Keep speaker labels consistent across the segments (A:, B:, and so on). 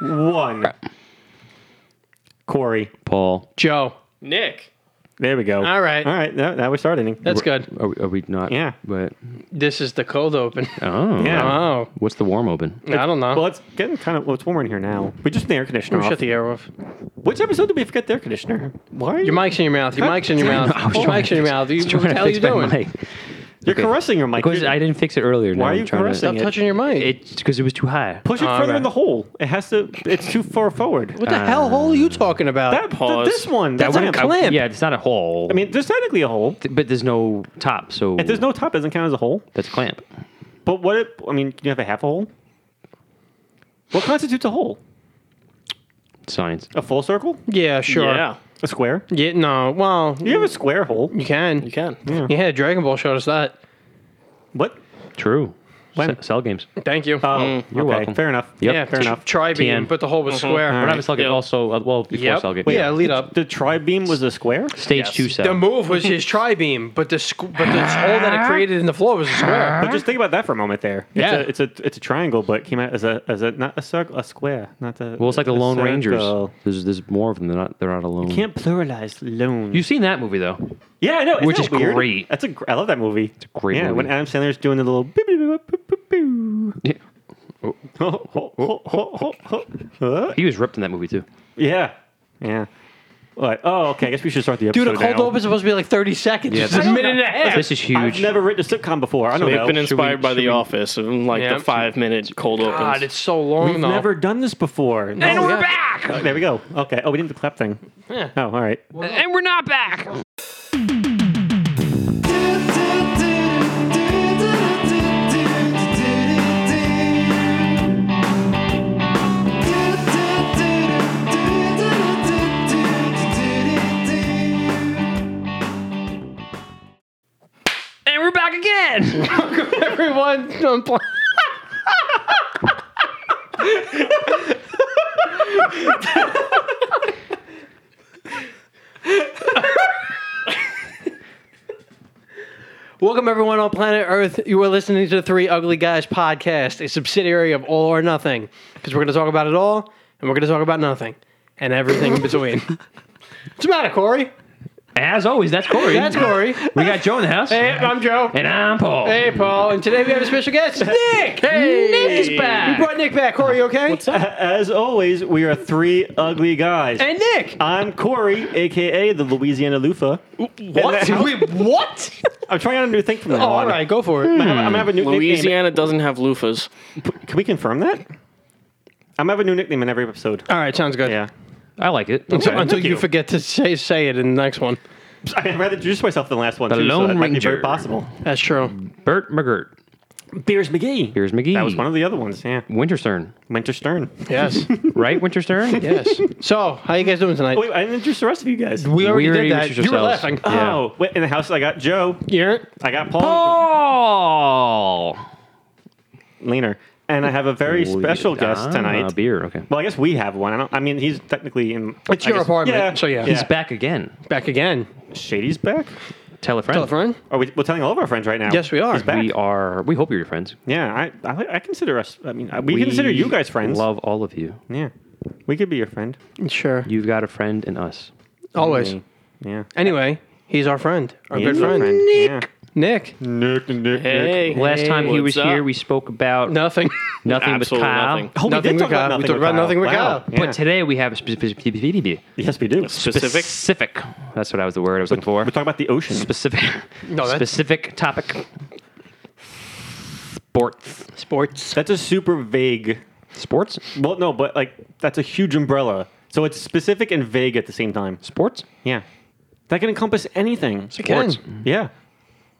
A: one. Corey,
B: Paul.
C: Joe.
D: Nick.
A: there we go.
C: All right.
A: all right. Now, now we're starting.
C: That's good.
B: Are we, are we not?
A: Yeah.
B: But
C: This is the cold open.
B: oh,
A: Yeah.
C: Oh,
B: What's the warm open?
C: I don't know.
A: well, it's getting kind of well, it's warmer in here now. We just put the air conditioner
C: Shut
A: off.
C: the air off.
A: Which episode did we forget the air conditioner? Why? Are you,
C: Your mic's in your mouth. Your mic's in your mouth.
B: I was
C: Your
B: trying
C: mic's
B: to
C: in your
B: fix-
C: mouth.
B: I
C: You,
B: was
C: what
B: trying
C: the
B: to
C: hell are you
B: fix my
C: doing?
B: mic.
A: You're caressing your mic.
B: Because
A: You're-
B: I didn't fix it earlier.
A: Why
B: now
A: are
B: I'm
A: you
B: trying to-
A: caressing
C: Stop touching your mic.
B: It's because it was too high.
A: Push it
C: All
A: further
C: right.
A: in the hole. It has to. It's too far forward.
C: what the hell hole are you talking about?
A: That
D: Pause.
A: This one.
C: That
A: That's
C: wouldn't
A: him.
C: count. Clamp.
B: Yeah, it's not a hole.
A: I mean, there's technically a hole.
B: but there's no top, so
A: If there's no top, it doesn't count as a hole.
B: That's clamp.
A: But what? It, I mean, can you have a half a hole? What constitutes a hole?
B: Science.
A: A full circle?
C: yeah, sure.
D: Yeah.
A: A square?
C: Yeah, no. Well,
A: You have a square hole.
C: you can.
D: You can.
C: Yeah, Dragon Ball showed us that.
A: What?
B: True.
A: When-
B: S- cell games.
C: Thank you.
A: Oh,
B: Mm, You're
A: okay.
B: welcome.
A: Fair enough.
B: Yep.
C: yeah,
A: fair
C: Uh, t-
A: enough.
C: Try beam,
B: TN.
C: but the hole
D: Mm-hmm.
C: was square.
A: All right.
B: Not a cell game.
D: Yeah.
B: Also, uh, well, before
C: Yep.
B: cell game.
C: Yeah, lead up.
A: The tri beam was a square.
B: Stage two
D: Yes.
B: cell.
C: The move was his tri beam, but the squ- but the hole that it created in the floor was a square.
A: But just think about that for a moment. There.
C: Yeah.
A: It's a it's a, it's a triangle, but it came out as a as a not a circle, a square, not a.
B: well, it's like
A: a
B: the Lone
A: circle.
B: Rangers. There's there's more of them. They're not they're not alone.
A: Can't pluralize lone.
B: You've seen that movie though.
A: yeah, I know. Isn't
B: Which
A: that
B: is
A: weird?
B: great.
A: That's a. gr- I love that movie. It's
B: a great
A: yeah,
B: movie.
A: when Adam Sandler's doing the little. Beep, beep, beep, beep, beep, beep.
B: Yeah.
A: Ho, ho, ho, ho, ho, ho. Huh?
B: He was ripped in that movie too.
A: Yeah. Yeah. What? Oh, okay. I guess we should start the episode.
C: Dude, a cold
A: now.
C: open's supposed to be like 30 seconds.
B: Yeah,
C: it's a
B: I don't
C: minute and a half.
B: This is
A: I've
B: huge.
A: never written a sitcom before. I don't
D: They've
A: know.
D: been inspired by The Office and like
C: Yeah.
D: the five minute cold opens.
B: Ah,
C: God, it's so long
A: We've
C: though.
A: never done this before.
C: and
A: No.
C: we're back.
A: Oh, there we go. Okay. Oh, we didn't do the clap thing.
C: Yeah.
A: Oh, all right.
C: And we're not back. And we're back again. Welcome everyone. to Unplugged. Welcome everyone on planet Earth. You are listening to the Three Ugly Guys podcast, a subsidiary of All or Nothing, because we're going to talk about it all, and we're going to talk about nothing, and everything in between. What's the matter, Corey?
B: As always, that's Corey.
C: That's Corey.
B: We got Joe in the house.
C: Hey, I'm Joe.
B: And I'm Paul.
C: Hey, Paul. And today we have a special guest, Nick.
B: Hey.
C: Nick is back. We brought Nick back. Corey, you okay? What's up?
A: As always, we are three ugly guys.
C: And Nick.
A: I'm Corey, aka the Louisiana Loofah.
C: What? Wait, what?
A: I'm trying out a new thing from
C: Oh,
A: now
C: all
A: on.
C: right, go for it.
A: I'm, I'm gonna have a new nickname.
D: Louisiana doesn't have loofahs.
A: Can we confirm that? I'm gonna have a new nickname in every episode.
C: All right, sounds good.
A: Yeah.
B: I like it.
C: So- until
A: thank
C: you
A: you.
C: forget to say say it in the next one.
A: I'd rather introduce myself than the last one.
B: The
A: too, so
B: Lone
A: that might be very
B: Ranger.
A: possible.
C: That's true.
B: Bert McGirt.
A: Beers McGee.
B: Here's McGee.
A: That was one of the other ones. Yeah.
B: Winter Stern.
A: Winter Stern.
C: Yes.
B: Right, Winter Stern?
C: yes. So, how you guys doing tonight?
A: Oh, wait, I didn't introduce the rest of you guys.
C: We already
B: We already
C: did that.
B: introduced
C: You were
B: ourselves.
C: laughing.
B: Yeah.
A: Oh, wait, in the house I got Joe.
C: You're
A: I got Paul.
B: Paul.
A: Leaner. And I have a very special guest
B: Ah,
A: tonight.
B: beer, okay.
A: Well, I guess we have one. I don't. I mean, he's technically in.
C: It's
A: I
C: your
A: guess-
C: apartment, so yeah.
B: He's back again.
C: back again.
A: Shady's back.
B: Tell a friend.
C: Tell a friend.
A: Are we? We're telling all of our friends right now.
C: Yes, we are.
A: He's back.
B: We are. We hope you're your friends.
A: yeah, I, I. I consider us. I mean, I- we, consider you guys friends.
B: Love all of you.
A: Yeah, we could be your friend.
C: Sure.
B: You've got a friend in us.
C: Always.
A: Yeah.
C: Anyway, he's our friend. Our good
A: He's our
C: friend. Hmm.
A: Nick.
C: Nick.
A: Nick. Nick. Nick.
D: Hey.
B: Last
D: hey,
B: time he was
D: what's up?
B: here, we spoke about
C: Nothing.
B: nothing but
D: Absolutely
B: Kyle.
D: nothing.
A: Oh, we
C: Nothing
A: did talk
C: with
A: about
C: Kyle.
A: nothing.
C: We talked about nothing with
A: Wow.
C: Kyle.
A: Yeah.
B: But today we have a specific.
A: yes, we do.
D: Specific?
B: Specific. That's what I was the word I was looking for.
A: We're talking about the ocean.
B: Specific.
C: No, that's-
B: specific topic. Sports.
C: Sports.
A: That's a super vague.
B: Sports.
A: Well, no, but like that's a huge umbrella. So it's specific and vague at the same time.
B: Sports.
A: Yeah. That can encompass anything.
C: Again.
B: Sports.
A: Yeah.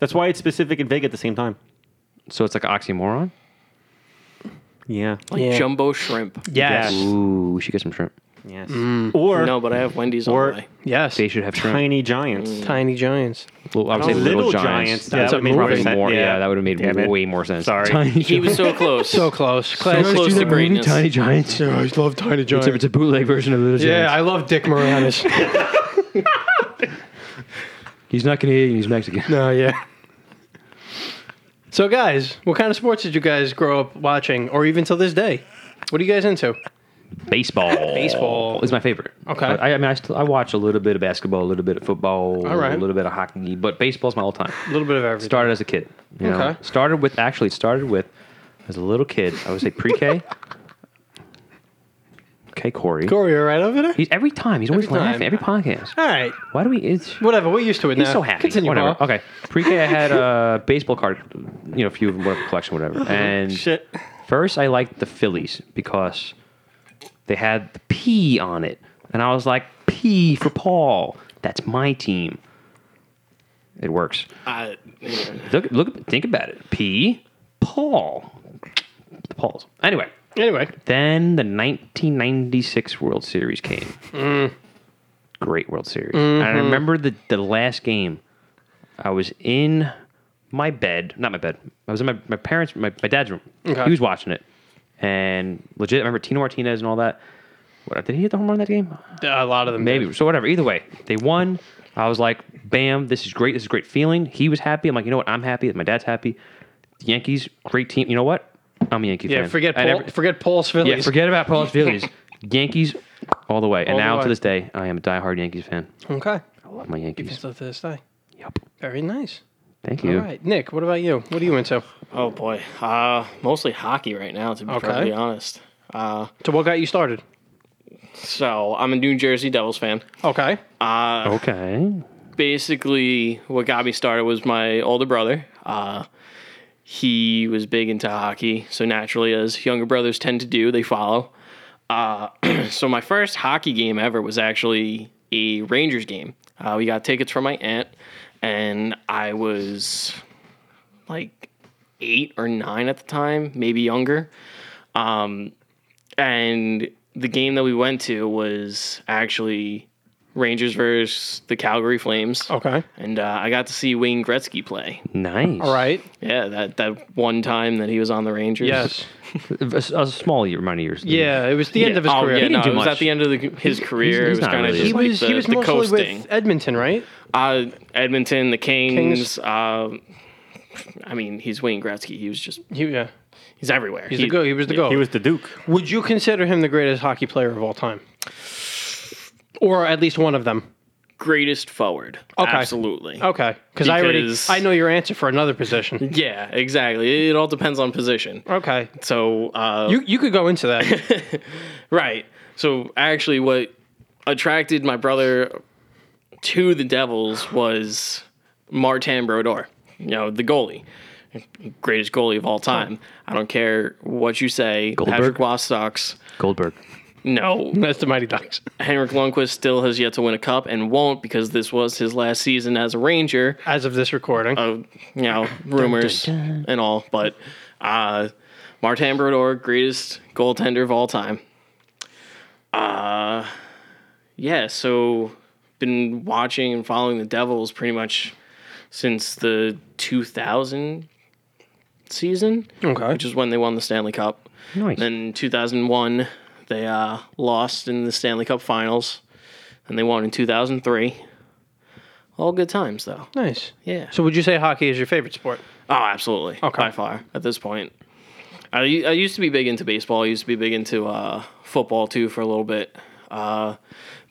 A: That's why it's specific and vague at the same time.
B: So it's like an oxymoron.
A: Yeah.
D: Like
C: Yeah.
D: jumbo shrimp.
A: Yes.
C: Yes.
B: Ooh, we should get some shrimp.
A: Yes. Or
D: No, but I have Wendy's
A: Or-
D: all day.
C: Yes.
B: They should have shrimp.
A: tiny giants.
C: Tiny Giants.
B: Well, I would say little, giants.
A: Yeah,
C: That's
A: that
C: a
A: would make
C: movie.
A: more sense.
B: More, yeah. that would have made
A: Damn it.
B: way more sense.
A: Sorry.
D: He was so close.
C: So close. Class.
D: close to greatness.
B: Tiny Giants.
C: Oh, I love Tiny
B: It's a, it's
C: Giants.
B: a bootleg version of Little
C: Yeah,
B: Giants.
C: I love Dick Moranis.
B: he's not Canadian. He's Mexican.
C: no, yeah. So, guys, what kind of sports did you guys grow up watching, or even till this day? What are you guys into?
B: Baseball.
C: Baseball.
B: is my favorite.
C: Okay.
B: I, I mean, I, still, I watch a little bit of basketball, a little bit of football,
C: All right.
B: a little bit of hockey, but baseball's my all time.
C: A little bit of everything.
B: Started as a kid. You know?
C: Okay.
B: Started with actually started with as a little kid. I would say pre-K. okay, Corey.
C: Corey, all right over there?
B: He's every time. He's always
C: Every time.
B: laughing. Every podcast.
C: All right.
B: Why do we? It's,
C: Whatever. We're used to it
B: He's
C: now.
B: so happy.
C: Continue,
B: whatever.
C: Paul.
B: Okay. Pre-K, I had a baseball card, you know, a few of them, whatever collection, whatever. And
C: Shit.
B: first, I liked the Phillies because they had the P on it, and I was like, P for Paul. That's my team. It works.
D: I,
B: Look, look, think about it. P, Paul, the Pauls. Anyway,
C: Anyway.
B: then the 1996 World Series came.
C: Mm.
B: Great World Series. And
C: Mm-hmm.
B: I remember the, the last game. I was in my bed, not my bed. I was in my, my parents, my, my dad's room.
C: Okay.
B: He was watching it. And legit, I remember Tino Martinez and all that. What, did he hit the home run that game?
C: A lot of them.
B: Maybe. So whatever. Either way, they won. I was like, bam, this is great. This is a great feeling. He was happy. I'm like, you know what? I'm happy. My dad's happy. The Yankees, great team. You know what? I'm a Yankee
C: Yeah,
B: fan.
C: forget
B: And
C: Paul,
B: every-
C: forget Paul's Phillies.
B: yeah, forget about Paul's Phillies. Yankees all the way.
C: All
B: and
C: the
B: now
C: way.
B: to this day, I am a diehard Yankees fan.
C: Okay.
B: I love my
C: It's
B: Yankees.
C: still to this day.
B: Yep.
C: Very nice.
B: Thank you.
C: All right, Nick. What about you? What are you into?
D: oh boy, uh, mostly hockey right now. To be
C: Okay.
D: perfectly honest, uh,
C: So, what got you started?
D: so I'm a New Jersey Devils fan.
C: Okay.
B: Okay.
D: basically what got me started was my older brother. Uh, he was big into hockey, so naturally, as younger brothers tend to do, they follow. Uh, so my first hockey game ever was actually a Rangers game. Uh, we got tickets from my aunt, and I was like eight or nine at the time, maybe younger. Um, and the game that we went to was actually Rangers versus the Calgary Flames.
C: Okay.
D: And uh, I got to see Wayne Gretzky play.
B: Nice.
C: All right.
D: Yeah, that, that one time that he was on the Rangers.
C: Yes.
B: A, a small year, amount of years.
C: Yeah. It was the end of his
D: oh,
C: career.
D: Yeah, no,
B: do
D: it was
B: much.
D: at the end of the, his career.
B: he's
D: it was
B: not
D: kind of
B: really-
D: just
C: He
D: like
C: was
D: the,
C: he was
D: the
C: mostly
D: coasting.
C: with Edmonton, right?
D: uh, Edmonton, the Kings.
C: Kings.
D: um I mean, he's Wayne Gretzky. He was just
C: He, yeah.
D: he's everywhere.
C: He's the go. He was the go.
A: He was the Duke.
C: Would you consider him the greatest hockey player of all time, or at least one of them?
D: greatest forward.
C: Okay.
D: Absolutely.
C: Okay. Because I already
D: Because-
C: I know your answer for another position.
D: Yeah, exactly. It all depends on position.
C: Okay.
D: So uh,
C: You you could go into that.
D: Right. So actually, what attracted my brother to the Devils was Martin Brodeur, you know, the goalie, greatest goalie of all time. I don't care what you say.
B: Goldberg?
D: Patrick Wastocks,
B: Goldberg.
D: no.
C: That's the Mighty Ducks.
D: Henrik Lundqvist still has yet to win a cup and won't because this was his last season as a Ranger
C: As of this recording.
D: of you know rumors and all, but uh, Martin Brodeur, greatest goaltender of all time. Uh, yeah, so been watching and following the Devils pretty much since the 2000 season,
C: okay.
D: which is when they won the Stanley Cup.
B: Nice.
D: Then 2001, they uh, lost in the Stanley Cup Finals, and they won in 2003. All good times though.
C: nice.
D: Yeah.
C: So would you say hockey is your favorite sport?
D: Oh, absolutely.
C: Okay.
D: By far at this point. I, I used to be big into baseball. I used to be big into uh, football too for a little bit. Uh,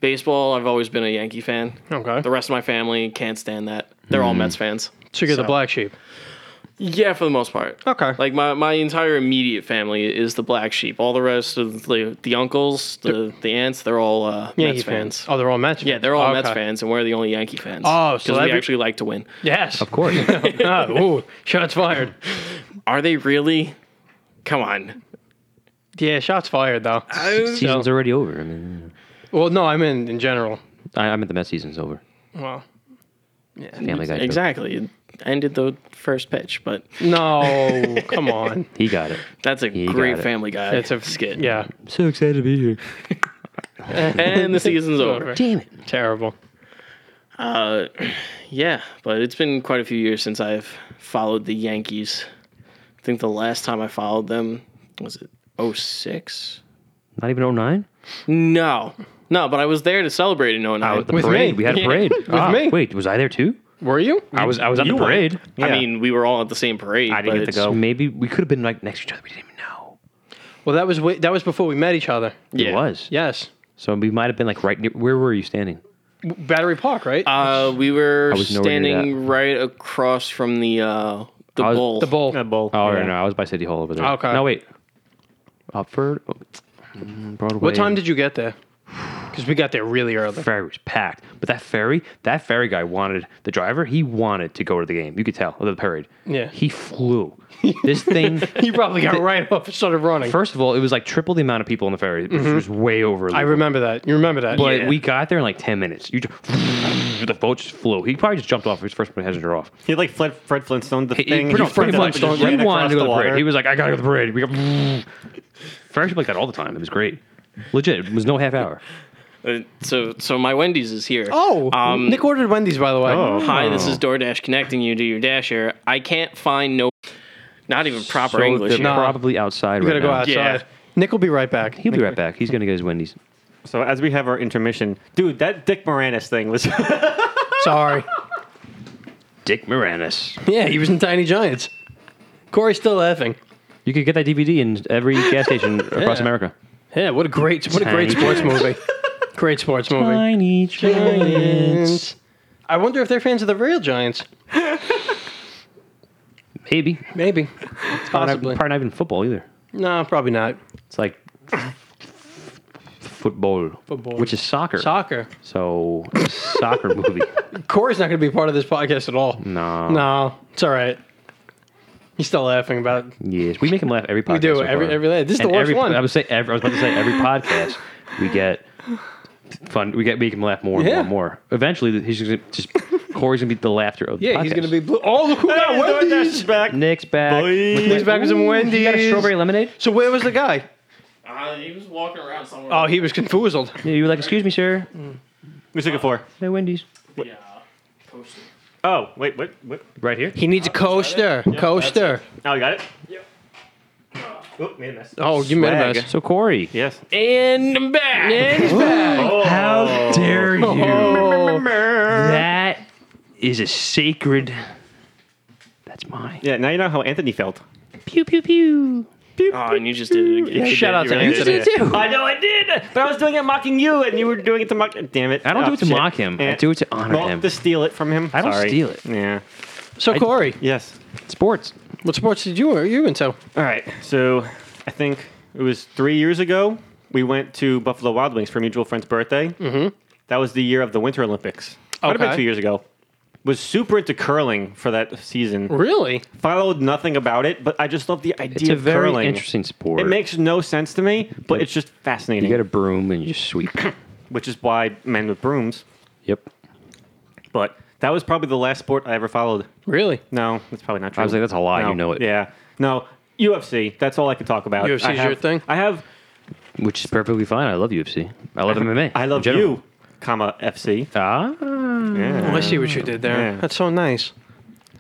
D: baseball, I've always been a Yankee fan.
C: Okay. Hmm.
D: The rest of my family can't stand that. They're all Mets fans.
C: So you're the
D: So-
C: black sheep.
D: Yeah, for the most part.
C: Okay.
D: Like my, my entire immediate family is the black sheep. All the rest of the, the uncles, the, the aunts, they're all uh,
C: Yankee
D: Mets fans.
C: Oh, they're all Mets.
D: Yeah, they're all Mets
C: Okay.
D: fans, and we're the only Yankee fans.
C: Oh, so
D: because we
C: every-
D: actually like to win.
C: Yes.
B: Of course.
C: oh, ooh, shots fired.
D: Are they really? Come on.
C: Yeah, shots fired though.
B: Season's already over. I mean,
C: Well, no, I mean in general.
B: I, I meant the Mets season's over.
C: Well,
B: Family guy. joke.
D: Exactly. It ended the first pitch, but
C: no, come on.
B: He got it.
D: that's a
B: You
D: great
B: got it.
D: Family Guy.
C: It's a
D: skit.
C: Yeah,
B: So excited to be here.
D: and the season's over.
B: Damn it.
C: terrible.
D: Yeah, but it's been quite a few years since I've followed the Yankees. I think the last time I followed them was it 06?
B: Not even 09?
D: No, no, but I was there to celebrate in 09.
B: The
C: With
B: parade.
C: me.
B: We had a parade. With
C: me.
B: Wait, was I there too?
C: Were you?
B: I was I was on the
A: You were.
B: parade.
D: I mean, we were all at the same parade.
A: I didn't
D: but
A: get to
D: it's-
A: go.
B: Maybe we could have been like next to each other. We didn't even know.
C: Well, that was wi- that was before we met each other.
B: It was.
C: Yes,
B: So we might have been like right near. Where were you standing?
C: W- Battery Park, right?
D: Uh, we were
B: I was nowhere near
D: standing right across from the uh, the
B: I was-
D: bull.
C: the bowl.
A: A bowl.
B: Oh,
A: yeah.
B: no, no, I was by City Hall over there.
C: Okay.
B: No, wait. Upford, oh, mm, Broadway.
C: What time did you get there? Because we got there really early.
B: ferry was packed? But that ferry, that ferry guy wanted the driver. He wanted to go to the game. You could tell the parade.
C: Yeah.
B: He flew. this thing.
C: You probably got right off and started running.
B: First of all, it was like triple the amount of people on the ferry, which was way over.
C: I remember that. You remember that?
B: But
D: Yeah.
B: we got there in like ten minutes. You just, the boat just flew. He probably just jumped off his first passenger off.
A: He like Fred, Fred Flintstone the
B: He-
A: thing.
B: he- no,
A: flipped
B: Fred
A: it up and just
B: Flintstone,
A: ran
B: he
A: across
B: wanted to go to the
A: water.
B: parade. He was like, I gotta go to the parade. We got Ferris people like that all the time. It was great. Legit. It was no half hour.
D: Uh, so so my Wendy's is here.
C: oh,
D: um,
C: Nick ordered Wendy's by the way.
A: Oh.
D: hi, this is DoorDash connecting you to your Dasher. I can't find no, not even proper
B: So
D: English.
B: they're
D: here.
B: probably outside
C: we
B: right
C: gotta go
B: now.
C: outside.
D: Yeah.
C: Nick will be right back.
B: He'll be right back. He's gonna get his Wendy's.
A: So as we have our intermission, dude, that Dick Moranis thing was.
C: Sorry.
B: Dick Moranis.
C: Yeah, he was in Tiny Giants. Corey's still laughing.
B: You could get that DVD in every gas station across
C: Yeah.
B: America.
C: Yeah, what a great what a great
B: Tiny
C: sports movie. Great sports movie.
B: Tiny Giants.
C: I wonder if they're fans of the real Giants.
B: Maybe.
C: Maybe.
B: Probably not,
C: Possibly.
B: probably not even football either.
C: No, probably not.
B: It's like football,
C: Football.
B: which is soccer.
C: Soccer.
B: so soccer movie.
C: Corey's not going to be part of this podcast at all.
B: No.
C: No, it's all right. He's still laughing about it.
B: Yes, we make him laugh every podcast.
C: do,
B: so
C: every-
B: far.
C: every- this is the worst
B: every-
C: one.
B: I was say every, I was about to say every podcast we get fun. We get make him laugh more and
C: Yeah.
B: more and more. Eventually, he's gonna just Corey's gonna be the laughter of the
C: Yeah, he's
B: podcast.
C: going to be blue. Oh, look who got
A: DoorDash is
C: Wendy's.
A: back.
B: Nick's back.
A: Boy.
C: Nick's back with some Wendy's.
B: You got a strawberry lemonade?
C: So where was the guy?
D: Uh, he was walking around somewhere.
C: Oh, he was confused.
B: Yeah, you were like, excuse me, sir.
A: What's it good for?
B: No Wendy's.
D: yeah. Posted.
A: Oh, wait, what? What?
B: Right here.
C: He needs a coaster. coaster.
A: Oh, you got it. Yep. Oh, made a mess.
C: Oh, you made a
A: Swag.
C: mess.
B: So Corey,
A: Yes.
D: And I'm back.
A: Oh.
B: how dare you?
C: Oh,
B: That is a sacred. That's mine.
A: Yeah. Now you know how Anthony felt.
B: Pew pew pew.
D: oh, and you just did it again.
C: shout out to
A: really
C: Anthony.
A: did. I know I did, but I was doing it mocking you, and you were doing it to mock. Damn it!
B: I don't do it to
A: shit.
B: mock him. I
A: Eh.
B: do it to honor
A: Well,
B: him.
A: to steal it from him.
B: I don't
A: Sorry.
B: steal it.
A: Yeah.
C: So Corey,
A: Yes.
B: Sports.
C: what sports did you were you into?
A: All right. So I think it was three years ago we went to Buffalo Wild Wings for a mutual friend's birthday. Mm-hmm. That was the year of the Winter Olympics. Might have been
C: Okay.
A: two years ago. Was super into curling for that season.
C: Really?
A: Followed nothing about it, but I just love the idea
B: It's a
A: of
B: very
A: curling.
B: interesting sport.
A: It makes no sense to me, but it's just
B: You
A: fascinating,
B: get a broom and you just sweep.
A: which is why men with brooms.
B: yep.
A: But that was probably the last sport I ever followed.
C: Really?
A: No, that's probably not true.
B: was like, that's a lie,
A: No.
B: you know it.
A: Yeah. No, UFC. That's all I can talk about.
C: UFC
A: I
C: is
A: have-
C: your thing?
A: I have
B: Which is perfectly fine. I love UFC. I love MMA.
A: I
B: in
A: love
B: general.
A: you, comma FC.
B: Ah.
A: Yeah.
C: Oh, I Mm. see what you did there.
A: Yeah.
C: That's so nice.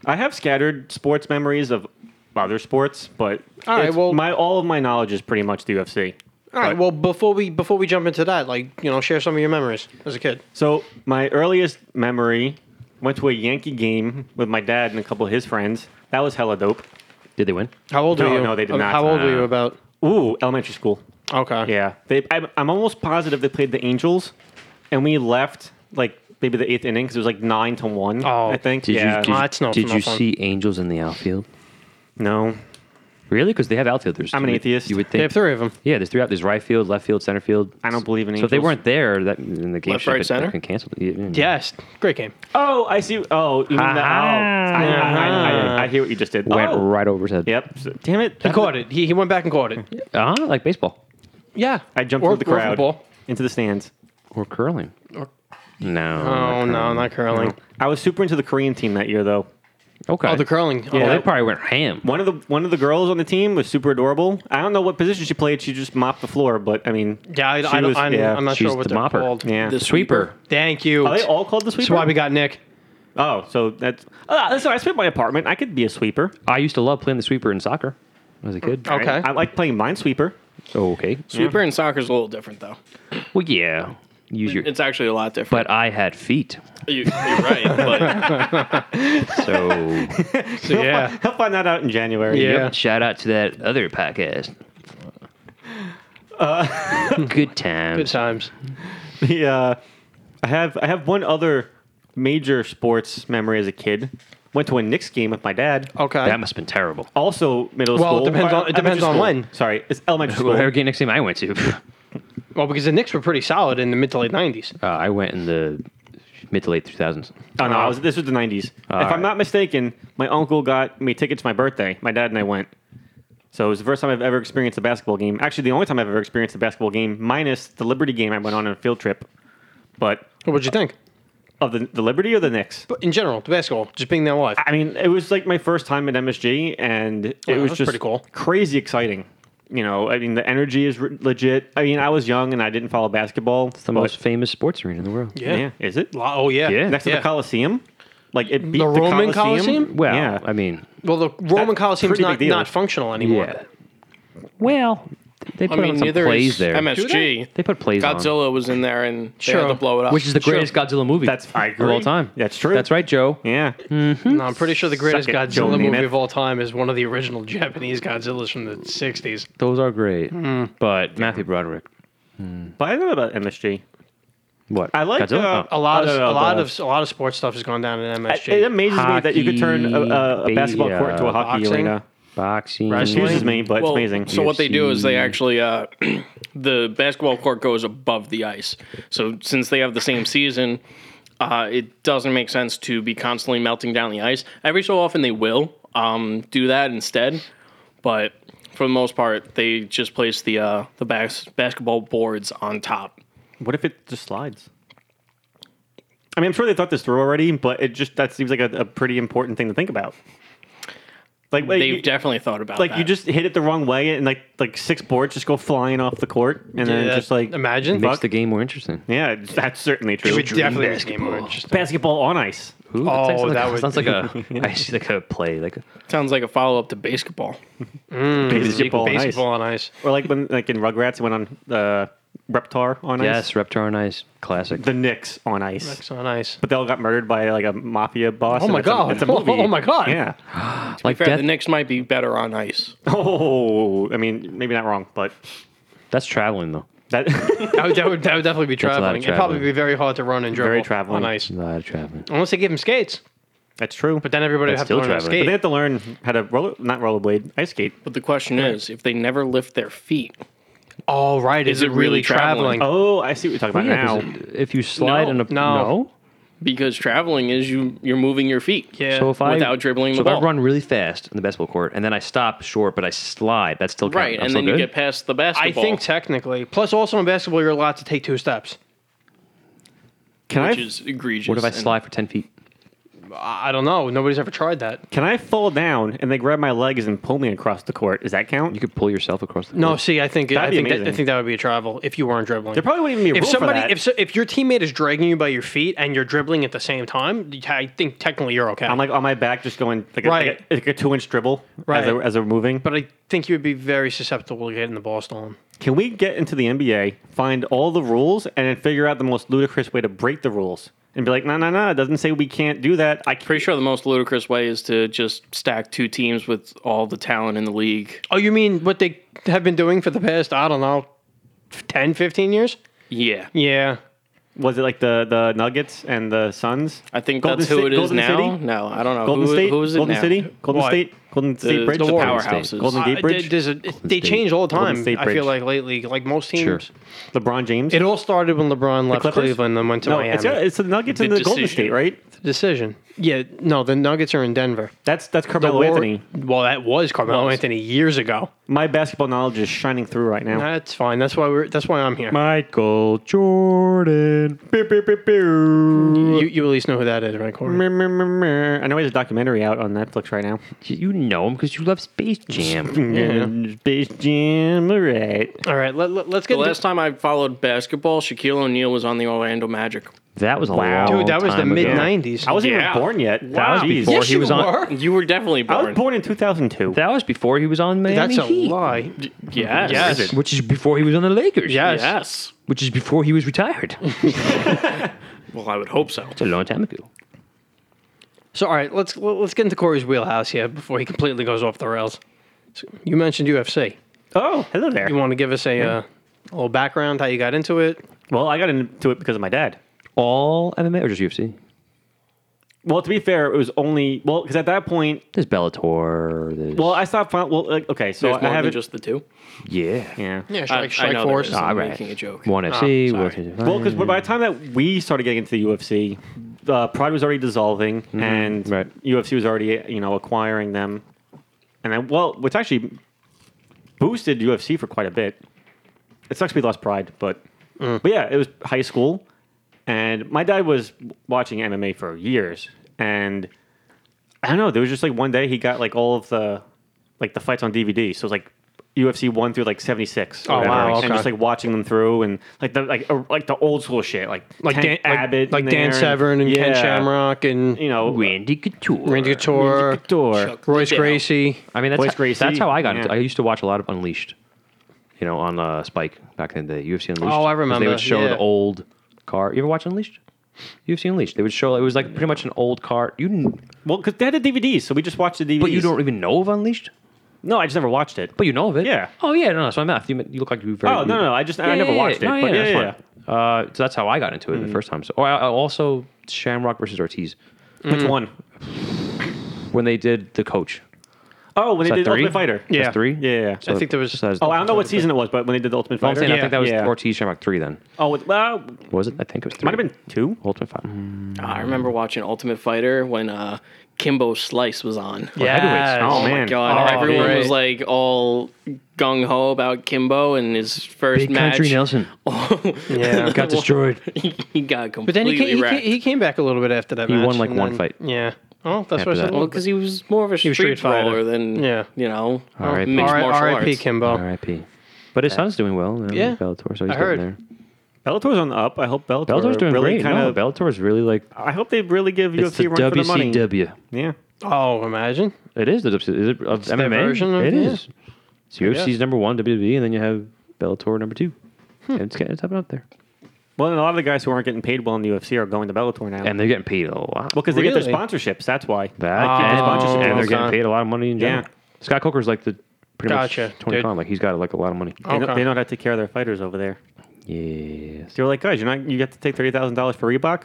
A: I have scattered sports memories of other sports, but
C: All right,
A: it's-
C: well-
A: my all of my knowledge is pretty much the UFC.
C: All right. Well, before we before we jump into that, like you know, share some of your memories as a kid.
A: So my earliest memory went to a Yankee game with my dad and a couple of his friends. That was hella dope.
B: Did they win?
C: How old
A: No,
C: were you?
A: no, they did
C: Uh,
A: not.
C: How old were you
A: Uh,
C: about?
A: Ooh, elementary school.
C: Okay.
A: Yeah, they. I'm, I'm almost positive they played the Angels, and we left like maybe the eighth inning because it was like nine to one.
C: Oh,
A: I think.
B: Did
A: yeah.
B: you, did,
C: Oh, that's not-
B: did
C: not
B: you
C: fun.
B: see angels in the outfield?
A: no.
B: Really? Because they have outfielders.
A: I'm an
B: You-
A: atheist.
B: You would
C: They
B: think.
C: have three of them.
B: Yeah, there's three out. There's right field, left field, center field.
A: I don't believe in
B: So if they
A: angels.
B: weren't there, that in the game
D: Left,
B: should have
D: right,
B: been
D: center?
B: fucking canceled. Yeah, yeah.
C: Yes. Great game.
A: Oh, I see. Oh, you mean that? Oh, I, I, I, I hear what you just did.
B: Uh-huh. Went
A: oh.
B: right over his head.
A: Yep. So- damn it.
C: He caught it. He, he went back and caught it.
B: Ah, like baseball
C: Yeah.
A: I jumped
C: Or-
A: through the
C: or
A: crowd
C: football.
A: into the stands.
B: or curling. no.
C: Oh no, not curling.
A: I was super into the Korean team that year, though.
B: Okay.
C: Oh, the curling.
B: Well,
C: Oh,
B: they probably went ham.
A: One of the one of the girls on the team was super adorable. I don't know what position she played. She just mopped the floor, but I mean,
C: yeah, I,
A: she
C: I don't,
A: was-
C: I'm,
A: yeah.
C: I'm not
B: She's
C: sure what
B: the
C: they're
B: mopper.
C: called.
A: yeah.
D: The
B: Sweeper.
C: Thank you.
A: Are they all called the sweeper?
C: That's why we got Nick.
A: oh, so that's oh, that's all right. I sweep my apartment. I could be a sweeper.
B: I used to love playing the sweeper in soccer as a kid. Oh,
C: Okay.
A: I, I like playing minesweeper.
B: Okay.
D: Sweeper and soccer's a little different though.
B: Well, yeah. Use your.
D: It's actually a lot different.
B: But I had feet,
D: you, you're right. But
B: so
C: So, yeah.
A: He'll find that out in January.
C: Yeah.
B: Yep, shout out to that other podcast. Good times.
C: Good times.
A: The, uh, I have I have one other major sports memory as a kid. Went to a Knicks game with my dad.
C: Okay.
B: That must have been terrible.
A: Also middle
C: Oh. Well, it
A: school.
C: depends on- it
A: elementary
C: depends on
A: school.
C: when.
A: Sorry, it's elementary school.
B: Whatever game next game I went to,
C: well, because the Knicks were pretty solid in the mid to late nineties.
B: uh, I went in the mid to late 2000s.
A: Oh no, I was, this was the '90s. if
B: right.
A: I'm not mistaken, my uncle got me tickets to my birthday. My dad and I went. So it was the first time I've ever experienced a basketball game. Actually, the only time I've ever experienced a basketball game, minus the Liberty game I went on a field trip. But
C: What'd you think?
A: of the, the Liberty or the Knicks?
C: But in general, the basketball, just being there live.
A: I mean, it was like my first time at MSG, and it
C: Yeah,
A: was
C: that's
A: just
C: pretty cool.
A: crazy exciting. You know, I mean, the energy is re- legit. I mean, I was young and I didn't follow basketball.
B: It's the most famous sports arena in the world.
A: yeah. is it
C: Lo- Oh yeah.
B: Yeah.
A: next to
C: Yeah.
A: the Coliseum? Like it beat
C: The Roman Coliseum?
B: Well,
A: yeah.
B: I mean,
C: Well, the Roman
A: That's
C: Coliseum's
A: pretty big
C: not,
A: deal.
C: not functional anymore.
B: yeah. Well, they
D: I
B: put
D: mean,
B: on some
D: neither
B: plays
D: is
B: there.
D: MSG.
B: They put plays on.
D: Godzilla was in there and they had
C: Sure.
D: to blow it up.
B: which is the greatest Godzilla movie
A: That's- I
B: of all
A: agree.
B: time.
A: That's true.
B: That's right, Joe.
A: Yeah.
C: No, I'm pretty sure the greatest
A: Suck it, Joe
C: Godzilla movie
A: Namath.
C: of all time is one of the original Japanese Godzillas from the '60s.
B: Those are great. But Matthew Broderick,
A: But I don't know about MSG.
B: what?
A: I like
B: Godzilla. Oh.
A: uh,
C: A lot
A: I don't
C: of
A: know,
C: a lot
A: the-
C: of a lot of sports stuff has gone down in
A: It,
C: MSG.
A: it amazes me that you could turn a, a,
B: Hockey,
A: a basketball court into
B: uh,
A: a hockey
C: boxing.
A: arena.
B: boxing.
A: Excuses me, but it's amazing.
D: So what they do is they
B: UFC.
D: actually uh, the basketball court goes above the ice. So since they have the same season, uh, it doesn't make sense to be constantly melting down the ice. Every so often they will um, do that instead, but for the most part they just place the uh, the bas- basketball boards on top.
A: What if it just slides? I mean, I'm sure they thought this through already, but it just that seems like a, a pretty important thing to think about. Like, like,
D: They've
A: you,
D: definitely thought about
A: like
D: that.
A: you just hit it the wrong way, and like like six boards just go flying off the court, and then
C: Yeah,
A: just like
C: imagine.
B: makes the game more interesting.
A: yeah, that's certainly
C: It
A: true.
C: would definitely make the game more interesting.
A: Basketball on ice.
B: Ooh,
C: Oh,
B: that's actually-
C: that would-
B: sounds like a I see like a play like a,
D: sounds like a follow up to baseball.
A: basketball on ice.
C: Baseball on ice.
A: Or like when like in Rugrats, it went on uh, Reptar on ice.
B: yes, Reptar on Ice classic.
A: the Knicks on ice.
C: It's on ice.
A: But they all got murdered by like a mafia boss.
C: Oh
A: and
C: my
A: it's a-
C: God.
A: it's a movie.
C: Oh my God.
A: Yeah.
B: like
D: Fair,
B: that,
D: the Knicks might be better on ice.
A: Oh, I mean, maybe not wrong, but
B: that's traveling though.
A: that
C: That would, that would, that would definitely be
B: a lot of
C: traveling. It'd probably
B: traveling.
C: be very hard to run and dribble
A: Very traveling.
C: on ice.
B: A lot of traveling.
C: Unless they give him skates,
A: that's true.
C: but then everybody would
B: That's still
C: have to learn how to
B: traveling.
A: But
C: skate.
A: they have to learn how to roller, not rollerblade, ice skate.
D: But the question is, if they never lift their feet,
C: All right, is,
D: it really traveling?
A: Oh, I see what you're talking about
B: Yeah, 'cause
A: now.
B: it- if you slide
D: No,
B: in a
C: no.
D: because traveling is you you're moving your feet.
C: Yeah.
B: So if I
D: Without dribbling
B: so
D: the
B: if
D: ball.
B: I run really fast in the basketball court and then I stop short, but I slide, that's still
D: Right,
B: counting. I'm
D: and
B: still
D: then you
B: good?
D: get past the
C: I
D: basketball.
C: think technically. Plus, also in basketball, you're allowed to take two steps.
A: Can I
D: which is egregious.
B: What if I
D: and-
B: slide for ten feet?
C: I I don't know. Nobody's ever tried that.
A: can I fall down and they grab my legs and pull me across the court? Does that count?
B: You could pull yourself across the
C: No,
B: court.
C: see, I think I
A: That'd be
C: think, that, I
A: amazing.
C: think that would be a travel if you weren't dribbling.
A: there probably wouldn't even be a
C: if
A: rule
C: somebody
A: for that.
C: if so, if your teammate is dragging you by your feet and you're dribbling at the same time, I think technically you're okay.
A: I'm like on my back, just going like a,
C: Right.
A: like a, like a two inch dribble
C: Right.
A: as, they're, as they're moving.
C: but I think you would be very susceptible to getting the ball stolen.
A: Can we get into the NBA, find all the rules, and then figure out the most ludicrous way to break the rules? And be like, no, no, no, it doesn't say we can't do that. I can't.
D: Pretty sure the most ludicrous way is to just stack two teams with all the talent in the league.
C: Oh, you mean what they have been doing for the past I don't know, 10, 15 years?
D: Yeah,
C: Yeah.
A: Was it like the, the Nuggets and the Suns?
D: I think
A: Golden
D: that's who
A: Sta-
D: it is
A: Golden
D: now.
A: City?
D: No, I don't know.
A: Golden
D: who,
A: State?
D: Who is it
A: Golden
D: now?
A: State? Golden
C: What?
A: State? Golden State
D: The,
A: Bridge?
D: the
B: Warriors.
D: powerhouses.
A: Golden
C: Uh,
A: Gate Bridge?
C: there- there's a- they
B: State.
C: change all the
A: Golden
C: time.
A: State
C: I feel
A: Bridge.
C: like lately, like most teams,
B: Sure.
A: LeBron James?
C: it all started when LeBron left
A: Clippers?
C: Cleveland and went to
A: no,
C: Miami.
A: it's, it's the Nuggets and the Golden
D: decision.
A: State, right?
C: Decision. Yeah. No, the Nuggets are in Denver.
A: That's that's Carmelo
C: War-
A: Anthony.
C: Well, that was Carmelo Anthony years ago.
A: My basketball knowledge is shining through right now.
C: That's fine. That's why we're. That's why I'm here.
B: Michael Jordan.
A: Pew, pew, pew, pew.
C: You, you at least know who that is, right, Corey?
A: Mer, mer, mer, mer. I know there's a documentary out on Netflix right now.
B: You know him because you love Space Jam.
A: Space Jam, all right.
C: All right, let, let, us get
D: The last time I followed basketball, Shaquille O'Neal was on the Orlando Magic.
B: that was a
A: Wow.
B: long
C: dude. That was the
B: time
C: mid
B: ago.
C: '90s.
A: I wasn't
D: Yeah.
A: even born yet.
B: That was
A: Wow.
B: before
C: Yes,
B: he
C: you
B: was on.
C: were.
D: You were definitely
A: I
D: born.
A: was born in 2002.
B: That was before he was on Miami
C: That's a
B: Heat,
C: lie. Yes.
D: Yes. Yes.
B: which is before he was on the Lakers.
C: Yes.
B: which is before he was retired. it's
D: Well, I would hope so.
B: a long time ago.
C: So, all right, let's let- let's get into Corey's wheelhouse here before he completely goes off the rails. So, you mentioned UFC.
A: Oh, hello there.
C: You want to give us a uh, A little background, how you got into it.
A: Well, I got into it because of my dad.
B: All MMA or just UFC?
A: Well, to be fair, it was only well because at that point,
B: There's Bellator. There's,
A: well, I stopped. Fin- well, like, okay, so
D: There's
A: I
D: more than
A: haven't.
D: just the two.
B: yeah.
A: yeah. Ah,
C: Yeah,
D: I- I
C: Strike, Uh, strike
D: know there
C: Force.
D: is.
B: All
D: I'm
B: right.
D: making a joke.
B: One FC.
C: sorry.
B: World
A: Well, because by the time that we started getting into the UFC, uh, Pride was already dissolving,
D: Mm-hmm.
A: and
B: Right.
A: UFC was already you know acquiring them, and I, well, which actually boosted UFC for quite a bit. It sucks we lost Pride, but but yeah, it was high school, and my dad was watching MMA for years, and I don't know, there was just like one day he got like all of the like the fights on DVD, so it was like. UFC one through like seventy six.
C: Oh, wow,
A: And just
C: okay.
A: like watching them through and like the like uh, like the old school shit, like
C: Like
A: Tank
C: Dan, like-
A: Abbott,
C: like,
A: in there
C: Dan Severn and Ken
A: yeah,
C: Shamrock and
A: You know,
B: Randy Couture.
C: Randy Couture,
A: Couture.
C: Royce
D: Liddell.
C: Gracie.
B: I mean, that's
A: Royce
B: how,
A: Gracie.
B: that's how I got into.
A: Yeah.
B: I used to watch a lot of Unleashed, you know, on uh, Spike back in the day. UFC Unleashed.
A: Oh,
B: 'Cause They
C: remember,
B: would show
C: yeah.
B: the old car. You ever watch Unleashed? UFC Unleashed. They would show it was like pretty much an old car. You, didn't-
A: Well, because they had the DVDs, so we just watched the DVDs.
B: but you don't even know of Unleashed.
A: No, I just never watched it.
B: But you know of it.
A: Yeah.
B: Oh yeah, no, no. So I'm not. You, you look like you. Very,
A: Oh, no, no, I just- I never watched it,
B: No,
A: but yeah,
B: that's
A: yeah, Hmm.
B: fine. Uh, so that's how I got into it the first time. So, oh, I, I also Shamrock versus Ortiz Mm.
A: Which one?
B: when they did the coach.
A: Oh, when they
B: Is that
A: did
B: three?
A: Ultimate Fighter.
C: Yeah.
B: That's three.
A: Yeah, yeah, yeah.
C: I think there was-
A: Oh, I don't know what season it was, but when they did the Ultimate
B: I'm
A: Fighter,
B: saying I think that was
A: yeah.
B: Ortiz Shamrock three. Then
A: Oh, it- well,
B: was it? I think it was. Three.
A: might have been Hmm. two.
B: Ultimate Fighter. Mm.
D: I remember watching Ultimate Fighter when uh, Kimbo Slice was on.
B: heavyweights.
C: Yes.
A: Oh,
D: Oh my
A: man.
D: god!
C: Oh,
D: Everyone
C: great.
D: was like all gung ho about Kimbo and his first
B: Big
D: match.
B: Country Nelson
C: Yeah.
B: got destroyed.
D: he got completely
C: But then he came, he,
D: wrecked.
C: ca- he came back a little bit after that.
B: He
C: match,
B: won, like,
C: and
B: one
C: then-
B: fight.
C: Yeah. Oh, that's
B: After
C: what I
B: that.
C: said.
D: well, because he was more of a street,
C: was street fighter.
D: brawler than
C: Yeah.
D: you know
B: R.I.P.
D: mixed martial
C: R.I.P.
D: arts.
C: Kimbo.
B: R.I.P. But his son's doing well. You know,
C: Yeah.
B: Bellator. So he's
C: I heard.
B: getting
A: Bellator's on the up. I hope Bellator
B: there. Bellator's doing
A: really
B: great.
A: kind
B: no,
A: of.
B: Bellator's really like
A: I hope they really give
B: it's
A: UFC
B: the
A: a run for the money.
B: WCW.
A: Yeah.
C: Oh, imagine.
B: It is the WCW. Is it of
C: their
B: MMA?
C: version of-
B: it
C: yeah.
B: is. So UFC's number one, WWE, and then you have Bellator number two.
A: Hmm.
B: And it's getting it's up and up there,
A: Well, and a lot of the guys who aren't getting paid well in the UFC are going to Bellator now.
B: and they're getting paid a lot.
A: well, because they get their
C: Really?
A: sponsorships. That's why.
B: that
A: Like,
B: and,
A: the sponsorship
B: and they're
A: deals.
B: getting paid a lot of money in general.
A: Yeah.
B: Scott Coker's like the pretty
C: Gotcha,
B: much Tony
C: dude.
B: Khan. Like he's got like a lot of money.
A: They, know,
C: Okay.
A: they know how to take care of their fighters over there.
B: Yes.
A: They're like, guys, you're not. You get to take thirty thousand dollars for Reebok.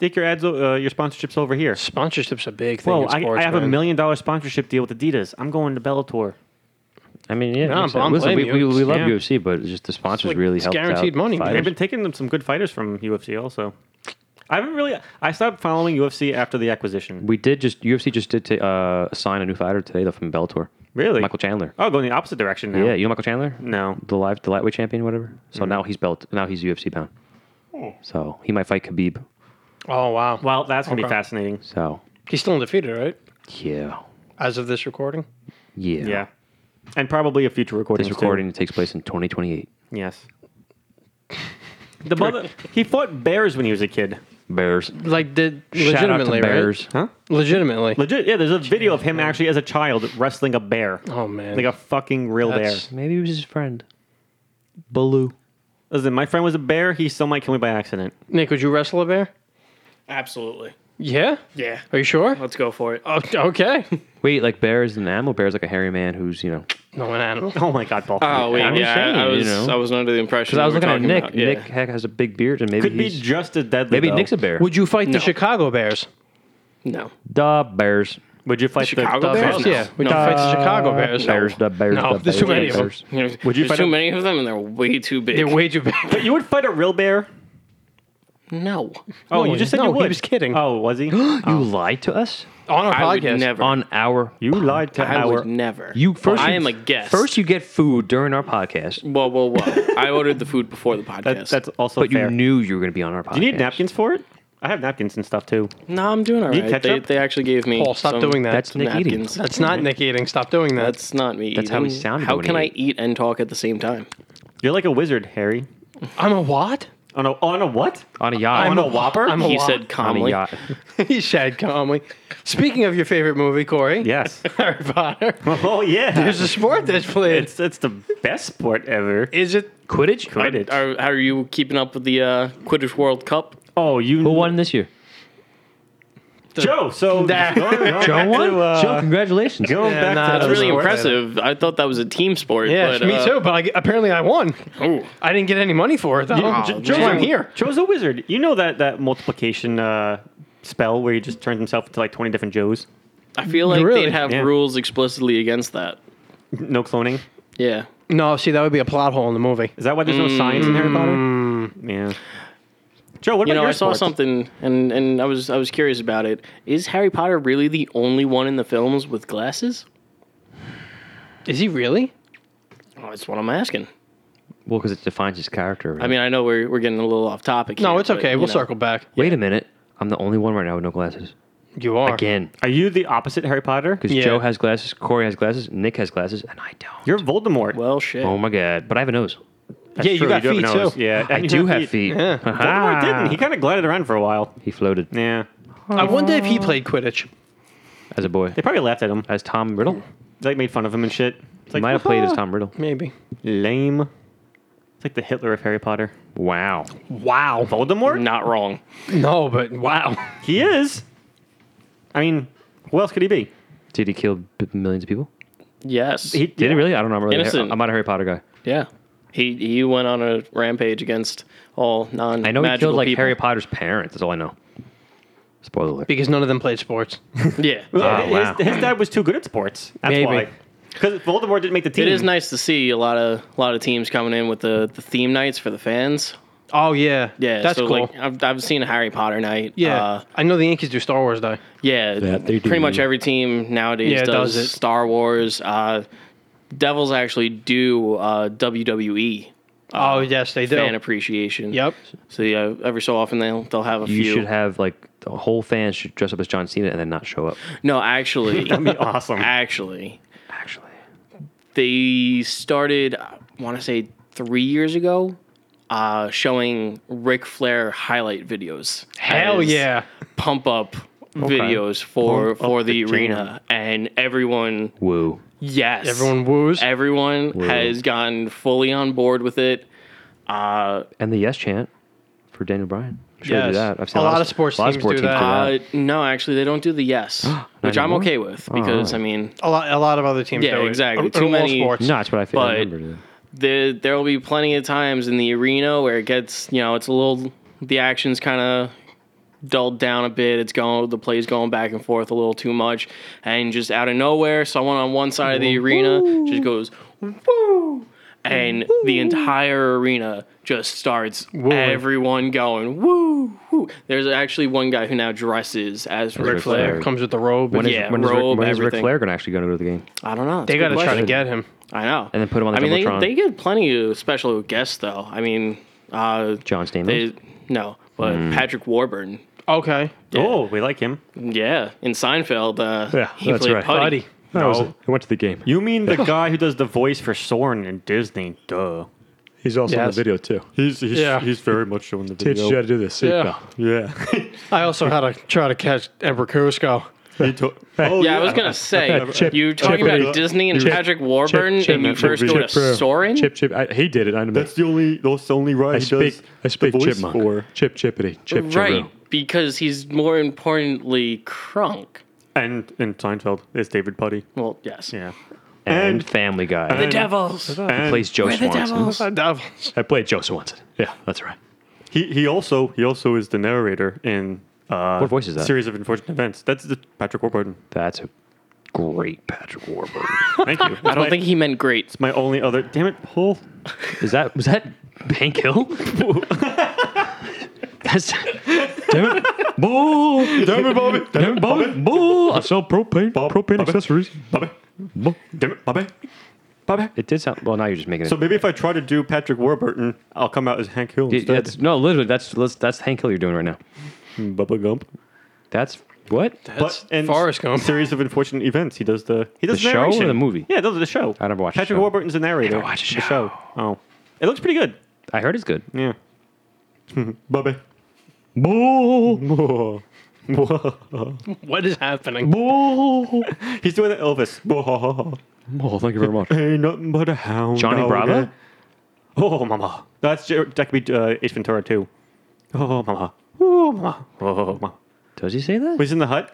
A: Take your ads, o- uh, your sponsorships over here.
C: Sponsorship's a big thing.
A: Whoa,
C: in
A: I,
C: sports,
A: I have a
C: man.
A: million dollar sponsorship deal with Adidas. I'm going to Bellator.
B: I mean, yeah.
C: No,
B: makes
C: but
B: sense.
C: I'm
B: Listen, we,
C: blaming
B: we,
C: you.
B: we love
A: Yeah.
B: UFC, but it's just the sponsors
C: like-
B: really
C: it's
B: help.
C: guaranteed money, man.
A: They've been taking some good fighters from UFC also. I haven't really. I stopped following UFC after the acquisition.
B: We did just UFC just did ta- uh, assign a new fighter today though from Bellator.
A: Really,
B: Michael Chandler.
A: Oh, going the opposite direction now.
B: Yeah, you know Michael Chandler?
A: No.
B: The live the lightweight champion, whatever. So now he's belt now he's UFC bound. So he might fight Khabib.
C: Oh, wow.
A: Well, that's gonna be
C: Okay.
A: fascinating.
B: So
C: He's still undefeated, right?
B: yeah.
C: As of this recording?
B: Yeah.
A: Yeah, and probably a future recording.
B: This recording takes place in twenty twenty eight.
A: Yes. The mother. he fought bears when he was a kid.
B: Bears.
C: Like, did
B: Shout out
C: legitimately,
B: to Bears.
A: Huh?
C: right? Legitimately.
A: Legit. Yeah, there's a video of him actually as a child wrestling a bear.
C: oh, man.
A: Like a fucking real
C: That's-
A: bear.
B: Maybe it was his friend. Baloo.
A: Listen, my friend was a bear. He still might kill me by accident.
C: Nick, would you wrestle a bear?
D: Absolutely,
C: Yeah?
D: yeah.
C: Are you sure?
D: Let's go for it.
C: Oh, okay.
B: Wait, like bear is an animal? Bear is like a hairy man who's, you know.
C: no, an animal.
A: Oh my god, Paul.
D: Oh wait,
B: I'm just
D: yeah,
B: saying,
D: I, I
B: you
D: was
B: know.
D: I was under the impression
B: Because I was
D: we were
B: looking at
D: talking
B: Nick.
D: about-
B: Nick
D: yeah.
B: heck has a big beard and maybe
A: Could be
B: he's
A: just as deadly.
B: maybe
A: though.
B: Nick's a bear.
C: Would you fight the
D: No.
C: Chicago Bears?
D: No,
B: the bears.
A: Would you fight the
D: Chicago
A: the-
D: Bears?
C: Bears,
D: No.
C: yeah. Would
D: No.
C: you fight the Chicago Bears?
B: Bears, the bears,
C: No,
B: the
C: there's too many of them.
B: bears.
D: There's,
A: Would you
D: there's
A: fight
D: too
A: a-
D: many of them and they're way too big.
C: They're way too big.
A: But you would fight a real bear?
D: no,
A: Oh,
C: No,
A: you just said
C: no,
A: you
C: he
A: would.
C: was kidding.
A: Oh, was he? you
B: You lied to us
C: On our
D: I would
C: podcast.
D: never.
B: on our.
A: lied to
D: I
A: our.
D: would never.
B: You first.
D: I
B: you-
D: am a guest.
B: First, you get food during our podcast,
D: Whoa, whoa, whoa! I ordered the food before the podcast.
A: That, that's also
B: but
A: fair.
B: you knew you were going to be on our podcast.
A: Do you need napkins for it? I have napkins and stuff too.
D: No, I'm doing all right.
A: Need
D: They,
A: ketchup?
D: they actually gave me.
C: Paul, stop
D: some
C: doing that.
B: That's Nick eating.
D: napkins.
C: That's not Nick eating. Stop doing that.
D: That's not me.
B: That's how he
D: eating.
B: sounded
D: How
B: when he
D: can I
B: ate.
D: eat and talk at the same time?
A: You're like a wizard, Harry.
C: I'm a what?
A: On a on a what?
B: on a yacht.
A: On
C: I'm
A: a
C: a-
A: whopper?
C: I'm a-
D: he
C: lot.
D: said
B: on a
D: calmly.
B: yacht.
C: he said calmly. Speaking of your favorite movie, Corey,
A: yes.
C: Harry Potter,
A: Oh yeah.
C: there's a sport that's played.
A: it's it's the best sport ever.
C: Is it?
B: Quidditch.
A: Quit it.
D: Are, are you keeping up with the uh, Quidditch World Cup?
A: Oh, you
B: Who won this year?
A: Joe. So going, going
B: Joe
A: back
B: won.
A: to, uh,
B: Joe, congratulations.
A: Going
C: Yeah,
A: back
C: nah,
A: to
C: that's
D: That's really
C: Doesn't work.
D: impressive. I thought that was a team sport.
C: Yeah,
D: but,
C: me
D: uh,
C: too. But I, apparently I won.
D: Oh,
C: I didn't get any money for it though.
A: You-
D: Oh,
A: Jo-
D: man.
A: Joe's
C: That's why I'm here.
A: Joe's a wizard. You know that that multiplication uh, spell where he just turns himself into like twenty different Joes.
D: I feel like
C: Really?
D: they'd have
A: Yeah.
D: rules explicitly against that.
A: No cloning.
D: Yeah.
C: No, see, that would be a plot hole in the movie.
A: Is that why there's no science in Harry Potter?
B: Mm.
A: Yeah. Joe, what
D: You
A: about
D: know,
A: your
D: I saw
A: sports?
D: something and, and I was I was curious about it. Is Harry Potter really the only one in the films with glasses?
C: Is he really?
D: Oh, that's what I'm asking.
B: Well, because it defines his character. right?
D: I mean, I know we're, we're getting a little off topic.
C: No,
D: here,
C: it's
D: but,
C: okay.
D: you
C: We'll
D: know.
C: circle back.
B: wait a minute. I'm the only one right now with no glasses.
C: You are.
B: Again,
A: Are you the opposite Harry Potter?
B: because
C: Yeah.
B: Joe has glasses, Corey has glasses, Nick has glasses, and I don't.
A: You're Voldemort.
D: Well, shit.
B: oh my god! But I have a nose.
A: That's
C: Yeah, you
A: true,
C: got
A: do have
C: feet,
A: a nose.
C: too.
A: Yeah,
B: I
A: and you
B: do have feet. Ah.
A: Voldemort
B: Voldemort
A: didn't. He kind of glided around for a while.
B: He floated
A: Yeah,
C: I wonder if he played Quidditch.
B: as a boy.
A: they probably laughed at him.
B: As Tom Riddle,
A: They made fun of him and shit. It's
B: Uh, he might have played as Tom Riddle.
C: Maybe.
A: Lame. It's like the Hitler of Harry Potter.
B: Wow.
C: Wow.
A: Voldemort?
D: Not wrong.
C: No, but wow.
A: He is. I mean, who else could he be?
B: Did he kill b- millions of people?
D: Yes.
A: He
B: Did he really? I don't know. I'm, really
D: Innocent.
B: I'm not a Harry Potter guy.
D: yeah. He he went on a rampage against all non.
B: I know he killed like
D: people.
B: Harry Potter's parents. That's all I know. Spoiler alert.
C: Because none of them played sports.
D: Yeah.
A: Well, his,
B: Oh, wow.
A: his dad was too good at sports. That's
C: Maybe.
A: why. Because Voldemort didn't make the team.
D: It is nice to see a lot of a lot of teams coming in with the, the theme nights for the fans.
C: Oh yeah.
D: Yeah,
C: That's
D: so
C: cool.
D: like I've, I've seen a Harry Potter night.
C: yeah.
D: uh,
C: I know the Yankees do Star Wars Day.
D: yeah.
B: That they
D: Pretty
B: do.
D: much every team nowadays
C: Yeah,
D: does,
C: does it.
D: Star Wars. Uh, Devils actually do uh, WWE
C: Oh yes, they do.
D: fan appreciation.
C: yep.
D: So yeah, every so often they'll they'll have a
B: You
D: few.
B: should have like the whole fans should dress up as John Cena and then not show up.
D: no, actually,
A: That'd be awesome.
D: Ah, actually,
B: Actually,
D: they started. I want to say three years ago. Uh, showing Ric Flair highlight videos.
C: Hell
D: as-
C: yeah.
D: pump up videos for for the, arena and everyone
B: woo.
D: yes
C: Everyone woos.
D: everyone has gotten fully on board with it uh,
B: And the yes chant for Daniel Bryan. Sure
C: Yes.
B: do that. I've seen
C: A lot of sports
B: a lot of
C: teams
B: sport
C: do that.
D: uh no actually they don't do the yes which i'm
B: anymore?
D: okay with because i mean
C: a lot. A lot of other teams.
D: Yeah,
C: do it.
D: exactly.
C: In
D: Too
C: all
D: many-
B: No,
C: sports.
B: that's what I feel. I
D: But-
B: remember.
D: there there will be plenty of times in the arena where it gets you know it's a little the action's kind of dulled down a bit it's going the play's going back and forth a little too much and just out of nowhere someone on one side of the arena just goes woo and the entire arena just starts everyone going woo woo there's actually one guy who now dresses as Ric
B: Ric
D: Flair.
B: Flair.
C: Comes with the robe.
B: When is,
D: yeah,
B: when is, Ric-
D: robe,
B: when is Ric
D: everything.
B: Flair going to actually go to the game?
D: I don't know. It's a
C: they
D: good
C: got to try to
D: question.
C: get him.
D: I know.
B: And then put 'em on the
D: I mean,
B: Jumbotron.
D: they, they get plenty of special guests though. I mean, uh,
B: John Stamos.
D: They, no, Hmm. but Patrick Warburton.
C: Okay.
A: Oh, we like him.
D: Yeah, in Seinfeld, uh,
B: Yeah,
D: he
B: that's
D: played
B: right.
D: Putty.
C: Buddy.
A: No.
B: I went to the game.
A: You mean the guy who does the voice for Soren in Disney? Duh.
E: He's also in
C: Yes.
E: the video too.
A: He's he's,
C: Yeah.
A: he's very much showing the
E: Teach you how
A: video.
E: to do this.
C: Yeah.
A: Yeah.
C: I also had to try to catch Emperor Cusco.
A: He to- oh,
D: Yeah, I was gonna say
E: Chip-
D: you're talking
E: Chipper.
D: about Disney and
E: Chip-
D: Patrick Warburton,
E: Chip- Chip-
D: and you
E: Chip-
D: first go to
E: Chipper.
D: Soren.
E: Chip chip. I, he did it. I,
A: That's the only that's the only ride
E: I
A: he
E: speak.
A: does.
E: I speak
A: the voice
E: chipmunk.
A: for.
E: Chip chippity. Chip
D: right,
E: chipperoo.
D: because he's more importantly Krunk.
A: And in Seinfeld, it's David Putty.
D: Well, yes,
A: Yeah.
B: And,
A: And-
B: Family Guy.
D: the
A: And-
D: Devils.
A: And
B: plays Joe
D: We're the
B: Swanson.
D: Devils.
E: I played Joe Swanson. Yeah, that's right.
A: he he also he also is the narrator in uh,
B: What voice is that?
A: Series of unfortunate events. That's the Patrick Warburton.
B: That's a great Patrick Warburton.
A: Thank you.
D: I don't think he meant great.
A: my only other. Damn it, Paul.
B: Is that was that Hank Hill? That's
E: Damn it! Bull! Damn it, Bobby! Damn it, Bobby! Bull! I sell propane. propane accessories.
A: Bobby.
E: Bull.
A: Damn it, Bobby. Bobby.
B: it. Did sound well. Now you're just making it.
A: So maybe if I try to do Patrick Warburton, I'll come out as Hank Hill
B: It-
A: instead.
B: that's- no, literally, that's that's that's Hank Hill you're doing right now.
A: Bubba Gump.
B: That's what?
A: But in
C: Forrest Gump.
A: Series of unfortunate events, he does the he does
B: The show or
A: narration.
B: the movie?
A: Yeah, those are the show.
B: I never watched the
A: Patrick
B: show.
A: Warburton's the narrator.
B: never watched the
A: The show. Oh, it looks pretty good.
B: I heard it's good.
A: Yeah. Bubba.
E: Bull!
A: Whoa. Whoa.
C: What is happening?
E: Bull!
A: He's doing the Elvis. Whoa.
B: Oh, thank you very much.
A: Ain't nothing but a hound.
B: Johnny
A: dog.
B: Bravo?
A: Oh, mama. That's that could be uh, Ace Ventura too. Oh, mama. Oh, mama. Oh, mama.
B: Does he say that?
A: He's in the hut.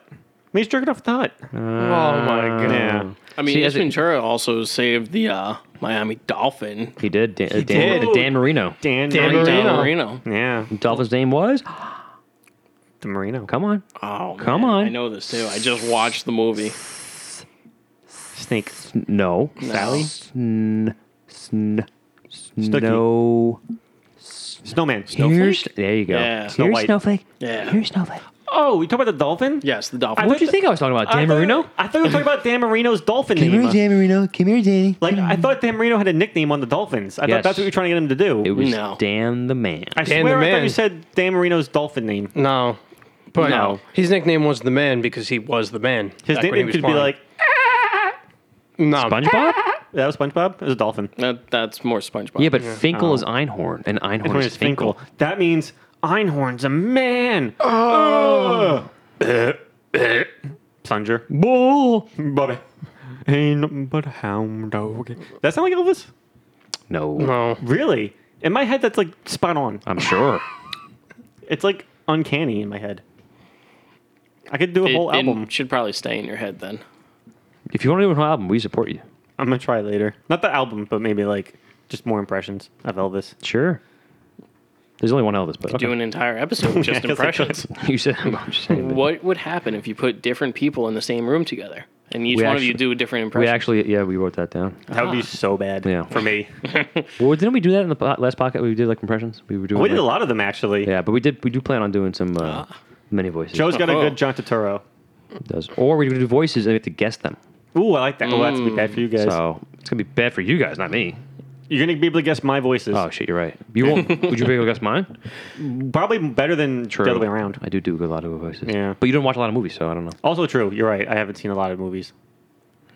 A: He's jerking off at the hut.
C: oh my god.
A: yeah.
D: I mean,
B: See,
D: Ace
B: as it-
D: Ventura also saved the uh, Miami Dolphin.
B: He did. Dan, Dan,
A: did.
B: Dan Marino.
A: Dan,
C: Dan
A: Marino.
C: Marino.
D: Dan Marino.
A: Yeah.
B: Dolphin's name was.
A: The Marino.
B: Come on,
D: Oh,
B: Come
D: man,
B: on.
D: I know this too. I just watched the movie.
A: Snake.
B: no.
D: Sally?
B: Sn, sn,
A: Snooky.
B: snow.
A: Snowman.
B: Here's, there you go.
D: Yeah. Snow
B: Here's
A: White.
B: snowflake.
D: Yeah.
B: Here's snowflake.
A: Oh, you talk about the dolphin?
D: Yes, the
A: I
D: Dolphin.
B: What
A: thought
B: do you
A: that-
B: think I was talking about? Dan
A: I thought-
B: Marino?
A: I thought you were talking about Dan Marino's dolphin
B: Come here,
A: name.
B: Dan Marino. Come here, Danny.
A: Like I thought Dan Marino had a nickname on the Dolphins. I
B: Yes.
A: thought that's what you were trying to get him to do.
B: It was
D: No.
B: Dan the man.
A: I
C: Dan
A: swear
C: the
A: I thought
C: man.
A: you said Dan Marino's dolphin name.
C: No. But
D: No.
C: his nickname was the man because he was the man.
A: His
C: back when he
A: nickname
C: was
A: could be
C: flying.
A: like
C: no.
B: SpongeBob?
A: that was SpongeBob. It was a dolphin.
D: That, that's more SpongeBob.
B: Yeah, but Finkel is Einhorn, and
A: His
B: Einhorn
A: name
B: is,
A: is
B: Finkel.
A: Finkel. That means Einhorn's a man. Oh. Plunger.
B: Bull.
A: Bobby. Ain't nothing but a hound dog. That sound like Elvis?
B: No,
C: no.
A: Really? In my head, that's like spot on.
B: I'm sure.
A: It's like uncanny in my head. I could do a
D: It-
A: whole
D: it
A: album.
D: should probably stay in your head then.
B: if you want to do an album, we support you.
A: I'm gonna try later. Not the album, but maybe like just more impressions of Elvis.
B: Sure. There's only one Elvis, but okay.
D: Do an entire episode with just
A: I guess I could.
D: impressions.
B: you said I'm just saying. but
D: What would happen if you put different people in the same room together and each
B: We
D: one of
B: actually-
D: you do a different impression?
B: We actually, yeah, we wrote that down.
A: That would be so bad
B: Yeah.
A: for me.
B: Well, didn't we do that in the po- last pocket? We did like impressions. We were doing.
A: we did
B: like-
A: a lot of them actually.
B: Yeah, but we did. We do plan on doing some uh, many voices.
A: Joe's got a
D: Oh.
A: good John Turturro.
B: does, or we do voices and we have to guess them.
A: Ooh, I like that. Well, that's gonna
D: Mm.
A: be bad for you guys.
B: So it's gonna be bad for you guys, not me.
A: You're gonna be able to guess my voices.
B: Oh shit, you're right. You won't. would you be able to guess mine?
A: Probably better than the other way around.
B: I do do a lot of voices.
A: Yeah.
B: but you don't watch a lot of movies, so I don't know.
A: Also true. You're right. I haven't seen a lot of movies.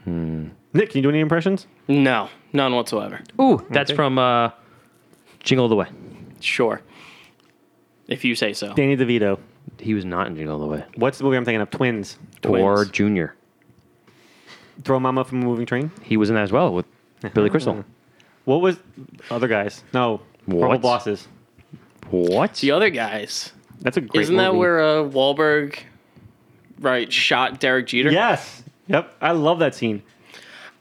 B: Hmm.
A: Nick, can you do any impressions?
D: No, none whatsoever.
B: Ooh, that's from uh, Jingle All the Way.
D: Sure. If you say so.
A: Danny DeVito.
B: He was not in Jingle All the Way.
A: What's the movie I'm thinking of? Twins.
B: Or
D: Twins.
B: Junior.
A: Throw Mama from a Moving Train.
B: He was in that as well with Billy Crystal.
A: What was other guys? No. Purple
B: What?
A: Bosses.
B: What?
D: The other guys.
A: That's a great
D: Isn't that
A: movie.
D: where uh, Wahlberg, right, shot Derek Jeter?
A: Yes. Yep. I love that scene.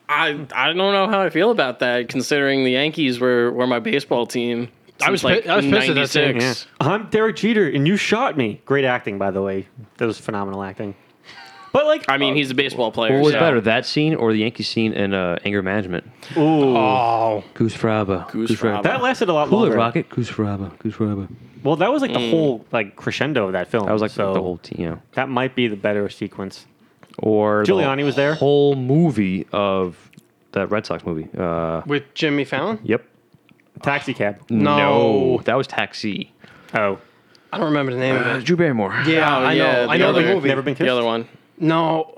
D: I, I don't know how I feel about that, considering the Yankees were, were my baseball team.
C: I was
D: since, like
C: pi- I was pissed at that team,
D: 96.
A: Yeah. I'm Derek Jeter, and you shot me. Great acting, by the way. That was phenomenal acting. But like,
D: I mean, he's a baseball player.
B: What was
D: so-
B: better, that scene or the Yankee scene in uh, Anger Management?
A: ooh,
C: Oh.
B: Goose Fraba.
D: Goose Fraba.
A: that lasted a lot
B: Pull it,
A: longer.
B: Rocket. Goose Fraba. Goose Fraba.
A: Well, that was like
D: Mm.
A: the whole like crescendo of that film.
B: That was like
A: so
B: the whole team. Yeah.
A: that might be the better sequence.
B: Or the
A: Giuliani was there.
B: Whole movie of that Red Sox movie. Uh,
C: With Jimmy Fallon?
B: yep.
A: Taxi cab.
C: No.
B: that was Taxi.
A: Oh,
C: I don't remember the name of
B: Uh,
C: it.
B: Drew Barrymore.
C: Yeah, I know.
D: Oh, yeah,
C: I
D: the
C: know the
D: other-
C: movie.
A: never been kissed.
D: The other one.
C: No.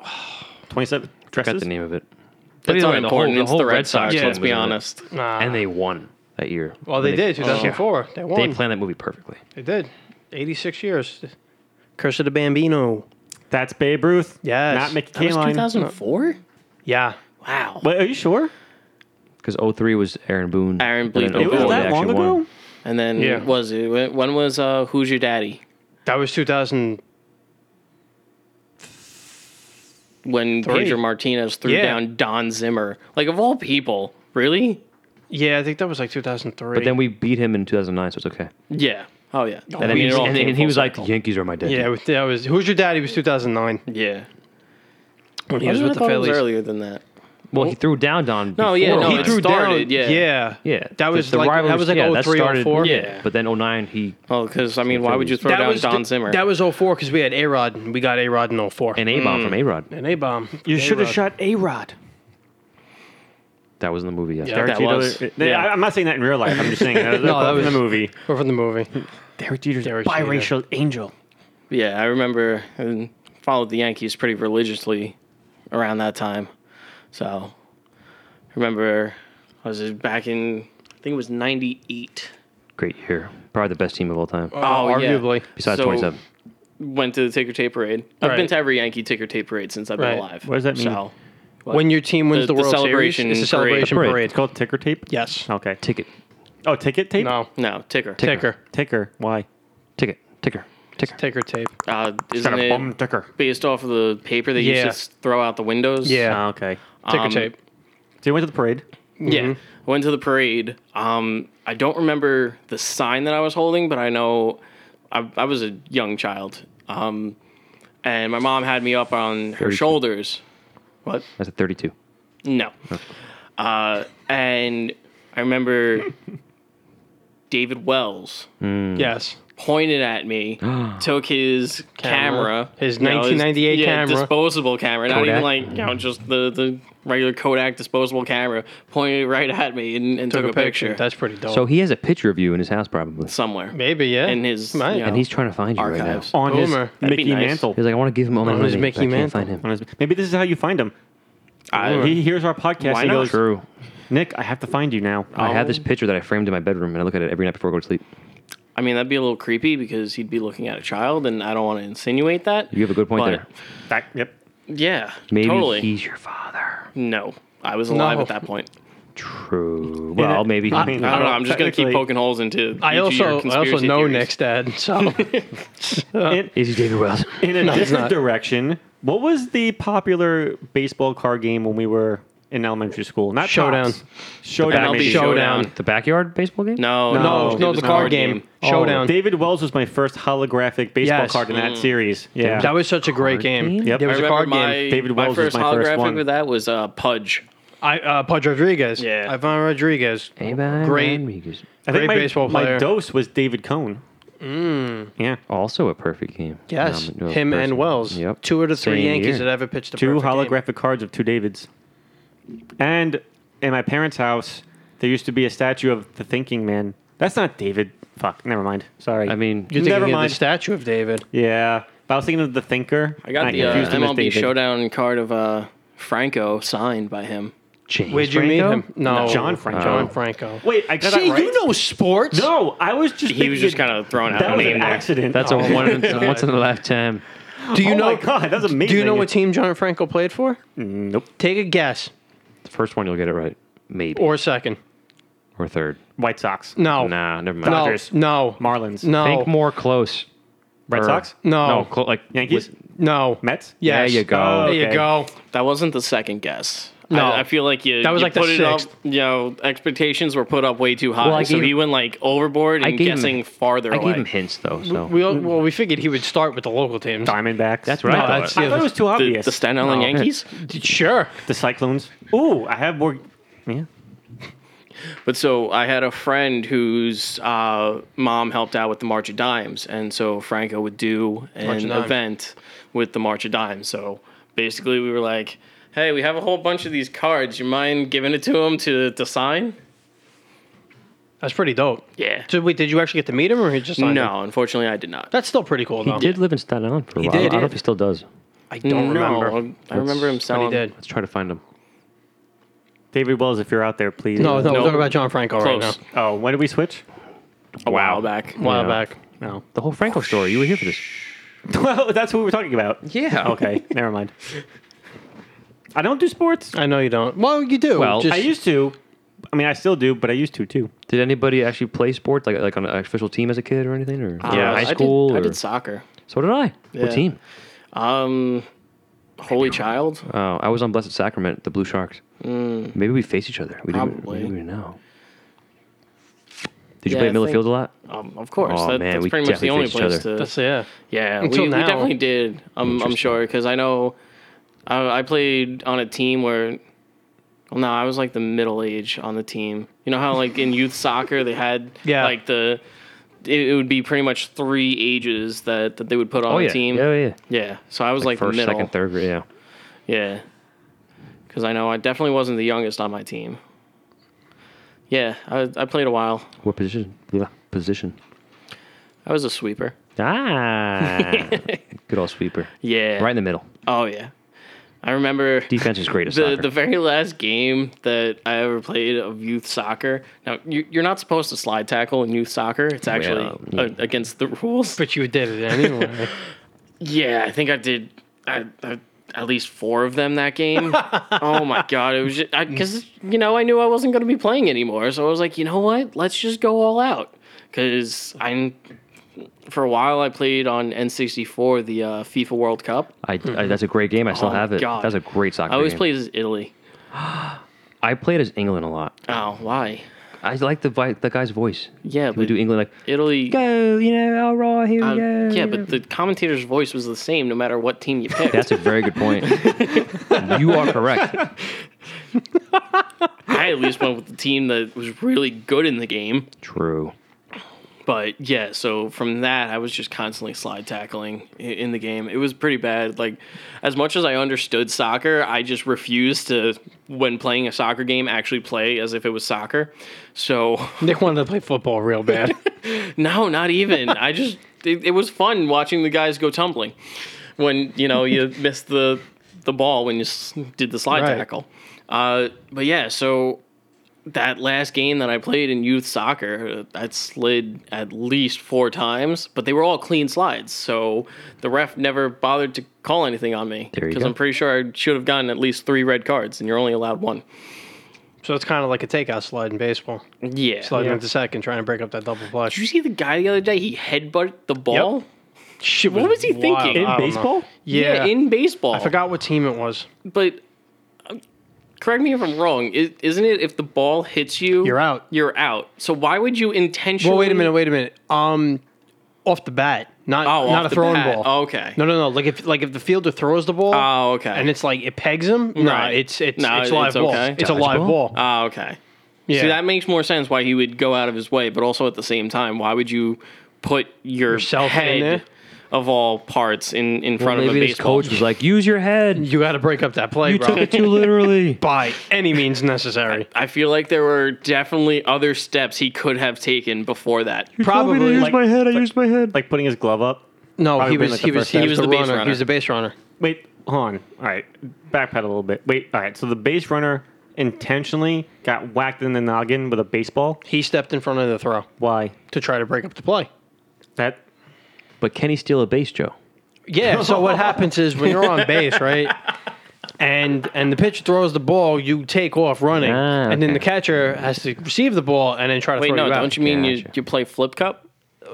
A: Twenty-seven
B: Forgot
A: dresses.
B: the name of it. But either
D: That's not
B: way, the whole-
D: important.
B: the
D: it's
B: whole
D: the Red Sox.
B: one
D: let's
B: was
D: be
B: in it.
D: honest.
C: Nah.
B: And they won that year.
C: well, they, did. 2004.
B: They
C: They Oh, won. They,
B: planned that movie perfectly.
C: did. 86 years. Curse of the Bambino.
A: That's Babe Ruth.
C: Yes.
A: Not Mickey
D: That was
A: Kaline.
D: 2004?
C: Yeah.
D: Wow.
A: But are you sure?
B: Because 03 was Aaron Boone.
D: Aaron
B: and then
D: Bleep
A: It was
B: 04
D: Boone.
B: they
A: that long
B: actually
A: ago.
B: won.
D: And then
C: Yeah.
D: was it when when was uh, Who's Your Daddy?
C: That was 2000.
D: When
C: Three.
D: Pedro Martinez threw
C: Yeah.
D: down Don Zimmer. Like of all people, really?
C: Yeah, I think that was like 2003.
B: But then we beat him in 2009, so it's okay.
D: Yeah. Oh yeah.
B: And then
D: I mean,
B: he's-
D: it all
B: and-
D: came
B: and he
D: full
B: was like, the
D: circle.
B: Yankees are my dad.
C: Yeah, with- that was. Who's your daddy? Was 2009
D: yeah.
C: when he
D: I
C: was
D: was
C: with the Phillies.
D: earlier than that.
B: Well, he threw down Don.
D: No, yeah,
B: before
D: no,
B: that.
D: he threw
C: down.
D: started, yeah.
C: Yeah.
B: Yeah,
C: That was like- that
B: rivalry-
C: was like
B: yeah, that
C: 03,
B: started-
C: 04.
B: Yeah, but then 09 he
D: Oh, because I mean, why would you throw
C: That
D: down
C: was
D: Don
C: the-
D: Zimmer?
C: That was 04 because we had A Rod and we got A Rod in 04.
B: an A bomb from A Rod.
C: an A bomb.
A: You should have shot A Rod.
B: That was in the movie. Yes.
D: Yeah. That was- yeah.
A: I'm not saying that in real life. I'm just saying that,
C: No, that
A: was in
C: was-
A: the movie.
C: Or from the movie.
A: Derek Jeter's
C: Derek Jeter.
A: biracial angel.
D: Yeah, I remember and followed the Yankees pretty religiously around that time. So, remember, I was it back in, I think it was 98.
B: Great year. Probably the best team of all time.
D: Oh, yeah.
C: arguably.
B: Besides
D: So,
B: 27.
D: Went to the ticker tape parade. I've been
C: Right.
D: to every Yankee ticker tape parade since I've been
C: Right.
D: alive.
A: What does that mean?
D: So,
C: When your team wins
D: The-
C: the,
D: the
C: World
D: celebration
C: Series, it's a
D: parade.
C: celebration
B: The parade.
C: parade.
A: It's called ticker tape.
C: Yes.
A: Okay.
B: Ticket.
A: Oh, ticket tape.
C: No.
D: no, ticker.
C: Ticker.
A: Ticker. Why?
B: Ticket. Ticker. Ticker.
C: Ticker tape.
D: Uh,
A: Got
D: isn't
A: a bum
D: it
A: ticker.
D: based off of the paper they
C: Yeah.
D: used to s- throw out the windows?
A: Oh, okay.
C: Ticker
D: Um,
C: tape.
A: So you went to the parade.
D: Yeah. Went to the parade. Um, I don't remember the sign that I was holding, but I know I, I was a young child. Um, and my mom had me up on her shoulders. What?
B: That's a 32.
D: No. Uh, and I remember David Wells
C: Yes.
D: pointed at me, took his camera,
C: His
D: you know,
C: 1998 camera.
D: disposable camera, not
B: Kodak.
D: even like you know just the the regular Kodak disposable camera, pointed right at me and, and took, a picture,
C: That's pretty dope.
B: So he has a picture of you in his house, probably.
D: somewhere.
C: Maybe yeah.
D: in his,
C: Might.
D: you
B: And
D: know,
B: he's trying to find you right now.
D: archives.
A: on
C: Boomer.
A: his
D: That'd be
A: Mickey
D: nice.
A: Mantle.
B: He's like, I want to give him all my
C: On
B: money.
C: his
B: but I
C: Mickey
B: can't
C: Mantle.
B: find him.
A: On his- maybe this is how you find him. Uh,
D: I-
A: he hears our podcast
D: Why
A: and he
D: not?
A: goes,
B: True.
A: Nick, I have to find you now.
B: I have this picture that I framed in my bedroom, and I look at it every night before I go to sleep.
D: I mean, that'd be a little creepy because he'd be looking at a child, and I don't want to insinuate that.
B: You have a good point
D: but-
B: there.
A: That- yep.
D: Yeah,
B: Maybe
D: totally.
B: he's your father.
D: no, I was alive
C: No.
D: at that point.
B: True. Well, maybe.
A: I mean,
D: I don't know. I'm just gonna keep
A: technically-
D: poking holes into.
C: I
D: each of your
C: also I also
D: conspiracy
C: know
D: theories.
C: Nick's dad. So
A: In,
B: Is he David Wells?
A: in a different
C: not.
A: direction, what was the popular baseball card game when we were in elementary school? Not
C: Showdown.
A: Tops. Showdown.
D: MLB
A: maybe.
D: Showdown.
B: the backyard baseball game?
D: No,
A: No,
D: no,
A: no,
D: it was
C: the
D: a
C: card game. Showdown.
A: Oh, David Wells was my first holographic baseball
C: Yes. Mm.
A: card in that series. Yeah.
C: that was such a great game.
B: game?
A: Yep.
C: There
D: I
C: was a
D: remember
C: card
D: my
C: game.
A: David
D: my
A: Wells was
D: first
A: my first
D: holographic
A: one.
D: with that was uh, Pudge.
C: I uh, Pudge Rodriguez.
D: Yeah.
C: Ivan Rodriguez.
B: Avon
C: Great.
B: Rodriguez.
A: I think
C: Great
A: my,
C: baseball
A: My
C: player. Mm.
A: dose was David Cohn. Yeah.
B: Also a perfect game.
C: Yes,
B: Um, no,
C: him
B: person.
C: and Wells.
B: Yep.
C: Two out of three
B: Same
C: Yankees
B: year.
C: that ever pitched a
A: Two
C: perfect game.
A: holographic cards of two Davids. And in my parents' house, there used to be a statue of the thinking man. That's not David. Fuck, never mind. Sorry.
B: I mean,
C: You're thinking
A: Never
C: of
A: mind.
C: the statue of David.
A: yeah. But I was thinking of the thinker.
D: I got
A: and
D: the uh,
A: confused him as
D: MLB
A: David.
D: Showdown card of uh, Franco signed by him.
B: James
C: Where'd you
B: Franco?
C: meet him? No,
A: John Franco.
C: John Franco.
A: Oh. Wait, I got
C: See,
A: that right?
C: you know sports.
A: No, I was just.
D: He was
A: thinking-
D: just kind of thrown out.
A: That
D: of
A: was
D: the
A: an
D: name.
A: accident.
B: That's a
A: oh.
B: one in, a once in a lifetime.
C: Do you
A: Oh
C: know?
A: my god, that's amazing.
C: Do you know what team John Franco played for?
A: Nope.
C: Take a guess
B: The first one you'll get it right, maybe,
C: or second.
B: or third.
A: White Sox.
D: Oh.
C: No.
B: Nah, never mind.
C: No.
A: Dodgers.
C: No.
A: Marlins.
C: No.
B: Think more close.
A: Red
B: Or-
A: Sox.
C: No.
B: No, clo- like
A: Yankees.
B: with-
C: No.
A: Mets.
B: There
C: Yes.
B: you go.
A: Oh,
C: There you
A: okay.
C: go.
D: That wasn't the second guess.
C: No.
D: I, I feel like you.
C: That was
D: you
C: like the
D: put it up.
C: sixth.
D: You know, expectations were put up way too high,
B: Well, I
D: so
B: gave-
D: he went like overboard
B: I
D: and
B: gave him-
D: guessing farther
B: I
D: away.
B: gave him hints though,
A: Oh.
B: so
C: We all, well, we figured he would start with the local teams.
A: Diamondbacks.
B: that's what I
C: No,
B: thought.
C: that's-
A: I thought it was too
D: the,
A: obvious.
D: the Staten Island Yankees.
C: Sure.
A: The Cyclones. Ooh, I have more. Yeah.
D: But so I had a friend whose uh, mom helped out with the March of Dimes, and so Franco would do
C: March of
D: an
C: Dimes.
D: event with the March of Dimes. So basically, we were like, "Hey, we have a whole bunch of these cards. You mind giving it to him to to sign?"
C: That's pretty dope.
D: Yeah.
C: So wait, did you actually get to meet him, or he just signed him?
D: No, unfortunately, I did not.
C: That's still pretty cool,
B: He
C: though.
B: did live in Staten Island for a while.
C: did.
B: I don't know if he still does.
C: I don't
D: No,
C: remember.
D: I remember
C: But
D: him
C: he
D: selling.
C: did.
B: Let's try to find him.
A: David Wells, if you're out there, please.
C: No, no, we're
D: Nope.
C: talking about John Franco right
D: Close.
C: now.
A: Oh, when did we switch?
D: A while back.
C: A while
B: Yeah.
C: back.
A: No.
B: The whole
D: Oh,
B: Franco story. You were here for this.
A: well, that's what we were talking about.
B: Yeah.
A: Okay, never mind. I don't do sports.
C: I know you don't. Well, you do.
B: Well,
C: just,
A: I used to. I mean, I still do, but I used to too.
B: Did anybody actually play sports, like like on an official team as a kid or anything, or
D: Uh,
B: in
D: I
B: high
D: did-
B: school?
D: I
B: or-
D: did, soccer.
B: so did I.
D: Yeah.
B: What team?
D: Um, Holy Child.
B: Oh, I was on Blessed Sacrament, the Blue Sharks. Maybe we faced each other. We
D: Mm. Probably.
B: didn't, we didn't know. Did you
D: Yeah,
B: play
D: I
B: at Miller
D: think-
B: Field a lot?
D: Um, of course.
B: Oh,
D: that,
B: man,
D: that's
B: we
D: pretty much the
B: definitely
D: only
B: faced each
D: place
B: other.
D: to.
C: That's yeah.
D: Yeah,
C: Until
D: we, we
C: now.
D: definitely did. I'm, I'm sure because I know I, I played on a team where, well, no, I was like the middle age on the team. You know how like in youth soccer they had
C: Yeah.
D: like the it, it would be pretty much three ages that, that they would put on
B: Oh
D: a
B: yeah.
D: team.
B: yeah, yeah.
D: Yeah, so I was like,
B: First,
D: the middle.
B: second, third grade. Yeah.
D: Yeah, because I know I definitely wasn't the youngest on my team. Yeah, I, I played a while.
B: What position? Yeah, position.
D: I was a sweeper.
B: Ah, good old sweeper.
D: Yeah.
B: Right in the middle.
D: Oh yeah, I remember.
B: Defense is great at
D: the,
B: soccer.
D: the very last game that I ever played of youth soccer. Now you, you're not supposed to slide tackle in youth soccer. It's actually
B: Well,
D: uh, against the rules.
C: But you did it anyway.
D: Yeah, I think I did I, I, at least four of them that game. oh my god, it was just because you know I knew I wasn't going to be playing anymore, so I was like, you know what, let's just go all out because I for a while, I played on N64 the uh, FIFA World Cup.
B: I, I, that's a great game. I still
D: Oh,
B: have it.
D: God.
B: That's a great soccer.
D: I always
B: game.
D: played as Italy.
B: I played as England a lot.
D: Oh, why?
B: I like the vi- the guy's voice.
D: Yeah,
B: We
D: but
B: do England like
D: Italy.
B: go, you know, all right, here
D: uh,
B: we go.
D: yeah, but the commentator's voice was the same no matter what team you picked.
B: that's a very good point. you are correct.
D: I at least went with the team that was really good in the game.
B: True.
D: But yeah, so from that, I was just constantly slide tackling i- in the game. It was pretty bad. Like, as much as I understood soccer, I just refused to, when playing a soccer game, actually play as if it was soccer. So,
C: Nick wanted to play football real bad.
D: no, not even. I just, it, it was fun watching the guys go tumbling when, you know, you missed the, the ball when you s- did the slide
C: Right.
D: tackle. Uh, but yeah, so that last game that I played in youth soccer, uh, I slid at least four times, but they were all clean slides. So the ref never bothered to call anything on me
B: There you
D: because
B: go.
D: I'm pretty sure I should have gotten at least three red cards, and you're only allowed one.
C: so it's kind of like a takeout slide in baseball.
D: Yeah.
C: Sliding into second, trying to break up that double
D: Did
C: flush.
D: you see the guy the other day? He headbutted the ball.
C: Shit
D: What was he thinking? In
C: I don't know. Yeah.
D: in baseball.
C: I forgot what team it was.
D: but uh, correct me if I'm wrong. i- Isn't it if the ball hits you,
C: You're out.
D: You're out. So why would you intentionally?
C: Well, wait a minute, wait a minute. Um, off the bat, not
D: Oh,
C: not
D: off
C: a
D: the
C: throwing
D: bat.
C: ball.
D: Okay.
C: No, no, no. Like if like if the fielder throws the ball.
D: Oh, okay.
C: And it's like it pegs him. No,
D: Right.
C: it's it's
D: No,
C: it's live
D: it's
C: ball.
D: okay.
C: It's a live
B: Dodgeball?
C: ball.
D: Ah, okay.
C: yeah.
D: See, that makes more sense why he would go out of his way, but also at the same time, why would you put your
C: Yourself in
D: head
C: there?
D: of all parts in, in front of a
B: Maybe this
D: baseball?
B: coach was like, use your head.
C: you got to break up that play,
B: You
C: bro.
B: took it too literally.
C: by any means necessary.
D: I feel like there were definitely other steps he could have taken before that.
E: Probably
C: Probably,
E: to use
C: like-
E: my head. I used my head.
A: Like putting his glove up.
C: No,
A: Probably
C: he
A: been
C: was,
A: like
C: he
A: the
C: was
A: first
C: he
A: half.
C: was
D: He
C: the
D: was the
C: runner.
D: base
C: He was the
D: runner.
C: base runner.
A: Wait, hold on. All right, backpedal a little bit. Wait, all right. So the base runner intentionally got whacked in the noggin with a baseball.
C: He stepped in front of the throw
A: Why?
C: to try to break up the play.
A: That
B: But can he steal a base, Joe?
C: Yeah. So what happens is when you're on base, right? And and the pitcher throws the ball, you take off running,
B: Ah,
C: and then
B: okay.
C: the catcher has to receive the ball and then try to
D: Wait,
C: throw
D: no,
C: you out.
D: don't you mean you,
B: Gotcha.
D: you play flip cup?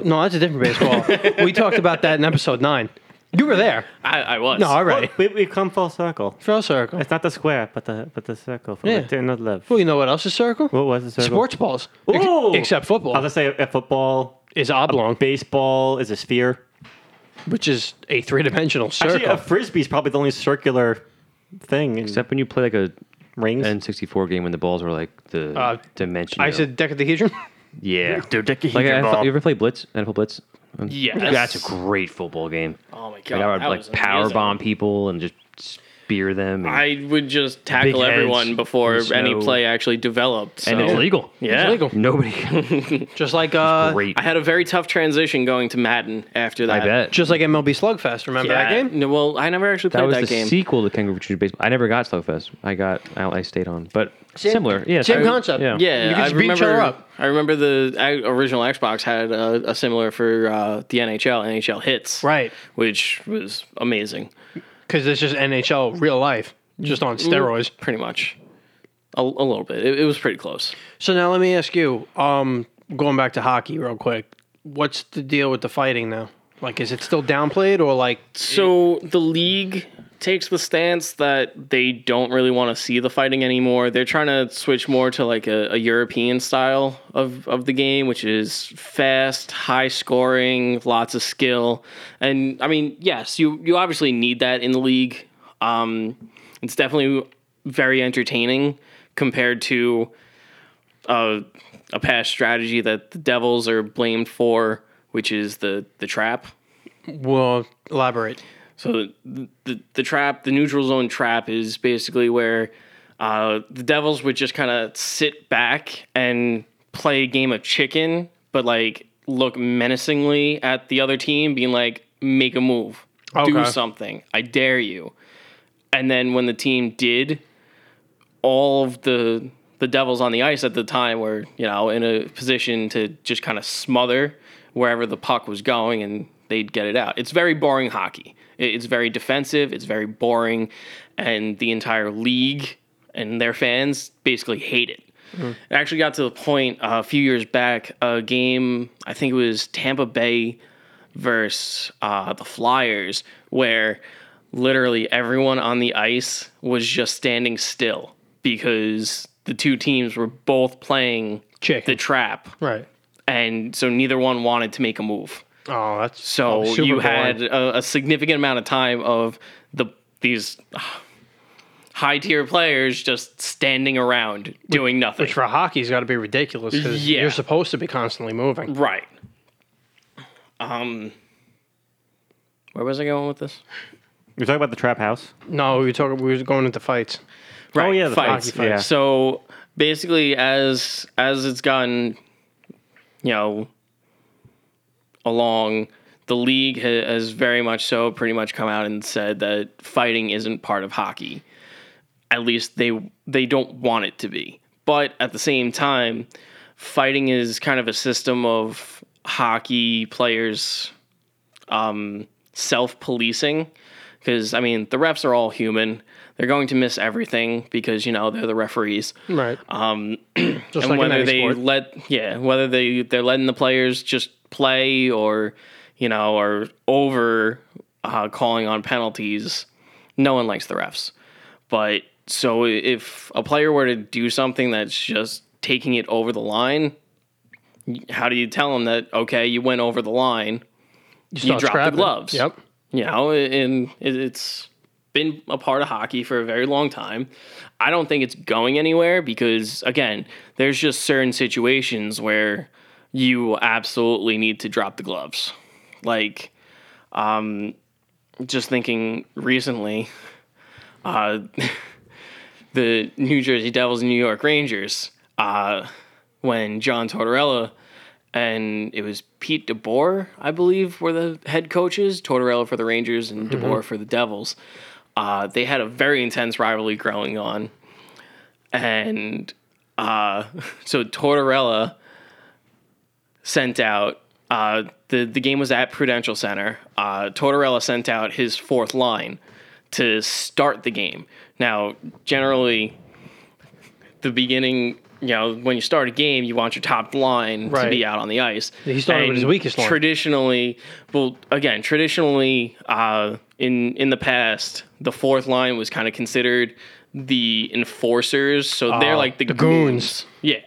C: No, that's a different baseball. we talked about that in episode nine. You were there.
D: I, I was.
C: No, all right.
A: we, we've come full circle.
C: Throw circle.
A: It's not the square, but the but the circle from
C: Yeah.
A: the turn of love.
C: Well, you know what else is circle?
A: What was the circle? Oh,
C: Sports balls. Ex-
A: Ooh! I
C: except
A: was
C: football
A: gonna say a football,
C: is oblong,
A: baseball is a sphere.
C: which is a three-dimensional circle.
A: Actually, a frisbee is probably the only circular thing. in
B: Except when you play like a
A: rings.
B: N64 game when the balls were like the
C: Uh,
B: dimension.
C: I said decadahedron.
B: yeah. Like, NFL, you ever play Blitz? NFL Blitz?
D: Yes.
B: That's a great football game.
D: Oh, my
B: Like,
D: God.
B: I would
D: that
B: like
D: was
B: power
D: amazing.
B: bomb people and just spear them. And,
D: I would just tackle
B: heads
D: everyone before
B: in the
D: any
B: snow.
D: play actually developed.
B: and it's
D: so-
B: legal.
D: Yeah.
C: It's legal.
B: Nobody.
C: Just like uh,
B: great.
D: I had a very tough transition going to Madden after
B: I
D: that.
B: bet.
C: just like MLB Slugfest. Remember that
D: Yeah.
C: game?
D: No, well, I never actually
B: that
D: played
B: was
D: that,
B: the
D: game.
B: sequel to Kangaroo Retreat Baseball. I never got Slugfest. I got I, I stayed on, but similar. Yeah,
C: Same
B: I-
C: concept.
B: Yeah.
D: Yeah,
C: You could
D: I
C: just beat each other
D: remember.
C: up.
D: I remember the I, original Xbox had a, a similar for uh, the NHL, NHL Hits,
C: Right.
D: Which was amazing,
C: Because it's just NHL real life, just on steroids.
D: pretty much. A, a little bit. It, it was pretty close.
C: So now let me ask you. Um, going back to hockey real quick. What's the deal with the fighting now? Like, is it still downplayed or like?
D: So the league takes the stance that they don't really want to see the fighting anymore. They're trying to switch more to like a, a European style of, of the game, which is fast, high scoring, lots of skill. And I mean, yes, you you obviously need that in the league. Um, it's definitely very entertaining compared to a, a past strategy that the Devils are blamed for, which is the the trap.
C: Well, elaborate.
D: So the, the the trap, the neutral zone trap, is basically where uh, the Devils would just kind of sit back and play a game of chicken, but like look menacingly at the other team, being like, "Make a move, do
C: Okay.
D: something, I dare you." And then when the team did, all of the the Devils on the ice at the time were you know in a position to just kind of smother wherever the puck was going, and they'd get it out. It's very boring hockey. It- It's very defensive. It's very boring, and the entire league and their fans basically hate it. It actually got to the point uh, a few years back, a game, I think it was Tampa Bay versus uh, the Flyers, where literally everyone on the ice was just standing still because the two teams were both playing
C: Chicken.
D: the trap.
C: Right.
D: And so neither one wanted to make a move.
C: Oh, that's
D: So
C: super
D: you
C: boring.
D: had a, a significant amount of time of the these high tier players just standing around doing nothing.
C: which for hockey's got to be ridiculous because
D: Yeah.
C: you're supposed to be constantly moving.
D: right. Um. Where was I going with this?
A: You're talking about the trap house.
C: No, we were talking. We were going into fights.
D: Right.
A: yeah, the
D: fights.
A: hockey fights. Yeah.
D: So basically, as as it's gotten, you know, along, the league ha- has very much so pretty much come out and said that fighting isn't part of hockey. At least they they don't want it to be. But at the same time, fighting is kind of a system of hockey players um, self policing because I mean the refs are all human. They're going to miss everything because you know they're the referees.
C: Right. Um, just
D: and
C: like in
D: whether
C: any
D: they
C: sport.
D: let yeah, whether they they're letting the players just play or you know or over uh, calling on penalties. No one likes the refs. But so if a player were to do something that's just taking it over the line, how do you tell them that okay, you went over the line? You,
C: Start
D: dropped
C: scrapping.
D: the gloves
C: Yep.
D: you know, and it- it's been a part of hockey for a very long time. I don't think it's going anywhere because, again, there's just certain situations where you absolutely need to drop the gloves. Like, um, just thinking recently, uh, the New Jersey Devils and New York Rangers, uh, when John Tortorella and it was Pete DeBoer, I believe, were the head coaches. Tortorella for the Rangers and DeBoer for the Devils. Uh, they had a very intense rivalry growing on, and uh, so Tortorella sent out. Uh, the the game was at Prudential Center. Uh, Tortorella sent out his fourth line to start the game. Now, generally, the beginning, you know, when you start a game, you want your top line to
C: Right.
D: be out on the ice.
C: He started with
D: And
C: his weakest line.
D: Traditionally, well, again, traditionally, uh, in in the past, the fourth line was kind of considered the enforcers, so they're like the,
C: Ah, the goons.
D: goons. Yeah,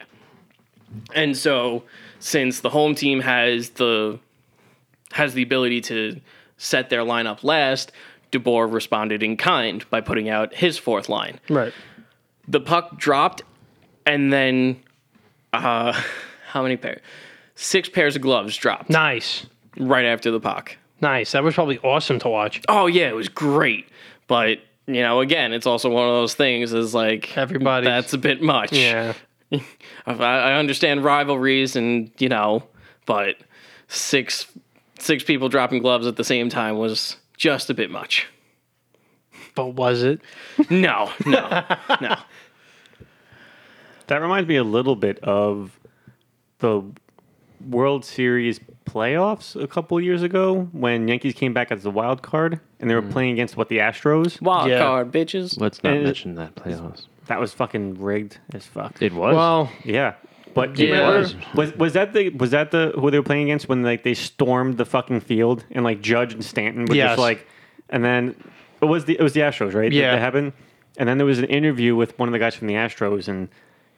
D: and so since the home team has the has the ability to set their lineup last, DeBoer responded in kind by putting out his fourth line
C: Right.
D: the puck dropped, and then uh, how many pairs? Six pairs of gloves dropped
C: Nice.
D: right after the puck.
C: Nice. That was probably awesome to watch.
D: Oh yeah, it was great, but you know, again, it's also one of those things is like
C: Everybody's-
D: That's a bit much.
C: Yeah.
D: I, I understand rivalries and you know, but six six people dropping gloves at the same time was just a bit much.
C: But was it?
D: No, no, no.
A: That reminds me a little bit of the World Series playoffs a couple years ago when Yankees came back as the wild card and they were playing against what the Astros.
D: Wild
C: Yeah.
D: card bitches.
B: Let's not
A: And-
B: mention that playoffs.
A: That was fucking rigged as fuck.
B: It was.
C: Well,
A: Yeah. But
D: Yeah.
A: remember-
B: Was.
A: was. was that the was that the who they were playing against when like they stormed the fucking field and like Judge and Stanton were
C: Yes.
A: just like and then it was the it was the Astros, right? that-
C: Yeah.
A: That, happened. And then there was an interview with one of the guys from the Astros and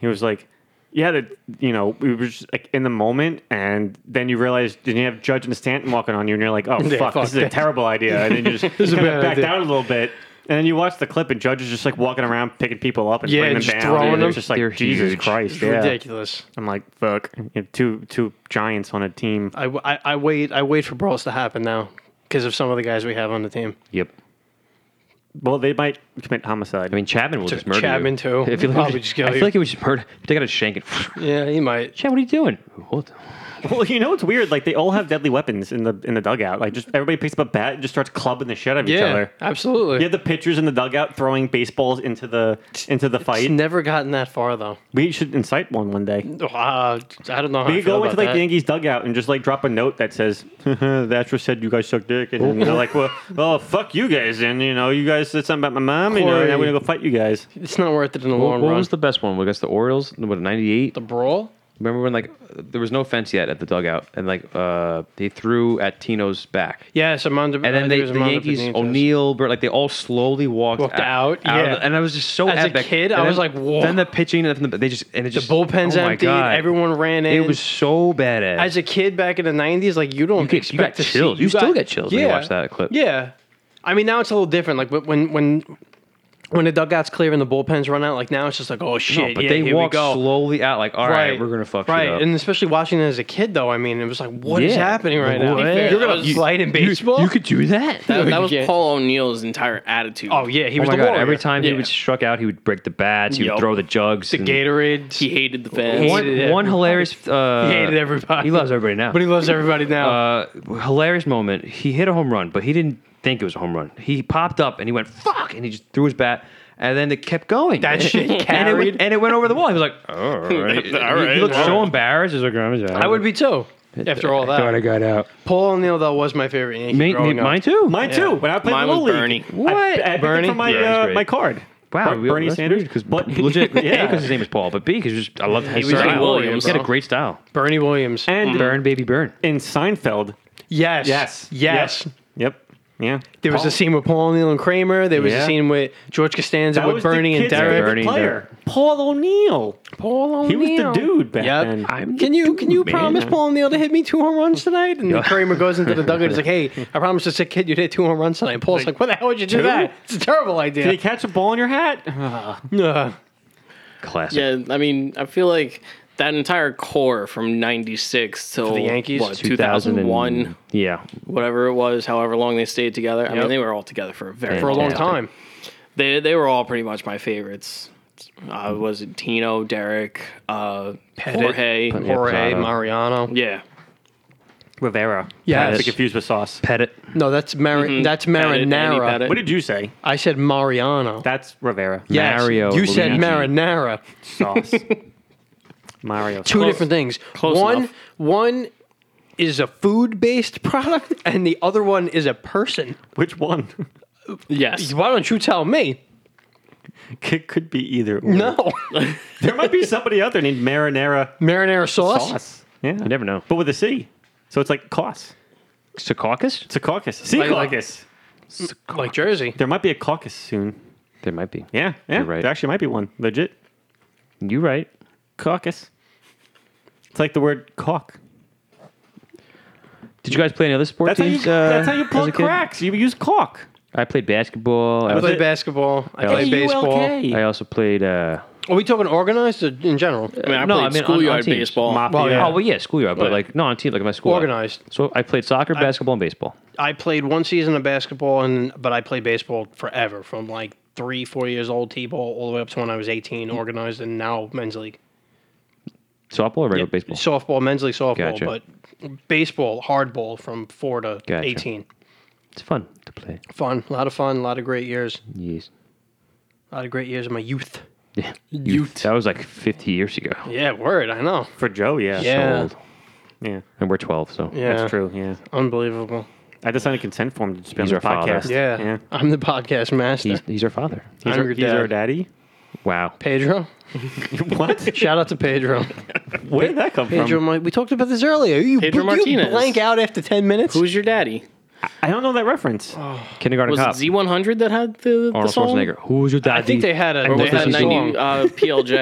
A: he was like yeah, that you know, we were just like in the moment, and then you realize then you have Judge and Stanton walking on you, and you're like, "Oh
C: Yeah,
A: fuck,
C: fuck
A: this is a
C: that.
A: terrible idea." And then you just
C: is a
A: kind
C: bad
A: of back
C: idea.
A: down a little bit, and then you watch the clip, and Judge is just like walking around picking people up and
C: Yeah,
A: bringing them
C: just
A: down.
C: throwing
A: and
C: them.
A: it's just like
B: They're
A: Jesus
B: huge.
A: Christ,
C: it's
A: yeah.
C: ridiculous.
A: I'm like, fuck, you know, two two giants on a team.
C: I, I, I wait. I wait for brawls to happen now because of some of the guys we have on the team.
B: Yep.
A: Well, they might commit homicide.
B: I mean, Chapman will just murder
C: Chapman,
B: you.
C: too.
B: I feel like
C: Probably
B: we
C: just kill
B: I
C: you.
B: feel like he would just murder. Take out a shank and.
C: Yeah, he might.
B: Chad, what are you doing? What?
A: well, you know it's weird. Like they all have deadly weapons in the in the dugout. Like just everybody picks up a bat and just starts clubbing the shit out of each
C: Yeah,
A: other.
C: absolutely.
A: You have the pitchers in the dugout throwing baseballs into the into the
C: It's
A: fight.
C: never gotten that far though.
A: we should incite one one day.
C: Uh, I don't know. How I
A: We go
C: feel about
A: into like
C: that.
A: the Yankees dugout and just like drop a note that says, "The Astros said you guys suck dick," and then they're like, "Well, well, fuck you guys," and you know, you guys said something about my I'm in there, and I'm
C: Corey.
A: gonna go fight you guys.
C: It's not worth it in the
B: What,
C: long
B: what
C: run.
B: was the best one? I guess the Orioles. What ninety-eight?
C: the brawl?
B: Remember when like there was no fence yet at the dugout, and like uh they threw at Tino's back.
C: Yes, Armando.
B: And then
C: I think
B: they,
C: it was
B: the
C: Armando
B: Yankees,
C: Benitez.
B: O'Neill, Bur- like they all slowly walked,
C: Walked out,
B: of
C: yeah.
B: the- and I was just so
C: As a
B: epic.
C: kid,
B: And
C: I
B: then-
C: was like, whoa.
B: Then the pitching, and then they just and it
C: The
B: just
C: bullpen's
B: oh my
C: empty.
B: God.
C: Everyone ran in.
B: It was so badass.
C: as a kid oh, back in the '90s, like you don't
B: You get- you
C: expect
B: got
C: to
B: chills.
C: see.
B: You still get chills when you watch that clip.
C: Yeah, I mean now it's a little different. Like wh- when when when the dugout's clear and the bullpens run out, like now it's just like oh
B: No,
C: shit.
B: but
C: yeah,
B: they
C: here we
B: walked
C: go.
B: slowly out, like all right, we're gonna fuck shit
C: right,
B: up.
C: and especially watching it as a kid though. I mean, it was like what is
B: Yeah.
C: happening right now?
D: What?
C: You're gonna
D: You-
C: fight in baseball?
B: You, could do that.
D: That, that was
C: Yeah.
D: Paul O'Neill's entire attitude.
C: oh yeah, he
B: oh
C: was
B: my
C: the
B: god!
C: warrior.
B: Every time he
D: Yeah.
B: would struck out, he would break the bats. He
D: Yup.
B: would throw the jugs.
C: the
B: and-
C: Gatorade,
D: He
C: he
D: hated the fans.
B: One,
C: hated
B: one hilarious. Uh,
C: hated everybody.
B: He loves everybody now.
C: but he loves everybody now.
B: uh, hilarious moment. He hit a home run, but he didn't think it was a home run. He popped up and he went fuck, and he just threw his bat, and then it kept going.
C: That shit
B: and it,
C: carried.
B: went, and it went over the wall. He was like, all right.
D: All right.
B: He looked so embarrassed. He's like, I'm just,
C: I would be too. After all
B: thought I
C: that,
B: got out.
C: Paul O'Neill though was my favorite Yankee
B: Me, me,
C: growing up.
B: mine too.
A: Mine too. When I played
D: Mine was
A: Little League,
D: Bernie.
A: I,
B: What?
A: I Bernie?
C: Bernie?
A: from my
B: Yeah, he's
A: uh,
B: great.
A: my card.
B: wow,
A: Ber- Bernie Sanders.
B: because
A: But-
B: legit,
A: Yeah.
B: A because his name is Paul, but B because just I love his
D: was
B: style.
D: King Williams,
B: he had a
D: bro.
B: great style.
C: Bernie Williams.
A: And
B: Burn, baby, burn.
A: in Seinfeld,
C: Yes.
A: Yes.
C: Yes.
A: yep, yeah.
C: There was a scene with Paul O'Neill and Kramer. There was
A: Yeah.
C: a scene with George Costanza
A: That
C: with
A: was the
C: Bernie and
A: kid's favorite
C: Derek.
B: Bernie and
A: player, Paul O'Neill.
C: Paul O'Neill.
A: He was the dude back
C: Yep.
A: then.
B: I'm
C: Can
B: the
C: you
B: dude,
C: can you
B: man.
C: promise Paul O'Neill to hit me two home runs tonight? And Kramer goes into the dugout. He's like, "Hey, I promised this kid you'd hit two home runs tonight." And Paul's like, "What the hell would you do that? It's a terrible
A: Did he
C: idea."
A: catch a ball in your hat?
C: Ugh.
B: Classic.
D: Yeah, I mean, I feel like that entire core from '96 till
C: the Yankees?
D: what,
B: 2000 and-
D: 2001,
B: Yeah.
D: whatever it was, however long they stayed together. I mean,
C: Yep.
D: they were all together for a very
C: For a long
B: Yeah.
C: time,
D: They they were all pretty much my favorites. Uh, was it Tino, Derek, uh, Jorge?
B: Yeah,
C: Jorge
B: Prado.
C: Mariano.
D: Yeah,
A: Rivera.
C: Yes.
A: Not to be confused with sauce.
B: Pet it.
C: No, that's Mar- that's
D: Pettit, Andy
C: Marinara.
D: Pettit.
A: What did you say?
C: I said Mariano.
A: That's Rivera.
C: Yes,
B: Mario
C: You said
B: Luigi.
C: Marinara.
A: Sauce. Mario.
C: two
A: sauce.
C: different things.
D: Close
C: one
D: enough.
C: one is a food based product, and the other one is a person.
A: Which one?
D: yes.
C: Why don't you tell me?
A: It could be either. or.
C: No,
A: There might be somebody out there named Marinara
C: marinara sauce.
A: Sauce. Yeah.
B: You never know.
A: But with a C. So it's like cauce.
B: Secaucus?
A: It's a caucus. Sea
C: Like- like-
A: caucus.
C: like Jersey.
A: there might be a caucus soon.
B: There might be.
A: Yeah. Yeah.
B: right.
A: There actually might be one. Legit.
B: You right.
A: Caucus. It's like the word caulk.
B: Did you guys play any other sports
A: That's how you,
B: teams? uh,
A: that's how you
B: as
A: plug
B: a kid?
A: cracks. You use caulk.
B: I played basketball. I
C: I
B: also,
C: play
A: it-
C: basketball. I
B: Yeah.
C: play baseball.
A: K.
B: I also played. Uh,
C: Are we talking organized or in general?
D: I mean,
B: No, I
D: I played
B: mean, on- on
D: schoolyard
B: teams.
D: baseball.
A: Mafia.
C: Well, yeah.
B: Oh well, yeah, schoolyard, but
D: Yeah.
B: like no on team, like in my school.
C: Organized.
B: So I played soccer, basketball, and baseball.
C: I played one season of basketball, and but I played baseball forever, from like three, four years old, t-ball, all the way up to when I was eighteen, organized, and now men's league,
B: Softball or regular baseball?
C: softball, men's league, softball,
B: Gotcha.
C: but baseball, hardball, from four to
B: Gotcha.
C: eighteen.
B: It's fun to play.
C: Fun, a lot of fun, a lot of great years,
B: Yes.
C: a lot of great years of my youth.
B: Yeah.
D: Ute.
B: That was like 50 years ago.
C: Yeah, word, I know.
A: For Joe, yeah.
C: Yeah.
B: Old.
A: Yeah.
B: And we're 12, so.
C: Yeah,
A: That's true. Yeah.
C: Unbelievable.
A: I just signed a consent form to just be on
B: He's
A: this
B: our father.
A: podcast.
C: Yeah.
A: Yeah.
C: I'm the podcast master.
B: He's, he's our father.
A: He's,
C: I'm
A: our,
C: your
A: he's
C: dad.
A: our daddy.
B: Wow.
C: Pedro.
A: what?
C: Shout out to Pedro.
A: Where did that come
C: Pedro,
A: from?
C: Mar- we talked about this earlier. You,
D: Pedro
C: you
D: Martinez.
C: blank out after 10 minutes.
D: Who's your daddy?
A: I don't know that reference.
C: Oh.
B: Kindergarten
D: Was
B: cop.
D: it Z100 that had the, the
B: Arnold
D: song?
B: Schwarzenegger. Who's your daddy?
C: I think they had a,
B: And
C: they
B: what
D: They
C: had
D: had
B: was
C: a
B: his song?
D: 90 uh, PLJ.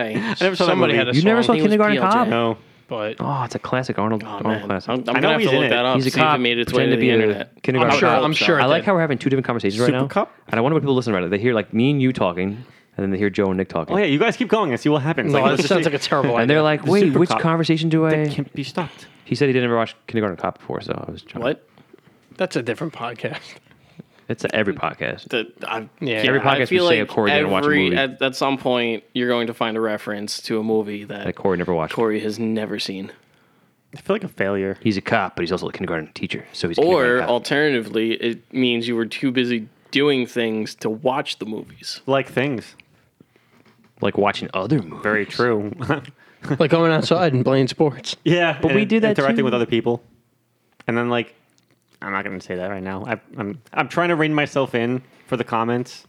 A: I never saw
C: Somebody
A: that movie.
C: had a
B: You
C: song.
B: never saw
D: think it was
B: Kindergarten
D: PLJ.
B: Cop?
A: No.
C: but
B: Oh, it's a classic Arnold.
D: Oh,
B: Arnold
D: man. I'm,
B: classic.
D: I'm
A: I
D: gonna
A: know
D: have
A: he's
D: to
A: in
D: look
A: it.
D: that up.
B: He's a
D: see if it
B: cop
D: made its way
B: pretending to
D: to the
B: be a
D: internet.
B: kindergarten
D: I
C: cop.
D: hope
C: I'm
D: so.
C: sure
B: I like
C: did.
B: how we're having two different conversations right
A: Super
B: now.
A: Cup?
B: And I wonder what people listen about it. They hear like me and you talking, and then they hear Joe and Nick talking.
A: Oh yeah, you guys keep going and see what happens.
C: no,
A: let's
C: that
A: just
C: sounds
A: see-
C: like a terrible idea.
B: And they're like,
A: The
B: wait,
A: Super
B: which
A: Cup.
B: conversation do I.
A: That can't be stopped.
B: He said he didn't ever watch Kindergarten Cop before, so I was trying.
D: What?
C: That's a different podcast.
B: It's at every podcast.
D: The, I,
C: Yeah.
B: Every
D: I
B: podcast
D: feel
B: we say
D: like
B: a Corey didn't watch a
D: every-
B: movie
D: At, at some point, you're going to find a reference to a movie that
B: that Corey never watched.
D: Corey has never seen.
A: I feel like a failure.
B: He's a cop, but he's also a kindergarten teacher, so he's a
D: Or
B: kindergarten cop.
D: alternatively, it means you were too busy doing things to watch the movies.
A: Like things.
B: like watching other movies.
A: Very true.
C: like going outside and playing sports.
A: yeah, but
B: we do that
A: interacting
B: too.
A: with other people, and then like, I'm not going to say that right now. I, I'm I'm trying to rein myself in for the comments.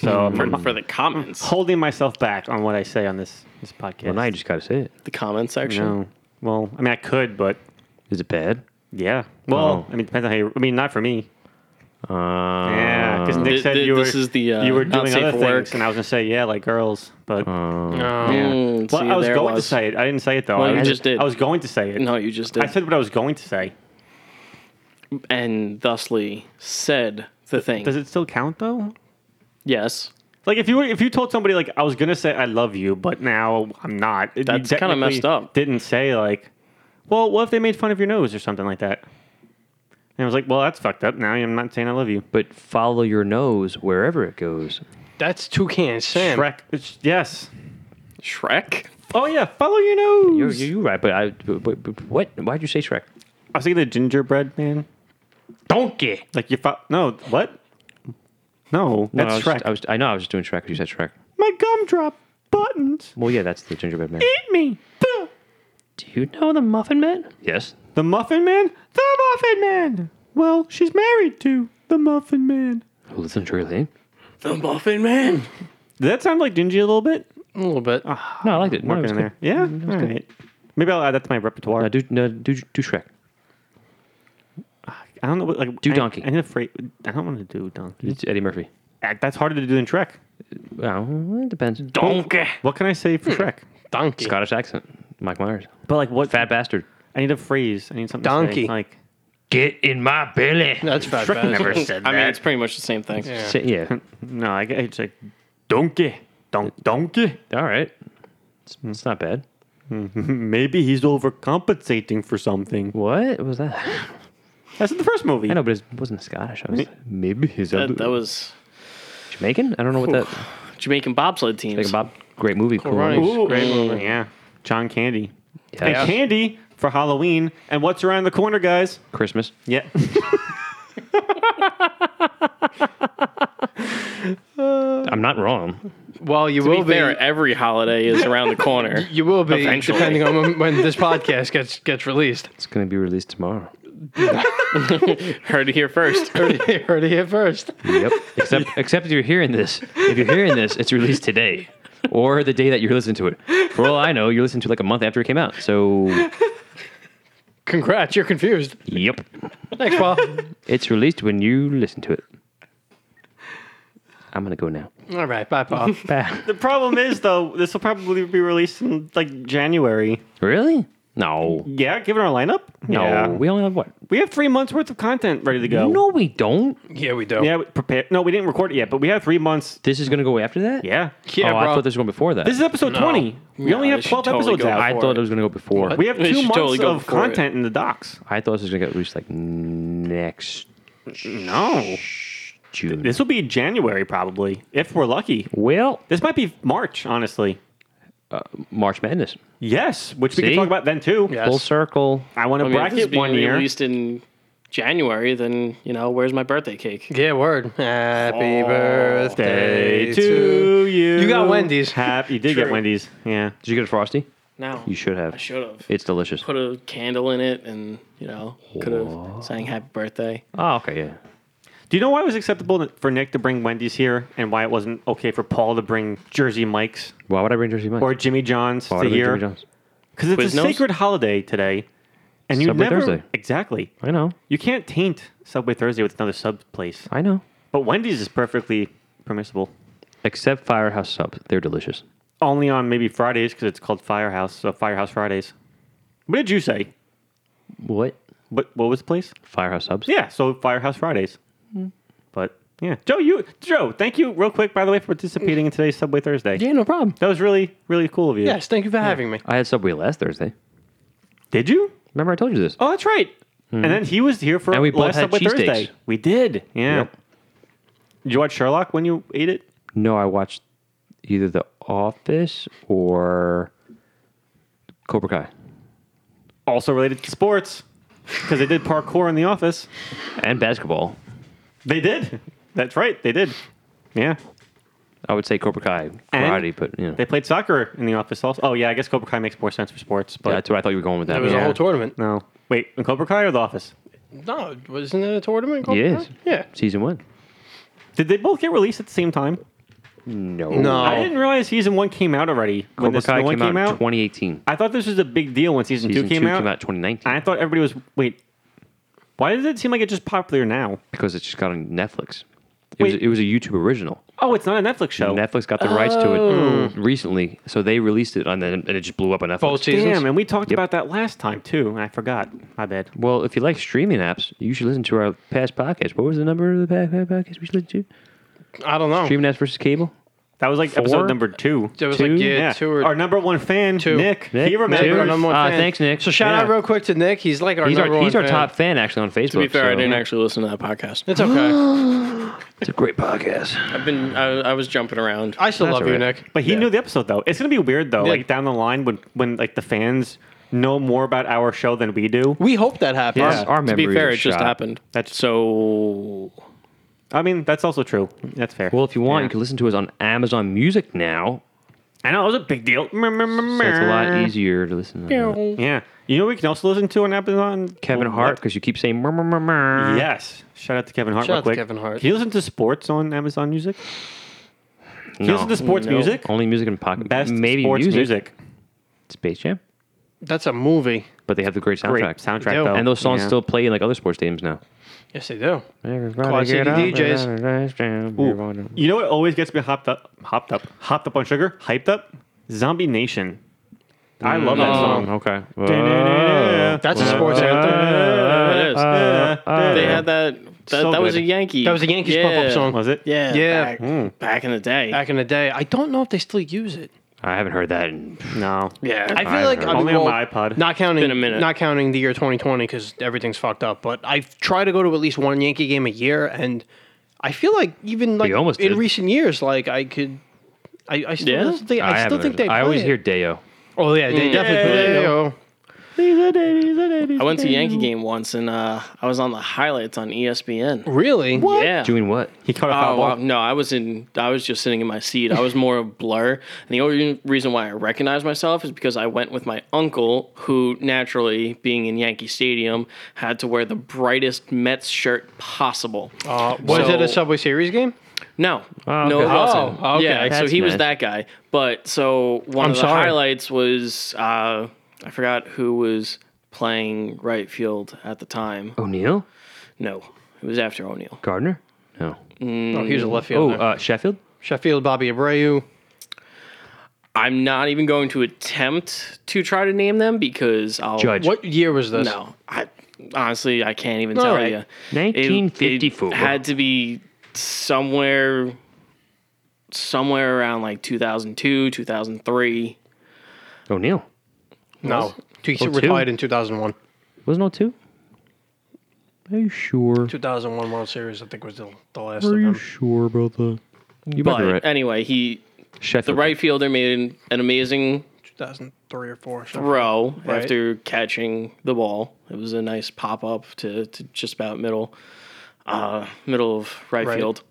A: So I'm-
D: for,
B: Um,
A: I'm
D: for the comments.
A: holding myself back on what I say on this this podcast.
B: Well, now you just gotta say it.
D: The comment section.
A: no. Well, I mean, I could, but
B: Is it bad?
A: yeah. Well,
B: Oh.
A: I mean, it depends on how you. I mean, not for me.
B: Uh,
A: Yeah, because Nick
D: Th-
A: said
D: th-
A: you were
D: this is the, uh,
A: you were
D: not
A: doing
D: safe
A: other
D: for
A: things,
D: work.
A: and I was gonna say yeah, like girls, but
B: Oh.
C: No.
D: Mm,
A: well,
D: see,
A: I was
D: there it
A: going
D: was.
A: to say it. I didn't say it though.
D: Well,
A: I
D: you
A: was,
D: just did.
A: I was going to say it.
D: No, you just did.
A: I said what I was going to say.
D: and thusly said the thing.
A: Does it still count though?
D: yes.
A: Like if you were, if you told somebody like I was gonna say I love you, but now I'm not. you
D: That's kinda
A: technically
D: messed up.
A: Didn't say like, well, what if they made fun of your nose or something like that? And I was like, well, that's fucked up. Now I'm not saying I love you.
B: but follow your nose wherever it goes.
C: That's Toucan Sam.
A: Shrek. It's, yes.
D: Shrek?
A: Oh yeah, follow your nose.
B: You're, you're right, but I. But, but- but what? Why'd you say Shrek?
A: I was thinking the gingerbread man.
B: Donkey.
A: Like you fo- no what? No,
B: No,
A: that's
B: I was
A: Shrek.
B: Just, I was. I know. I was just doing Shrek. 'cause You said Shrek.
A: My gumdrop buttons
B: Well, yeah, that's the gingerbread man.
A: eat me. The,
B: Do you know the Muffin Man? Yes.
A: the Muffin Man. The Muffin Man. Well, she's married to the Muffin Man.
B: Who lives in Drury Lane?
D: The Muffin Man.
A: Did that sound like Dingy a little bit?
C: A little bit.
B: No, I liked it. No, it
A: Working
B: was
A: in
B: good. Mm,
A: there. Yeah. All right. Maybe I'll add that to my repertoire.
B: No, do Uh, no do do Shrek.
A: I don't know. what- Like
B: Do
A: I-
B: donkey.
A: I, am afraid. I don't want to do donkey.
B: It's Eddie Murphy.
A: Uh, That's harder to do than Shrek.
B: Oh, Well, it depends. Oh.
D: Donkey.
A: What can I say
B: Hmm.
A: for Shrek?
C: Donkey.
B: Scottish accent. Mike Myers.
A: But like what?
B: Fat bastard.
A: I need a phrase. I need something. To
C: Donkey.
A: say. Like
B: Get in my belly.
C: That's bad.
A: Shrek never said that.
D: I mean, it's pretty much the same thing.
C: Yeah.
B: Say- yeah.
A: no, I get it's like donkey, don- donkey.
B: All right. It's,
A: Hmm.
B: it's not bad.
A: Maybe he's overcompensating for something.
B: What was that?
A: That's in the first movie.
B: I know, but it wasn't Scottish. I was maybe he's
D: That, that was
B: Jamaican. I don't know what that.
D: Jamaican bobsled teams.
B: Like Bob, great movie. Cool.
C: running.
B: movies.
A: Ooh, great movie. Yeah, John Candy.
B: Yeah.
A: And Candy for Halloween. And what's around the corner, guys?
B: Christmas.
A: Yeah.
B: I'm not wrong.
C: Well, you
D: to
C: will
D: be fair,
C: be.
D: every holiday is around the corner.
C: You will be
D: Eventually.
C: depending on when- when this podcast gets gets released.
B: It's gonna be released tomorrow.
D: Heard it here first.
C: Heard it here- heard it here first.
B: Yep. Except except if you're hearing this, if you're hearing this, it's released today. Or the day that you're listening to it. For all I know, you're listening to it like a month after it came out. So,
C: Congrats, you're confused.
B: yep.
C: Thanks, Paul.
B: It's released when you listen to it. I'm going to go now.
C: All right, bye, Paul.
B: Bye.
A: the problem is though, this will probably be released in like January.
B: Really? No.
A: Yeah, given our lineup.
B: No.
A: Yeah. We,
B: We only have what?
A: we have three months worth of content ready to go.
B: No, we don't.
C: yeah, we do.
A: Yeah, we prepare. No, we didn't record it yet, but we have three months.
B: This is going to go after that?
A: Yeah.
C: Yeah,
B: oh, I
C: bro.
B: thought this was going before that.
A: This is episode twenty. We only
D: No,
A: have
D: they should
A: twelve
D: totally
A: episodes
D: go
A: out.
B: I thought it was going to go before.
A: we have
D: They
A: two
D: should
A: months
D: totally go
A: of
D: before it.
A: content in the docs.
B: I thought this was going to get released like next
A: No.
B: June.
A: This will be January probably, if we're lucky.
B: well,
A: This might be March, honestly.
B: March Madness.
A: Yes, which we
B: See?
A: can talk about then too.
C: Yeah.
B: Full
C: Yes.
B: circle.
A: I want to
D: I mean, if this is
A: bracket
D: being
A: one year.
D: released in January, then you know where's my birthday cake?
C: Yeah, word. Happy birthday
A: Day to you.
C: You got Wendy's.
A: Happy. You did get
D: True.
A: Wendy's. Yeah.
B: Did you get a Frosty?
D: No,
B: You should have.
D: I should have
B: It's delicious.
D: put a candle in it, and you know could have sang happy birthday.
B: Oh, okay, yeah.
A: Do you know why it was acceptable for Nick to bring Wendy's here, and why it wasn't okay for Paul to bring Jersey Mike's
B: Why would I bring Jersey Mike's?
A: or Jimmy John's
B: Why would
A: to
B: I bring
A: here?
B: Jimmy John's?
A: Because it's a
D: Quiznos?
A: sacred holiday today, and you
B: Subway
A: never
B: Thursday.
A: exactly.
B: I know.
A: You can't taint Subway Thursday with another sub place,
B: I know.
A: but Wendy's is perfectly permissible.
B: Except Firehouse Subs. They're delicious.
A: Only on maybe Fridays because it's called Firehouse, so Firehouse Fridays. What did you say?
B: What?
A: What what was the place?
B: Firehouse Subs?
A: Yeah, so Firehouse Fridays. But yeah, Joe, you Joe, thank you real quick by the way for participating in today's Subway Thursday.
C: Yeah, no problem.
A: That was really really cool of you.
C: Yes, thank you for having me.
B: I had Subway last Thursday.
A: Did you?
B: Remember I told you this?
A: Oh, that's right. And then he was here for
B: Hmm. And we both
A: last
B: had
A: Subway
B: cheesesteaks.
A: Thursday. We did. Yeah.
B: Yep.
A: Did you watch Sherlock when you ate it?
B: No, I watched either The Office or Cobra Kai.
A: Also related to sports because they did parkour in the office.
B: And basketball.
A: They did. That's right. They did. Yeah.
B: I would say Cobra Kai.
A: And
B: Karate, but you know.
A: They played soccer in the office also. Oh yeah, I guess Cobra Kai makes more sense for sports, but
B: that's where I thought you were going with that.
C: It was
A: Yeah.
C: a whole tournament.
A: no. Wait, in Cobra Kai or the office?
C: No, wasn't it a tournament? called
B: Yes.
C: that? Yeah.
B: Season one.
A: Did they both get released at the same time?
B: No.
C: No.
A: I didn't realize season one came out already. When
B: Oh. Cobra
A: this
B: Kai
A: one
B: came, out in 2018.
A: I thought this was a big deal when season,
B: Season
A: two, came, out.
B: 2019
A: I thought everybody was wait. Why does it seem like it just popular now?
B: because it just got on Netflix. It was,
A: Wait.
B: it was a YouTube original.
A: Oh, it's not a Netflix show.
B: Netflix got the rights to it recently, so they released it on the, and it just blew up on Netflix.
C: Both seasons.
A: Damn, and we talked about that last time too, and I forgot. My bad.
B: Well, if you like streaming apps, you should listen to our past podcast. What was the number of the past past podcast we should listen to?
C: I don't
A: Oh.
C: know.
B: Streaming apps versus cable.
A: That was like
B: Four?
A: episode number two.
C: There was
B: two?
C: like yeah,
A: yeah,
C: two or
A: our number one fan,
C: Two.
A: Nick.
B: Nick?
A: He
C: Nick, our
A: remembers.
C: number one
B: Uh,
C: fan.
B: thanks, Nick.
C: So shout out
A: Yeah.
C: real quick to Nick. He's like our
B: He's
C: number
B: our
C: one
B: he's our
C: fan.
B: top fan actually on Facebook.
D: To be fair, I
B: so-
D: didn't actually listen to that podcast.
C: It's okay.
B: It's a great podcast.
D: I've been I, I was jumping around.
C: I still
B: That's
C: love you,
B: all right.
C: Nick.
A: But he knew the episode though. It's gonna be weird though,
C: Yeah.
A: like down the line when when like the fans know more about our show than we do.
C: We hope that happens.
B: Our- our
D: to be
B: memories
D: fair,
B: are
D: it just
B: shot.
D: happened.
A: That's-
D: so.
A: I mean, that's also true. That's fair.
B: Well, if you want,
A: Yeah.
B: you can listen to us on Amazon Music now.
A: I know it was a big deal.
B: So it's a lot easier to listen to on that.
A: Yeah, you know what we can also listen to on Amazon.
B: Kevin
A: What?
B: Hart because you keep saying murmur murmur.
A: Yes. Shout out to Kevin Hart.
C: Shout
A: real
C: out to
A: quick.
C: Kevin Hart.
A: Can you listen to sports on Amazon Music? Can you listen to sports
D: No.
A: music?
B: Only music and pocket.
A: Best
B: maybe
A: sports
B: music.
A: music.
B: Space Jam,
C: That's a movie.
B: but they have the great soundtrack.
A: Great soundtrack
C: Yo.
A: though.
B: And those songs
A: Yeah.
B: still play in like other sports teams now.
C: Yes, they do.
B: Quad
C: City DJs.
A: Ooh. You know what always gets me hopped up, hopped up, hopped up on sugar, hyped up? Zombie Nation. I love
B: Oh. Mm.
A: that song.
B: Okay.
C: That's a sports
D: It
C: anthem.
D: is. they had that. That,
A: So
D: that was a
A: good.
D: Yankee.
C: That was a Yankees pop-up song.
A: Was it?
D: Yeah.
C: Yeah.
D: Back, back in the day.
C: Back in the day, I don't know if they still use it.
B: I haven't heard that. In,
A: No.
D: yeah.
C: I feel like I mean,
A: Only on
C: well,
A: my iPod.
C: Not counting
D: been a minute.
C: Not counting the year 2020 because everything's fucked up. But I try to go to at least one Yankee game a year, and I feel like even like
B: almost
C: in
B: did.
C: recent years, like I could. I, I still
D: Yeah? Mm.
C: don't think I, still
B: haven't
C: think
B: heard
C: they.
B: it.
C: Play
B: I always
C: it.
B: hear Deo.
C: Oh yeah, they definitely play it. Oh.
D: I went to a Yankee game once and uh, I was on the highlights on E ESPN.
C: Really?
D: Yeah.
B: Doing what?
A: He caught a foul
D: Oh
A: ball.
D: wow. no! I was in. I was just sitting in my seat. I was more of a blur, and the only reason why I recognized myself is because I went with my uncle, who naturally, being in Yankee Stadium, had to wear the brightest Mets shirt possible.
C: Uh, was
D: So-
C: it a Subway Series game?
D: No, no,
B: okay.
D: it wasn't.
C: Oh, okay.
D: Yeah, so
B: That's
D: he was
B: nice.
D: that guy. But so one
C: I'm
D: of the
C: sorry.
D: highlights was uh, I forgot who was playing right field at the time.
B: O'Neill?
D: No, it was after O'Neill.
B: Gardner? No.
C: Oh,
D: Mm.
C: he was a left
B: Oh,
C: fielder.
B: uh, Sheffield?
C: Sheffield, Bobby Abreu.
D: I'm not even going to attempt to try to name them because I'll
B: Judge.
C: What year was this?
D: No, I honestly I can't even
C: All
D: tell
C: right.
D: you. It- it
B: 1954.
D: had to be somewhere, somewhere around like 2002, 2003.
B: O'Neill.
C: no. He
B: Oh, two?
C: retired in 2001.
B: Wasn't it 02? Are you sure?
C: 2001 World Series, I think, was the, the last
E: Are
C: of
E: you
C: them.
E: sure about that?
B: You might
D: But
B: be right.
D: anyway, he the
B: Sheffield.
D: right fielder made an, an amazing
C: 2003 or four.
D: throw
C: Right.
D: after catching the ball. It was a nice pop up to, to just about middle, uh, middle of right,
C: Right.
D: field.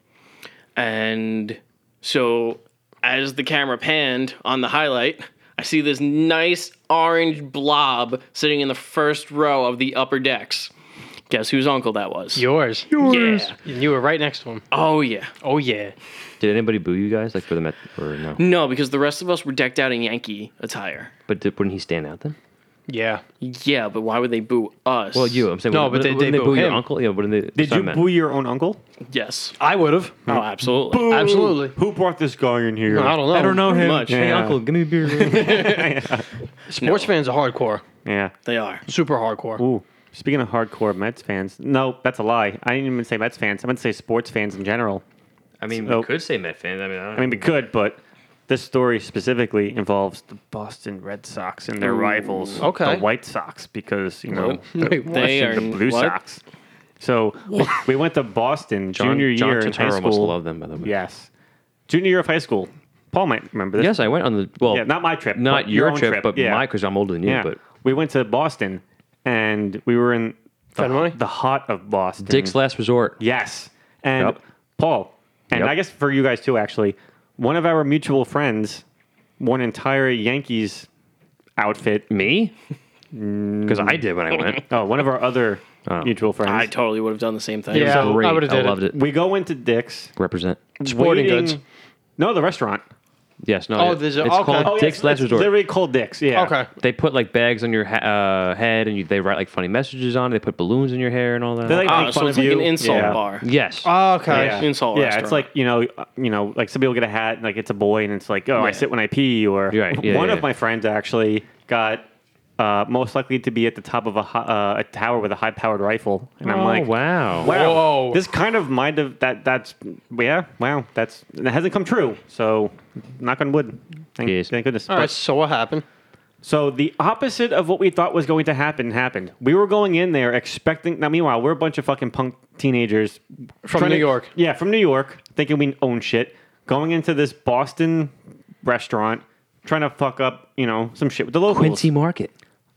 D: And so, as the camera panned on the highlight, I see this nice orange blob sitting in the first row of the upper decks. Guess whose uncle that was?
C: Yours.
D: Yeah.
C: And you were right next to him.
D: Oh yeah.
C: Oh, yeah.
B: Did anybody boo you guys like for the Met or no?
D: No, because the rest of us were decked out in Yankee attire.
B: But did, wouldn't he stand out then?
C: Yeah.
D: Yeah, but why would they boo us?
B: Well, you. I'm saying.
C: No,
B: wouldn't-
C: but they-
B: wouldn't
C: they boo
B: your
C: him.
B: uncle? Yeah. Wouldn't they?
A: Did
B: that's what I
A: you
B: meant.
A: boo your own uncle?
D: Yes.
C: I would have.
D: Oh, absolutely.
C: Absolutely.
A: Who brought this guy in here?
C: I don't know.
E: I don't know
D: Pretty
E: him.
D: much.
E: Hey,
A: Yeah.
E: uncle, give me a beer.
C: Sports fans are hardcore.
A: Yeah.
D: They are.
C: Super hardcore.
A: Ooh. Speaking of hardcore Mets fans, no, that's a lie. I didn't even say Mets fans. I meant to say sports fans in general.
B: I mean,
A: So-
B: we could say Met fans. I mean, I, don't
A: I mean, we could, but this story specifically involves the Boston Red Sox and their rivals,
C: Okay.
A: the White Sox, because you know
D: What?
A: the-
C: Wait, what?
D: They are
A: the Blue
D: what?
A: Sox. So we- we went to Boston
B: John,
A: junior
B: John
A: year in
B: Turturro
A: high
B: Must
A: school.
B: love them, by the way.
A: Yes, junior year of high school. Paul might remember this.
B: Yes, I went on the well.
A: Yeah, not my trip,
B: Not
A: but your
B: your,
A: own
B: trip,
A: trip,
B: but
A: yeah.
B: my because I'm older than you.
A: yeah. Mm-hmm.
B: But
A: we went to Boston, and we were in
C: Fenway?
A: the, the hot of Boston.
B: Dick's Last Resort.
A: Yes. And
B: Yep.
A: Paul, and
B: Yep.
A: I guess for you guys too, actually, one of our mutual friends won an entire Yankees outfit. Mm.
B: Me? Because I did when I went.
A: Oh, one of our other mutual friends.
D: I totally would have done the same thing.
C: Yeah,
B: Great.
C: I would have did
B: I loved it.
A: we go into Dick's.
B: Represent.
C: Sporting goods.
A: No, the restaurant.
B: Yes. No.
C: Oh,
B: it-
C: there's
B: it's
C: a- okay.
B: called
C: Oh,
A: yeah,
B: Dick's
A: it's-
B: Last
A: it's
B: Resort.
A: Literally called Dick's. Yeah.
C: Okay.
B: They put like bags on your ha- uh, head, and you, they write like funny messages on. it. They put balloons in your hair and all that.
A: They like Oh,
D: Ah,
A: make fun
D: so it's
A: of
D: like
A: you.
D: an insult
A: yeah.
D: bar.
B: yes.
C: Okay.
A: Yeah.
D: Insult
A: Yeah,
D: restaurant.
A: it's like you know, uh, you know, like some people get a hat and like it's a boy, and it's like, oh, I
D: Yeah.
A: sit when I pee. Or
B: You're right. Yeah,
A: one
B: yeah,
A: of
B: yeah.
A: my friends actually got uh, most likely to be at the top of a, hi- uh, a tower with a high-powered rifle, and
B: Oh,
A: I'm like,
B: wow.
A: wow,
C: Whoa.
A: this kind of mind of that. That's yeah, wow, that's that hasn't come true. So, knock on wood. Thank,
B: Yes.
A: thank goodness.
C: All right.
A: But-
C: So what happened?
A: so the opposite of what we thought was going to happen happened. We were going in there expecting. Now, meanwhile, we're a bunch of fucking punk teenagers
C: From
A: trying
C: New
A: to-
C: York.
A: Yeah, from New York, thinking we own shit. Going into this Boston restaurant, trying to fuck up, you know, some shit with the locals.
B: Quincy Market.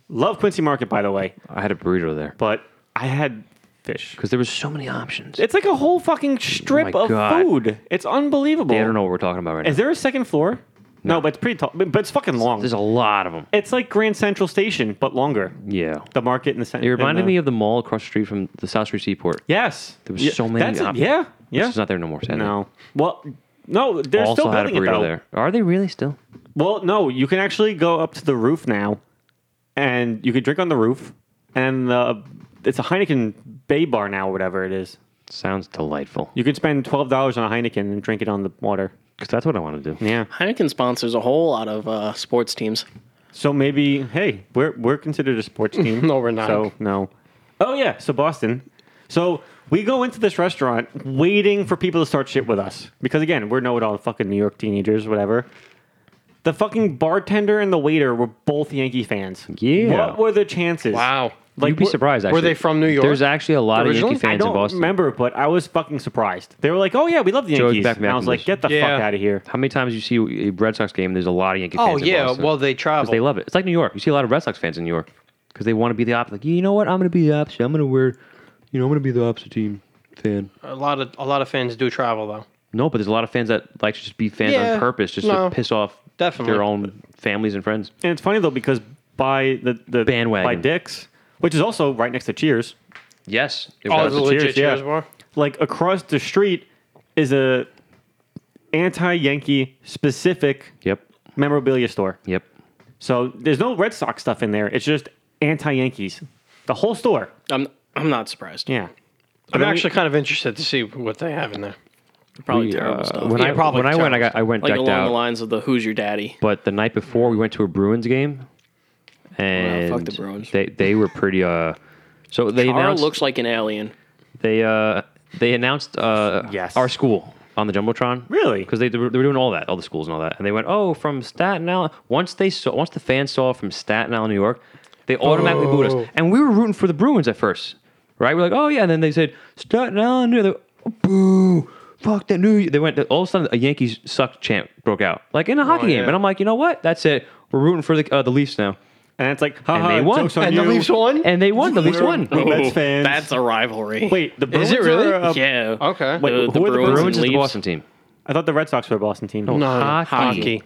A: love Quincy Market, by the way,
B: I had a burrito there
A: but I had fish.
B: because there was so many options.
A: It's like a whole fucking strip
B: my
A: of
B: God.
A: food. It's unbelievable.
B: I don't know what we're talking about right
A: Is
B: now.
A: there a second floor? No, but it's pretty tall. But, but it's fucking long.
B: There's a lot of them.
A: it's like Grand Central Station, but longer.
B: Yeah.
A: The market in the center.
B: It reminded me of the mall across the street from the South Street Seaport.
A: Yes.
B: There was
A: Ye-
B: so many
A: That's it.
B: options.
A: Yeah. Yeah.
B: It's not there no more. Sadly.
A: No. Well, no, they're
B: Also
A: still
B: had a
A: building it
B: burrito
A: though.
B: there. Are they really still?
A: Well, no, you can actually go up to the roof now, and you can drink on the roof, and uh, it's a Heineken Bay Bar now, whatever it is.
B: Sounds delightful.
A: You could spend twelve dollars on a Heineken and drink it on the water.
B: Because that's what I want to do.
A: Yeah.
D: Heineken sponsors a whole lot of uh, sports teams.
A: So maybe, hey, we're we're considered a sports team.
C: No, we're not.
A: So no. Oh yeah. So Boston. So we go into this restaurant waiting for people to start shit with us because again, we're know-it-all fucking New York teenagers, whatever. The fucking bartender and the waiter were both Yankee fans.
B: Yeah.
A: What were the chances?
C: Wow.
A: Like,
B: You'd be
A: we're-
B: surprised. Actually,
C: were they from New York?
B: There's actually a lot
C: Originally?
B: of Yankee
A: I
B: fans
A: don't
B: in Boston.
A: remember, but I was fucking surprised. They were like, "Oh yeah, we love the
B: Joe's
A: Yankees."
B: back
A: and I was like,
B: Macklemore.
A: "Get the
C: Yeah.
A: fuck out of here!"
B: How many times you see a Red Sox game? There's a lot of Yankee
C: oh
B: fans. in
C: yeah.
B: Boston.
C: Well, they travel.
B: because they love it. It's like New York. You see a lot of Red Sox fans in New York because they want to be the opposite. Like, you know what? I'm going to be the opposite. I'm going to wear, you know, I'm going to be the opposite team fan.
C: a lot of a lot of fans do travel though.
B: No, but there's a lot of fans that like to just be fans
C: Yeah,
B: on purpose, just
C: no,
B: to piss off
C: definitely.
B: their own families and friends.
A: And it's funny though because by the the
B: Bandwagon.
A: by Dick's, which is also right next to Cheers.
B: Yes, it
C: Oh,
B: was.
C: it's a legit
A: Cheers, yeah.
C: Cheers bar?
A: like across the street is a anti-Yankee specific
B: Yep,
A: memorabilia store.
B: yep.
A: So there's no Red Sox stuff in there. It's just anti-Yankees. The whole store.
D: I'm I'm not surprised.
A: Yeah.
C: I'm actually kind of interested to see what they have in there.
D: Probably
B: We,
D: terrible
B: uh,
D: stuff.
B: when
C: Yeah,
B: I
C: probably
B: when I went, I
C: terrible
B: got I went
D: like
B: decked
D: along
B: out.
D: the lines of the "Who's your daddy?"
B: But the night before, we went to a Bruins game, and
D: fuck the Bruins.
B: They they were pretty. Uh, so they
D: Ara
B: announced
D: looks like an alien.
B: they uh they announced uh
A: Yes.
B: our school on the jumbotron
A: Really?
B: because they, they were they were doing all that all the schools and all that and they went oh from Staten Island once they saw once the fans saw from Staten Island New York they automatically booed
A: Oh.
B: us and we were rooting for the Bruins at first right we're like oh yeah and then they said Staten Island New York They- boo fuck that New York they went all of a sudden a Yankees suck chant broke out like in a
A: Oh,
B: hockey game
C: yeah.
B: and I'm like you know what that's it we're rooting for the uh, the Leafs now
A: and it's like haha,
B: they won.
A: Uh-huh. jokes on
C: And
A: you.
C: the Leafs won.
B: and they won the Leafs
A: We're-
B: won
A: we're Mets
D: Oh,
A: fans.
D: That's a rivalry.
A: Wait, the Bruins
C: it really?
A: Are, uh,
D: yeah.
C: Okay.
A: Wait,
D: the,
A: who are
D: the
A: the
D: Bruins,
B: Bruins
D: and
B: is the
D: Leafs.
B: Boston team
A: I thought the Red Sox were a Boston team.
B: No, hockey.
C: Hockey.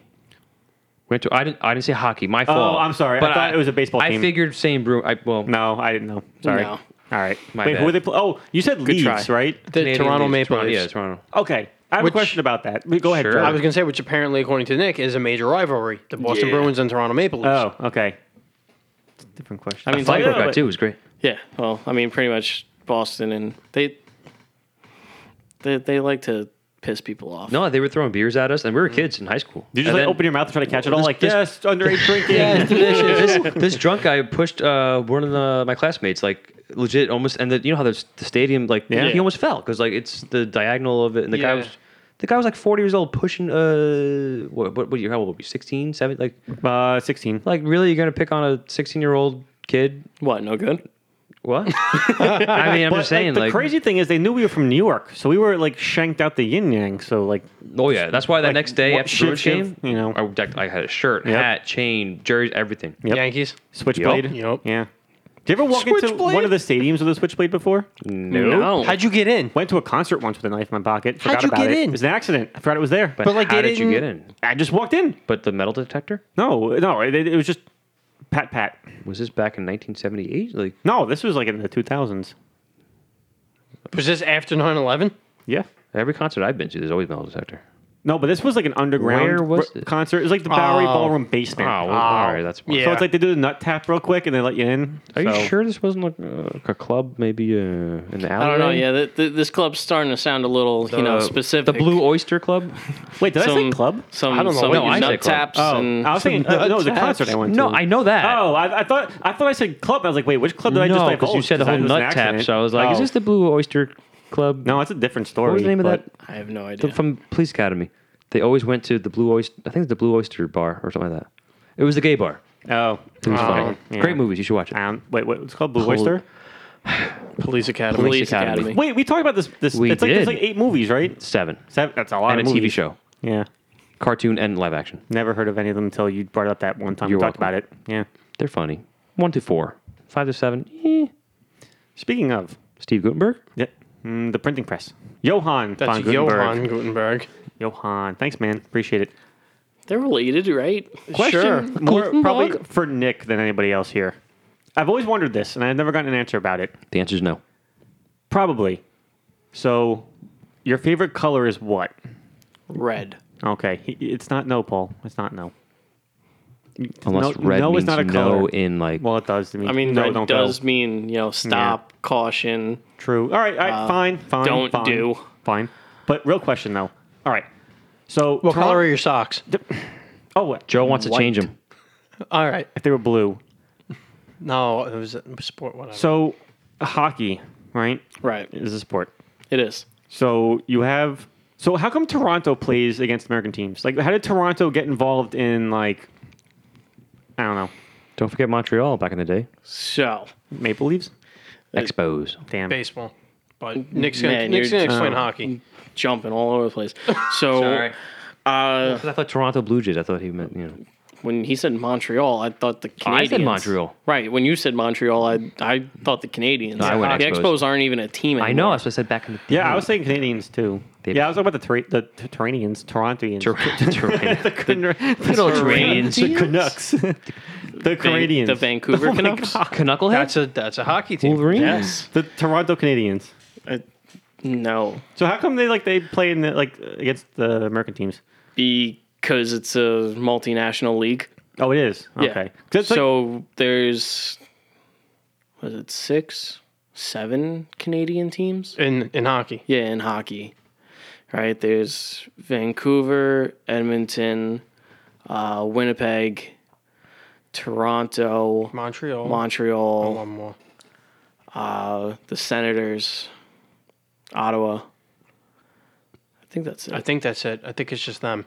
B: Went to, I didn't. I didn't say hockey. My fault.
A: Oh, I'm sorry. I thought it was a baseball
B: I
A: team.
B: figured same brew. I well,
A: No, I didn't know. Sorry.
D: No.
A: All right.
B: My
A: Wait,
B: bad.
A: who were they play? Oh, you said Leafs,
D: try.
A: right?
C: The
B: Canadian
C: Toronto
B: Leafs,
C: Maple
B: Toronto-
C: Leafs.
B: Yeah, Toronto.
A: Okay. I have a
C: Which-
A: question about that. Go ahead.
B: Sure.
A: Joe.
C: I was going to say, which apparently, according to Nick, is a major rivalry: the Boston
D: Yeah.
C: Bruins and Toronto Maple Leafs.
A: Oh, okay. It's a different question.
D: I mean,
B: Flag
D: Yeah,
B: broke out
A: but-
B: too. It was great.
D: Yeah. Well, I mean, pretty much Boston, and they they they like to piss people off.
B: No, they were throwing beers at us, and we were kids in high school.
A: Did you just
B: And
A: like
B: then
A: open your mouth and try to catch it all?
B: this-
A: Like,
B: this-
A: yes, underage drinking.
B: this, this drunk guy pushed uh, one of the, my classmates like legit almost, and the, you know how there's the stadium like
A: Yeah.
B: he almost fell because like it's the diagonal of it, and the guy
C: Yeah.
B: was. The guy was like 40 years old, pushing, uh, what, what, what year, how old were we? 16, 17? Like,
A: Uh, 16.
B: like, really, you're going to pick on a 16 year old kid?
D: What? No good.
B: What? I mean, I'm
A: But,
B: just saying,
A: the
B: like,
A: crazy thing is, they knew we were from New York, so we were like shanked out the yin yang. So like,
B: Oh yeah, that's why that
A: Like,
B: next day
A: what
B: after
A: shift,
B: Bruins game,
A: shift, you know.
B: I, decked- I had a shirt,
A: Yep.
B: hat, chain, jersey, everything.
A: Yep.
C: Yankees.
A: switchblade.
C: Yup.
A: Yeah. Did you ever walk into
C: Switchblade?
A: one of the stadiums with a switchblade before?
D: No.
C: How'd you get in?
A: Went to a concert once with a knife in my pocket. Forgot
C: How'd you
A: about
C: get
A: it.
C: in?
A: It was an accident. I forgot it was there.
B: But,
C: But, like,
B: how
C: they
B: did you
C: didn't-
B: get in?
A: I just walked in.
B: But the metal detector?
A: No, no, it, it was just Pat Pat.
B: Was this back in 1978? Like,
A: No, this was like in the 2000s.
C: Was this after 9 11?
A: Yeah.
B: every concert I've been to, there's always metal detector.
A: No, but this was like an underground
B: Where was
A: br-
B: this?
A: concert. It was like the Bowery
C: Oh.
A: Ballroom basement.
B: well, all right, that's fine.
C: Yeah.
A: So it's like they do the nut tap real quick and they let you in.
B: Are you
A: So-
B: sure this wasn't like, uh, like a club, maybe uh, an alley?
D: I don't know. Yeah, th th this club's starting to sound a little, you know, specific.
B: The Blue Oyster Club?
A: Wait, did I say
D: Some-
A: club?
D: Some,
B: I don't know
D: Some
B: what you said,
D: nut
B: club.
D: taps.
A: Oh,
D: and
A: I was thinking uh, no, it was a
D: nut taps.
A: concert I went
B: No,
A: to.
B: I know that.
A: Oh, I, I thought I thought I said club. I was like, wait, which club did I just
B: no,
A: like?
B: because you said the whole nut tap. So I was
A: Oh.
B: like, is this the Blue Oyster Club?
A: No, it's a different story.
B: What was the name of
A: but-
B: that?
D: I have no idea.
B: the- From Police Academy. They always went to the Blue Oyster. I think it's the Blue Oyster Bar or something like that. It was the gay bar.
A: Oh,
B: It was
A: Oh,
B: funny.
A: yeah.
B: Great movies. You should watch it.
A: Um, wait, what? It's called Blue
B: Pol-
A: Oyster.
C: Police Academy.
D: Police
B: Academy.
D: Academy.
A: Wait, we talked about this. This
B: We
A: it's like there's
B: did.
A: like eight movies, right?
B: Seven.
A: Seven, that's a lot
B: And a
A: of movies.
B: TV show.
A: Yeah,
B: Cartoon and live action.
A: never heard of any of them until you brought up that one time
B: You're
A: we talked
B: welcome.
A: about it. Yeah.
B: They're funny. One to four. Five to seven. eh.
A: Speaking of,
B: Steve Gutenberg.
A: yeah, mm, the printing press. Johann
C: That's
A: von Gutenberg.
C: Johann Gutenberg.
A: Johann, thanks, man. Appreciate it.
D: They're related, right?
A: Question more
B: Gutenberg?
A: probably for Nick than anybody else here. I've always wondered this, and I've never gotten an answer about it.
B: The answer is no.
A: Probably. So, your favorite color is what?
D: Red.
A: Okay, he- it's not no, Paul. It's not no.
B: Unless
A: No-
B: red
A: no
B: means
A: is not a
B: no
A: color.
B: in like
A: Well, it does to me.
D: I mean,
A: no,
D: red
A: don't go.
D: does mean, you know, stop, caution.
A: True. All right. All right. fine. Fine.
D: Uh, don't
A: fine,
D: do.
A: Fine. But real question though. All right. So
C: What
A: Toron-
C: color are your socks?
A: Oh, what?
B: Joe wants to
A: White.
B: change him.
C: All right.
A: If they were blue.
C: No, it was a sport. Whatever.
A: So hockey, right,
D: Right.
A: is a sport.
D: It is.
A: So you have. So how come Toronto plays against American teams? Like, how did Toronto get involved in like? I don't know.
B: Don't forget Montreal back in the day.
D: So,
A: Maple Leafs.
B: Expose.
A: Damn.
C: baseball. But Nick's gonna,
D: Man,
C: Nick's
D: you're-
C: gonna explain hockey.
D: jumping all over the place. So, uh,
B: 'Cause I thought Toronto Blue Jays. I thought he meant you know.
D: when he said Montreal, I thought the
B: I
D: Canadians.
B: said Montreal.
D: Right. When you said Montreal, I I thought the Canadians.
B: I went
D: the
B: Expos.
D: Expos aren't even a team anymore.
B: I know. That's what I said back in the day.
A: Yeah, I was saying Canadians too.
B: They-
A: yeah, I was talking about the Tor- the Toranians, Torontians,
B: Toronto.
A: the
B: Toronto.
A: Canucks, the
D: Van-
A: Canadians, Oh
D: The Vancouver Canucks.
B: Knucklehead.
C: That's a that's a hockey team.
B: Wolverine?
D: Yes.
A: the Toronto Canadians.
D: I- no.
A: So how come they like they play in the, like against the American teams?
D: Because it's a multinational league.
A: Oh, it is
D: Yeah.
A: okay. 'Cause it's like-
D: So there's was it six, seven Canadian teams?
C: in in hockey.
D: Yeah, in hockey. Right? There's Vancouver, Edmonton, uh, Winnipeg, Toronto,
C: Montreal.
A: Oh,
D: Montreal,
C: One more.
D: uh, the Senators, Ottawa. I think that's it.
C: I think that's it. I think it's just them.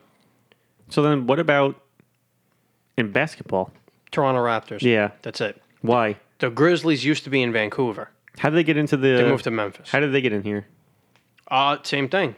A: so then what about in basketball?
C: Toronto Raptors.
A: Yeah.
C: That's it.
A: Why?
C: The Grizzlies used to be in Vancouver.
A: How did they get into the?
C: They moved to Memphis.
A: How did they get in here?
C: Uh, same thing.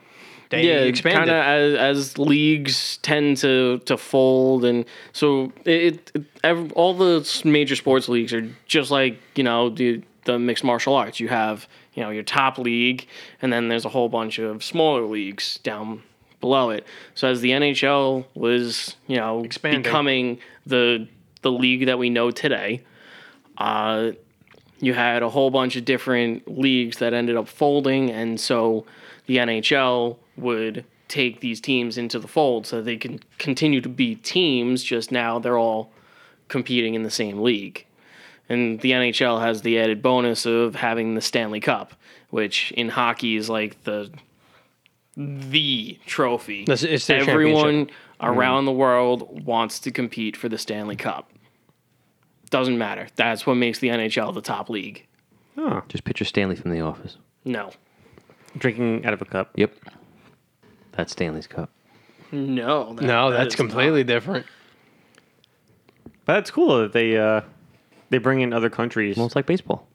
C: They
D: yeah,
C: expanded.
D: kind of as, as leagues tend to, to fold, and so it, it ev all the s- major sports leagues are just like you know the the mixed martial arts. You have you know your top league, and then there's a whole bunch of smaller leagues down below it. So as the NHL was you know
C: Expanding.
D: becoming the the league that we know today, uh, you had a whole bunch of different leagues that ended up folding, and so the NHL would take these teams into the fold so they can continue to be teams. Just now, they're all competing in the same league, and the NHL has the added bonus of having the Stanley Cup, which in hockey is like the the trophy.
C: That's- it's their Mm-hmm.
D: Everyone around the world wants to compete for the Stanley Cup. Doesn't matter. That's what makes the NHL the top league.
B: Just picture Stanley from The Office.
D: No.
A: Drinking out of a cup.
B: Yep. That's Stanley's cup.
D: No. that-
C: no,
D: that
C: that's
D: is
C: completely different.
A: But that's cool that they uh, they bring in other countries.
B: Well, it's like baseball.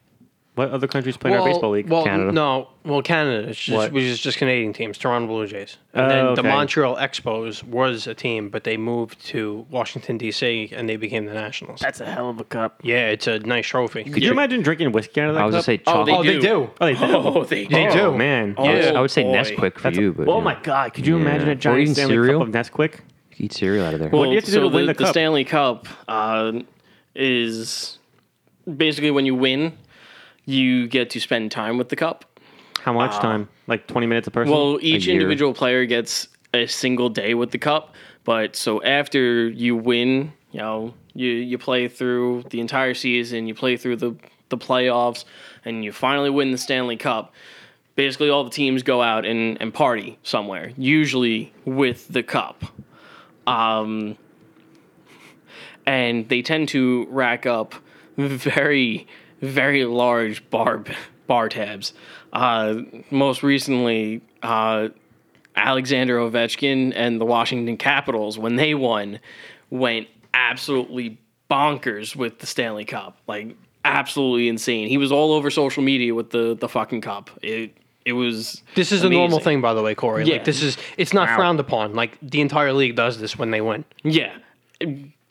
A: What other countries play in our baseball league?
C: well,
B: Canada.
C: no, well, Canada. It's just,
A: What?
C: which is just Canadian teams. Toronto Blue Jays. And then
A: Oh,
C: the
A: okay.
C: Montreal Expos was a team, but they moved to Washington D.C. and they became the Nationals.
D: That's a hell of a cup.
C: yeah, it's a nice trophy.
A: Could you imagine drinking whiskey out of that
B: I was
A: cup?
B: gonna say
D: Oh,
B: chocolate.
D: they-
C: oh, they
D: do.
C: do.
A: Oh, they do?
D: Oh, they,
C: They
A: Oh,
C: do.
A: man.
D: Oh,
C: Yeah.
B: I would say
D: boy.
B: Nesquik for
A: That's a-
B: you, but
A: oh
B: you
A: my
B: know,
A: god! Could you
B: Yeah.
A: imagine
B: Or
A: a giant
B: even
A: Stanley
B: cereal.
A: cup of Nesquik?
B: eat cereal out of there.
A: Well,
D: Well,
A: you have to do
D: so
A: to win
D: the,
A: the cup?
D: Stanley Cup uh, is basically when you win, you get to spend time with the cup.
A: How much time? Like 20 minutes a person?
D: Well, e- each
B: year.
D: individual player gets a single day with the cup, but so after you win, you know, you you play through the entire season, you play through the the playoffs, and you finally win the Stanley Cup. Basically, all the teams go out and, and party somewhere, usually with the cup. Um, and they tend to rack up very, very large bar bar tabs. Uh, most recently, uh, Alexander Ovechkin and the Washington Capitals, when they won, went absolutely bonkers with the Stanley Cup. Like absolutely insane. He was all over social media with the the fucking cup. It it was
C: This is a normal
D: amazing.
C: thing, by the way, Corey.
D: Yeah.
C: Like this is it's not frowned upon. Like the entire league does this when they win.
D: Yeah.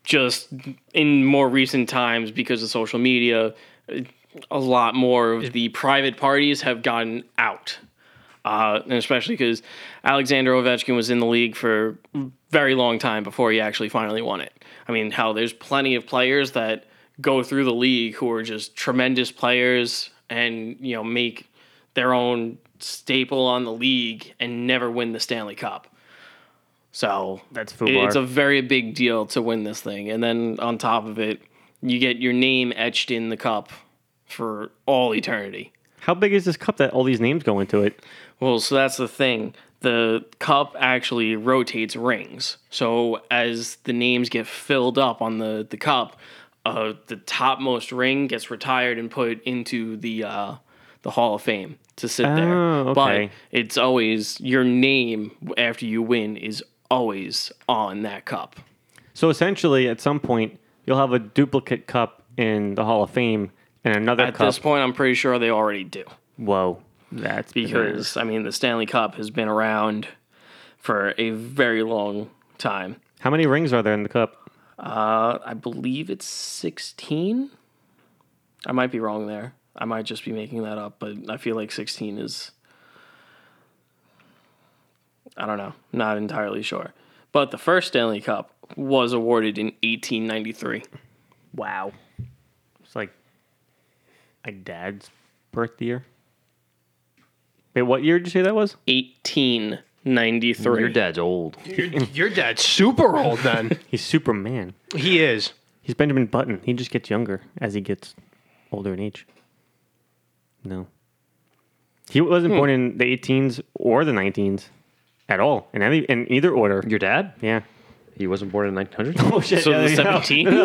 D: Just in more recent times, because of social media, a lot more of the private parties have gotten out. Uh, and especially because Alexander Ovechkin was in the league for a very long time before he actually finally won it. I mean, hell, there's plenty of players that go through the league who are just tremendous players and, you know, make their own staple on the league and never win the Stanley Cup. So
A: That's
D: it-
A: foobar.
D: It's a very big deal to win this thing, and then on top of it, you get your name etched in the cup for all eternity.
A: How big is this cup that all these names go into it?
D: Well, so that's the thing. The cup actually rotates rings. So as the names get filled up on the the cup, uh, the topmost ring gets retired and put into the uh, the Hall of Fame to sit there.
A: Oh, okay.
D: But it's always your name after you win is always on that cup.
A: So essentially, at some point, you'll have a duplicate cup in the Hall of Fame and another
D: At
A: cup.
D: this point, I'm pretty sure they already do.
A: Whoa, that's
D: because I mean the Stanley Cup has been around for a very long time.
A: how many rings are there in the cup?
D: Uh, I believe it's 16. I might be wrong there. I might just be making that up, but I feel like 16 is I don't know, not entirely sure. But the first Stanley Cup was awarded in 1893.
A: Wow, it's like my dad's birth year. Wait, what year did you say that was?
D: 1893.
B: Your dad's old.
C: Your dad's super old then.
A: He's Superman.
C: he is.
A: He's Benjamin Button. He just gets younger as he gets older in age. No. He wasn't born in the 18s or the 19s at all, in, any, in either order.
B: Your dad?
A: Yeah.
B: He wasn't born in 1900.
A: Oh, shit.
D: So
A: yeah,
D: the
A: there you go.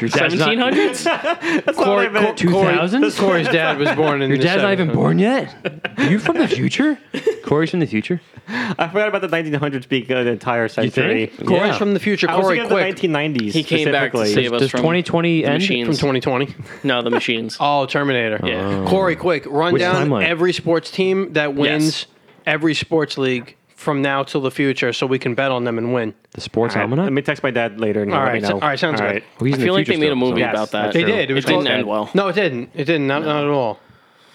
B: Your dad's not-
D: 1700s?
C: Corey,
A: Cor-
C: Cor- Corey-
B: 2000s?
C: Corey's dad was born in
B: Your
C: the
B: dad's not
C: 70s.
B: even born yet. Are you from the future? Corey's from the future.
A: I forgot about the 1900s being uh, the entire century.
B: think?
C: Corey's
B: Yeah.
C: from the future.
A: I was
C: Corey,
A: thinking of the
C: quick.
A: 1990s.
D: He came back to
A: specifically.
D: save us
B: Does
D: from
B: 2020
D: the
B: end?
D: machines.
C: From 2020.
D: No, the machines.
C: Oh, Terminator.
D: Yeah.
C: Corey, quick. Run
B: Which
C: down
B: timeline?
C: every sports team that wins every sports league from now till the future so we can bet on them and win.
B: The sports
A: All right,
B: almanac?
A: Let me text my dad later and he'll
C: All
A: let
C: right,
A: me
C: so-
A: know.
C: all right, sounds good.
B: Oh, he's
D: I
B: in the
D: feel like
B: future
D: they made
B: still,
D: a movie
A: Yes,
D: about that.
A: that's They true.
C: did. It
D: It,
C: was
D: didn't
C: called-
D: end well.
C: No, it didn't. It didn't. Not, not at all.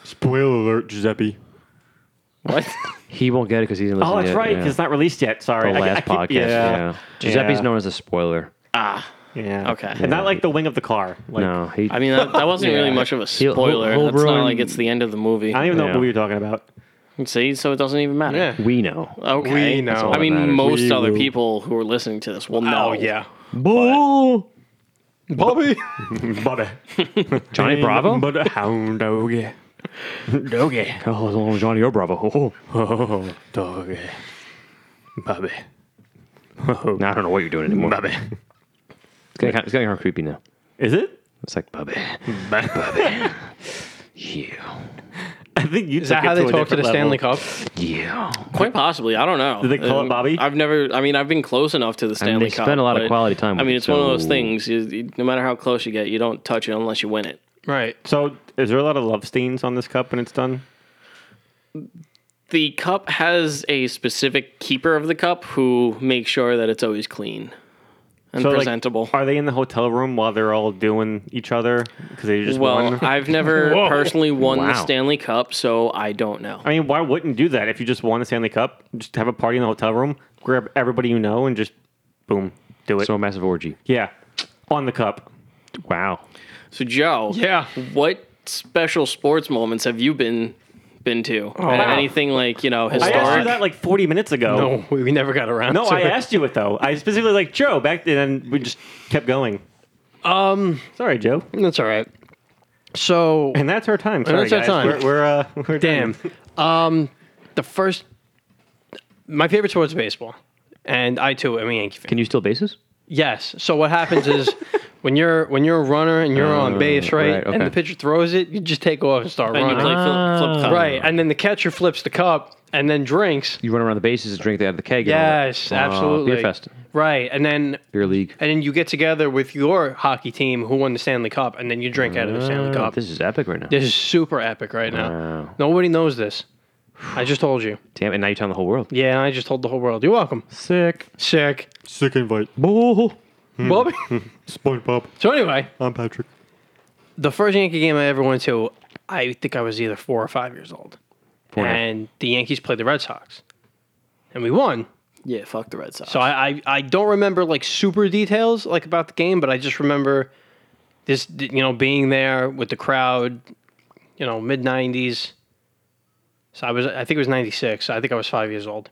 A: Spoiler alert, Giuseppe.
D: What?
B: He won't get it because he didn't listen
A: Oh, that's
B: yet,
A: right. 'cause
B: yeah.
A: It's not released yet. Sorry.
B: the
A: I- I
B: last
A: keep-
B: podcast. Yeah. Giuseppe's known as a spoiler.
D: ah,
A: Yeah.
D: Okay.
A: And not like the wing of the car. Like,
B: no, he.
D: I mean that, that wasn't really much of a
B: He'll- he'll-
D: spoiler.
B: he'll
D: That's not
B: ruin-
D: like it's the end of the movie.
A: I don't even know
B: Yeah.
A: what we were talking about.
D: See, so it doesn't even matter.
C: Yeah.
B: we know.
D: Okay.
C: We know. That's all
D: I
C: that
D: mean,
B: matters.
D: most
A: We
D: other
A: will.
D: people who are listening to this will know.
C: Oh, yeah.
B: Bull.
C: Bobby.
A: But
B: Johnny Bravo.
A: But a hound doggy. Doggy.
B: Oh, it's only Johnny O. Bravo. Oh,
A: Oh, doggy. Bobby.
B: oh. Now I don't know what you're doing anymore. Bubby. It's getting, kind of, it's getting kind of creepy now.
A: Is it?
B: It's like Bubby. Yeah.
A: I think you
C: Is that how they talk to the Stanley Cup?
B: Yeah.
D: Quite possibly. I don't know. Uh,
A: Did they call it Bobby?
D: I've never. I mean, I've been close enough to the Stanley
B: they
D: Cup.
B: spend a lot of
D: but,
B: quality time
D: I
B: with
D: mean,
B: it,
D: it's one of those
B: so-
D: things. You, you, no matter how close you get, you don't touch it unless you win it.
C: Right.
A: So, is there a lot of love stains on this cup when it's done?
D: The cup has a specific keeper of the cup who makes sure that it's always clean and
A: So, like,
D: presentable.
A: Are they in the hotel room while they're all doing each other because they just
D: well,
A: won? I,
D: I've never personally won
B: Wow.
D: the Stanley Cup, so I don't know.
A: mean, why wouldn't you do that if you just won the Stanley Cup? Just have a party in the hotel room, grab everybody you know, and just boom, do it.
B: So a massive orgy.
A: yeah, on the cup.
B: Wow.
D: So Joe,
C: Yeah.
D: what special sports moments have you been been to?
C: Oh,
D: Anything like you know
A: I
D: historic?
A: asked you that like 40 minutes ago.
C: No, we, we never got around.
A: No,
C: to
A: I
C: it.
A: asked you it though. I specifically like Joe back then. and We just kept going. Um, sorry, Joe.
C: That's all right. So
A: And that's our time. Sorry,
C: that's our
A: guys.
C: time.
A: We're, we're, uh, we're
C: Damn.
A: done.
C: Um, the first, my favorite sport is baseball, and I too am a Yankee fan.
B: Can you steal bases?
C: Yes. So what happens is when you're when you're a runner and you're on base, right,
B: Oh, right,
C: and the
B: okay. Oh.
C: pitcher throws it, you just take off and start
D: and you
C: running,
D: play flip, flip cup.
C: right? And then the catcher flips the cup and then drinks.
B: You run around the bases and drink out of the keg. and all that.
C: Yes,
B: Uh,
C: absolutely.
B: beer fest,
C: Right, and then
B: beer league.
C: and then you get together with your hockey team who won the Stanley Cup, and then you drink out of the Stanley
B: Oh,
C: Cup.
B: this is epic right now.
C: This is super epic right now.
B: Wow.
C: Nobody knows this. I just told you.
B: Damn, and now you're telling the whole world.
C: Yeah, I just told the whole world. You're welcome.
B: Sick.
C: Sick.
E: Sick invite. Bull.
C: Bobby.
E: SpongeBob.
C: so anyway,
E: I'm Patrick.
C: the first Yankee game I ever went to, I think I was either four or five years old.
B: Four and a half.
C: and the Yankees played the Red Sox. And we won.
D: Yeah, fuck the Red Sox.
C: So I, I, I don't remember like super details like about the game, but I just remember this you know, being there with the crowd, you know, mid nineties. So I was I think it was ninety six. I think I was five years old.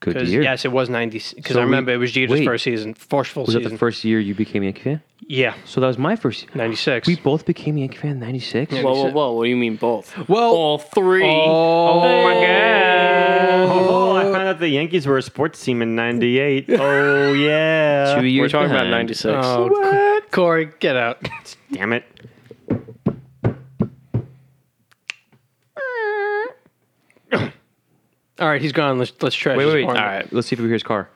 B: Good
C: Because
B: year.
C: yes, it was ninety because
B: So
C: I remember
B: we-
C: it was Jeter's
B: wait.
C: first season, first full
B: Was that
C: season.
B: the first year you became a Yankee fan?
C: yeah,
B: So that was my first. year.
C: ninety six.
B: We both became Yankee fan in '96.
D: whoa, whoa, whoa! What do you mean both?
C: Well-
D: all three.
C: oh my god!
A: Oh, I found out the Yankees were a sports team in '98. Oh yeah.
B: Two
D: We're
B: years
D: talking about
B: behind.
D: '96.
C: Oh, Corey, get out.
A: Damn it.
C: All right, he's gone. Let's let's trash.
B: Wait,
C: his
B: wait, wait. All
C: apartment.
B: right, let's see if we hear his car.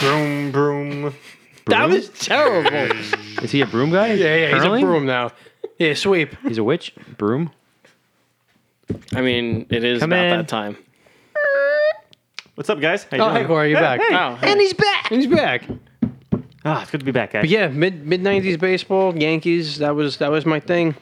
A: Broom, broom.
C: That was terrible.
B: Is he a broom guy?
C: Yeah, yeah,
B: Curling?
C: he's a broom now. Yeah, sweep.
B: He's a witch. Broom.
D: I mean, it is
B: Come
D: about
B: in.
D: that time.
A: What's up, guys? How you
C: Oh, hey,
A: doing?
C: Corey, you're back.
D: Oh, hey.
C: he's back. He's back.
A: Ah, it's good to be back, guys.
C: But yeah, mid mid nineties baseball, Yankees. That was that was my thing.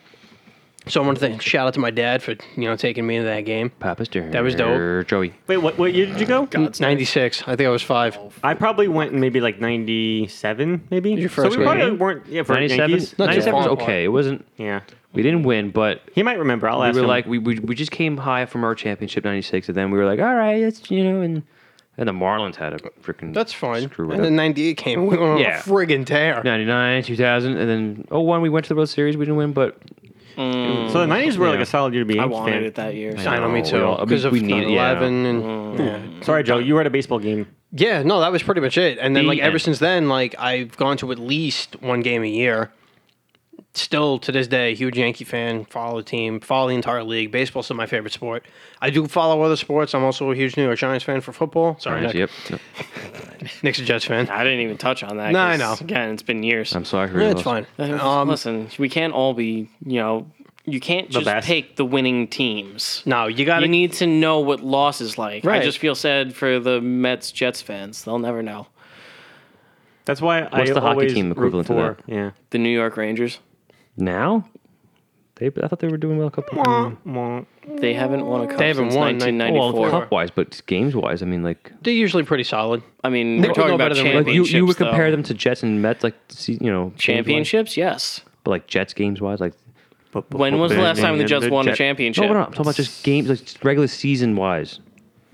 C: So I want to thank, shout out to my dad for you know taking me into that game.
B: Papa's dirt.
C: That was dope.
B: Joey.
A: Wait, what, what year did you go?
D: God's name.
C: Ninety six. I think I was five.
A: I probably went in maybe like '97, maybe.
C: Your
A: so
C: first
A: we probably
C: game?
A: weren't. Yeah, for
B: '97.
A: Yankees.
C: Not too
B: '97 was
C: far apart.
B: okay. It wasn't.
A: Yeah,
B: We didn't win, but
A: he might remember. I'll
B: we
A: ask
B: were
A: him.
B: like we, we we just came high from our championship '96, and then we were like, all right, it's you know, and and the Marlins had a freaking
C: That's fine.
B: Screw it
C: and then
B: up.
C: ninety eight came. We went on
B: Yeah.
C: a friggin' tear.
B: '99, 2000, and then oh one we went to the World Series. We didn't win, but
A: so
C: mm,
A: the '90s were like
B: Yeah.
A: a solid year to be a
D: I
A: Yankees
D: wanted
A: fan.
D: it that year.
C: I know me
B: No, we
C: too.
B: all- we-
C: Because of
B: we need- yeah.
C: 11 and
A: Sorry, Joe, you were at a baseball game.
C: yeah, no, that was pretty much it. And then
B: The
C: like ever
B: end.
C: since then, like I've gone to at least one game a year. Still to this day, huge Yankee fan. Follow the team, follow the entire league. Baseball's still my favorite sport. I do follow other sports. I'm also a huge New York Giants fan for football. Sorry, Nick.
B: yep.
C: Nick's a Jets fan.
D: I didn't even touch on that.
C: No, I
D: 'cause,
C: know.
D: Again, it's been years.
B: I'm sorry. for
C: Yeah,
B: your
C: it's
B: loss.
C: fine.
D: Um,
C: Um,
D: Listen, we can't all be, you know, you can't just
A: best.
D: pick the winning teams.
C: no, you got
D: You
C: to
D: need to know what loss is like.
C: Right.
D: I just feel sad for the Mets Jets fans. They'll never know.
A: That's why
B: What's
A: I
B: the hockey
A: always
B: team
A: root
B: equivalent to
A: for, Yeah.
D: The New York Rangers.
B: Now, they I thought they were doing well a couple.
A: Well,
D: They haven't won a cup
C: They haven't
D: since
C: won, like,
B: Well,
D: 1994.
B: cup wise, but games wise, I mean, like
C: They're usually pretty solid.
D: I mean,
C: They don't
D: we're talking
C: know
D: about
C: better than we do.
B: like you,
D: championships.
B: you would compare
D: though.
B: them to Jets and Mets, like see- you know games-wise,
D: championships. Yes.
B: but like Jets games wise, like
D: When was the last time the Jets won a
B: no,
D: championship?
B: but no, I'm talking about just games, like just regular season wise.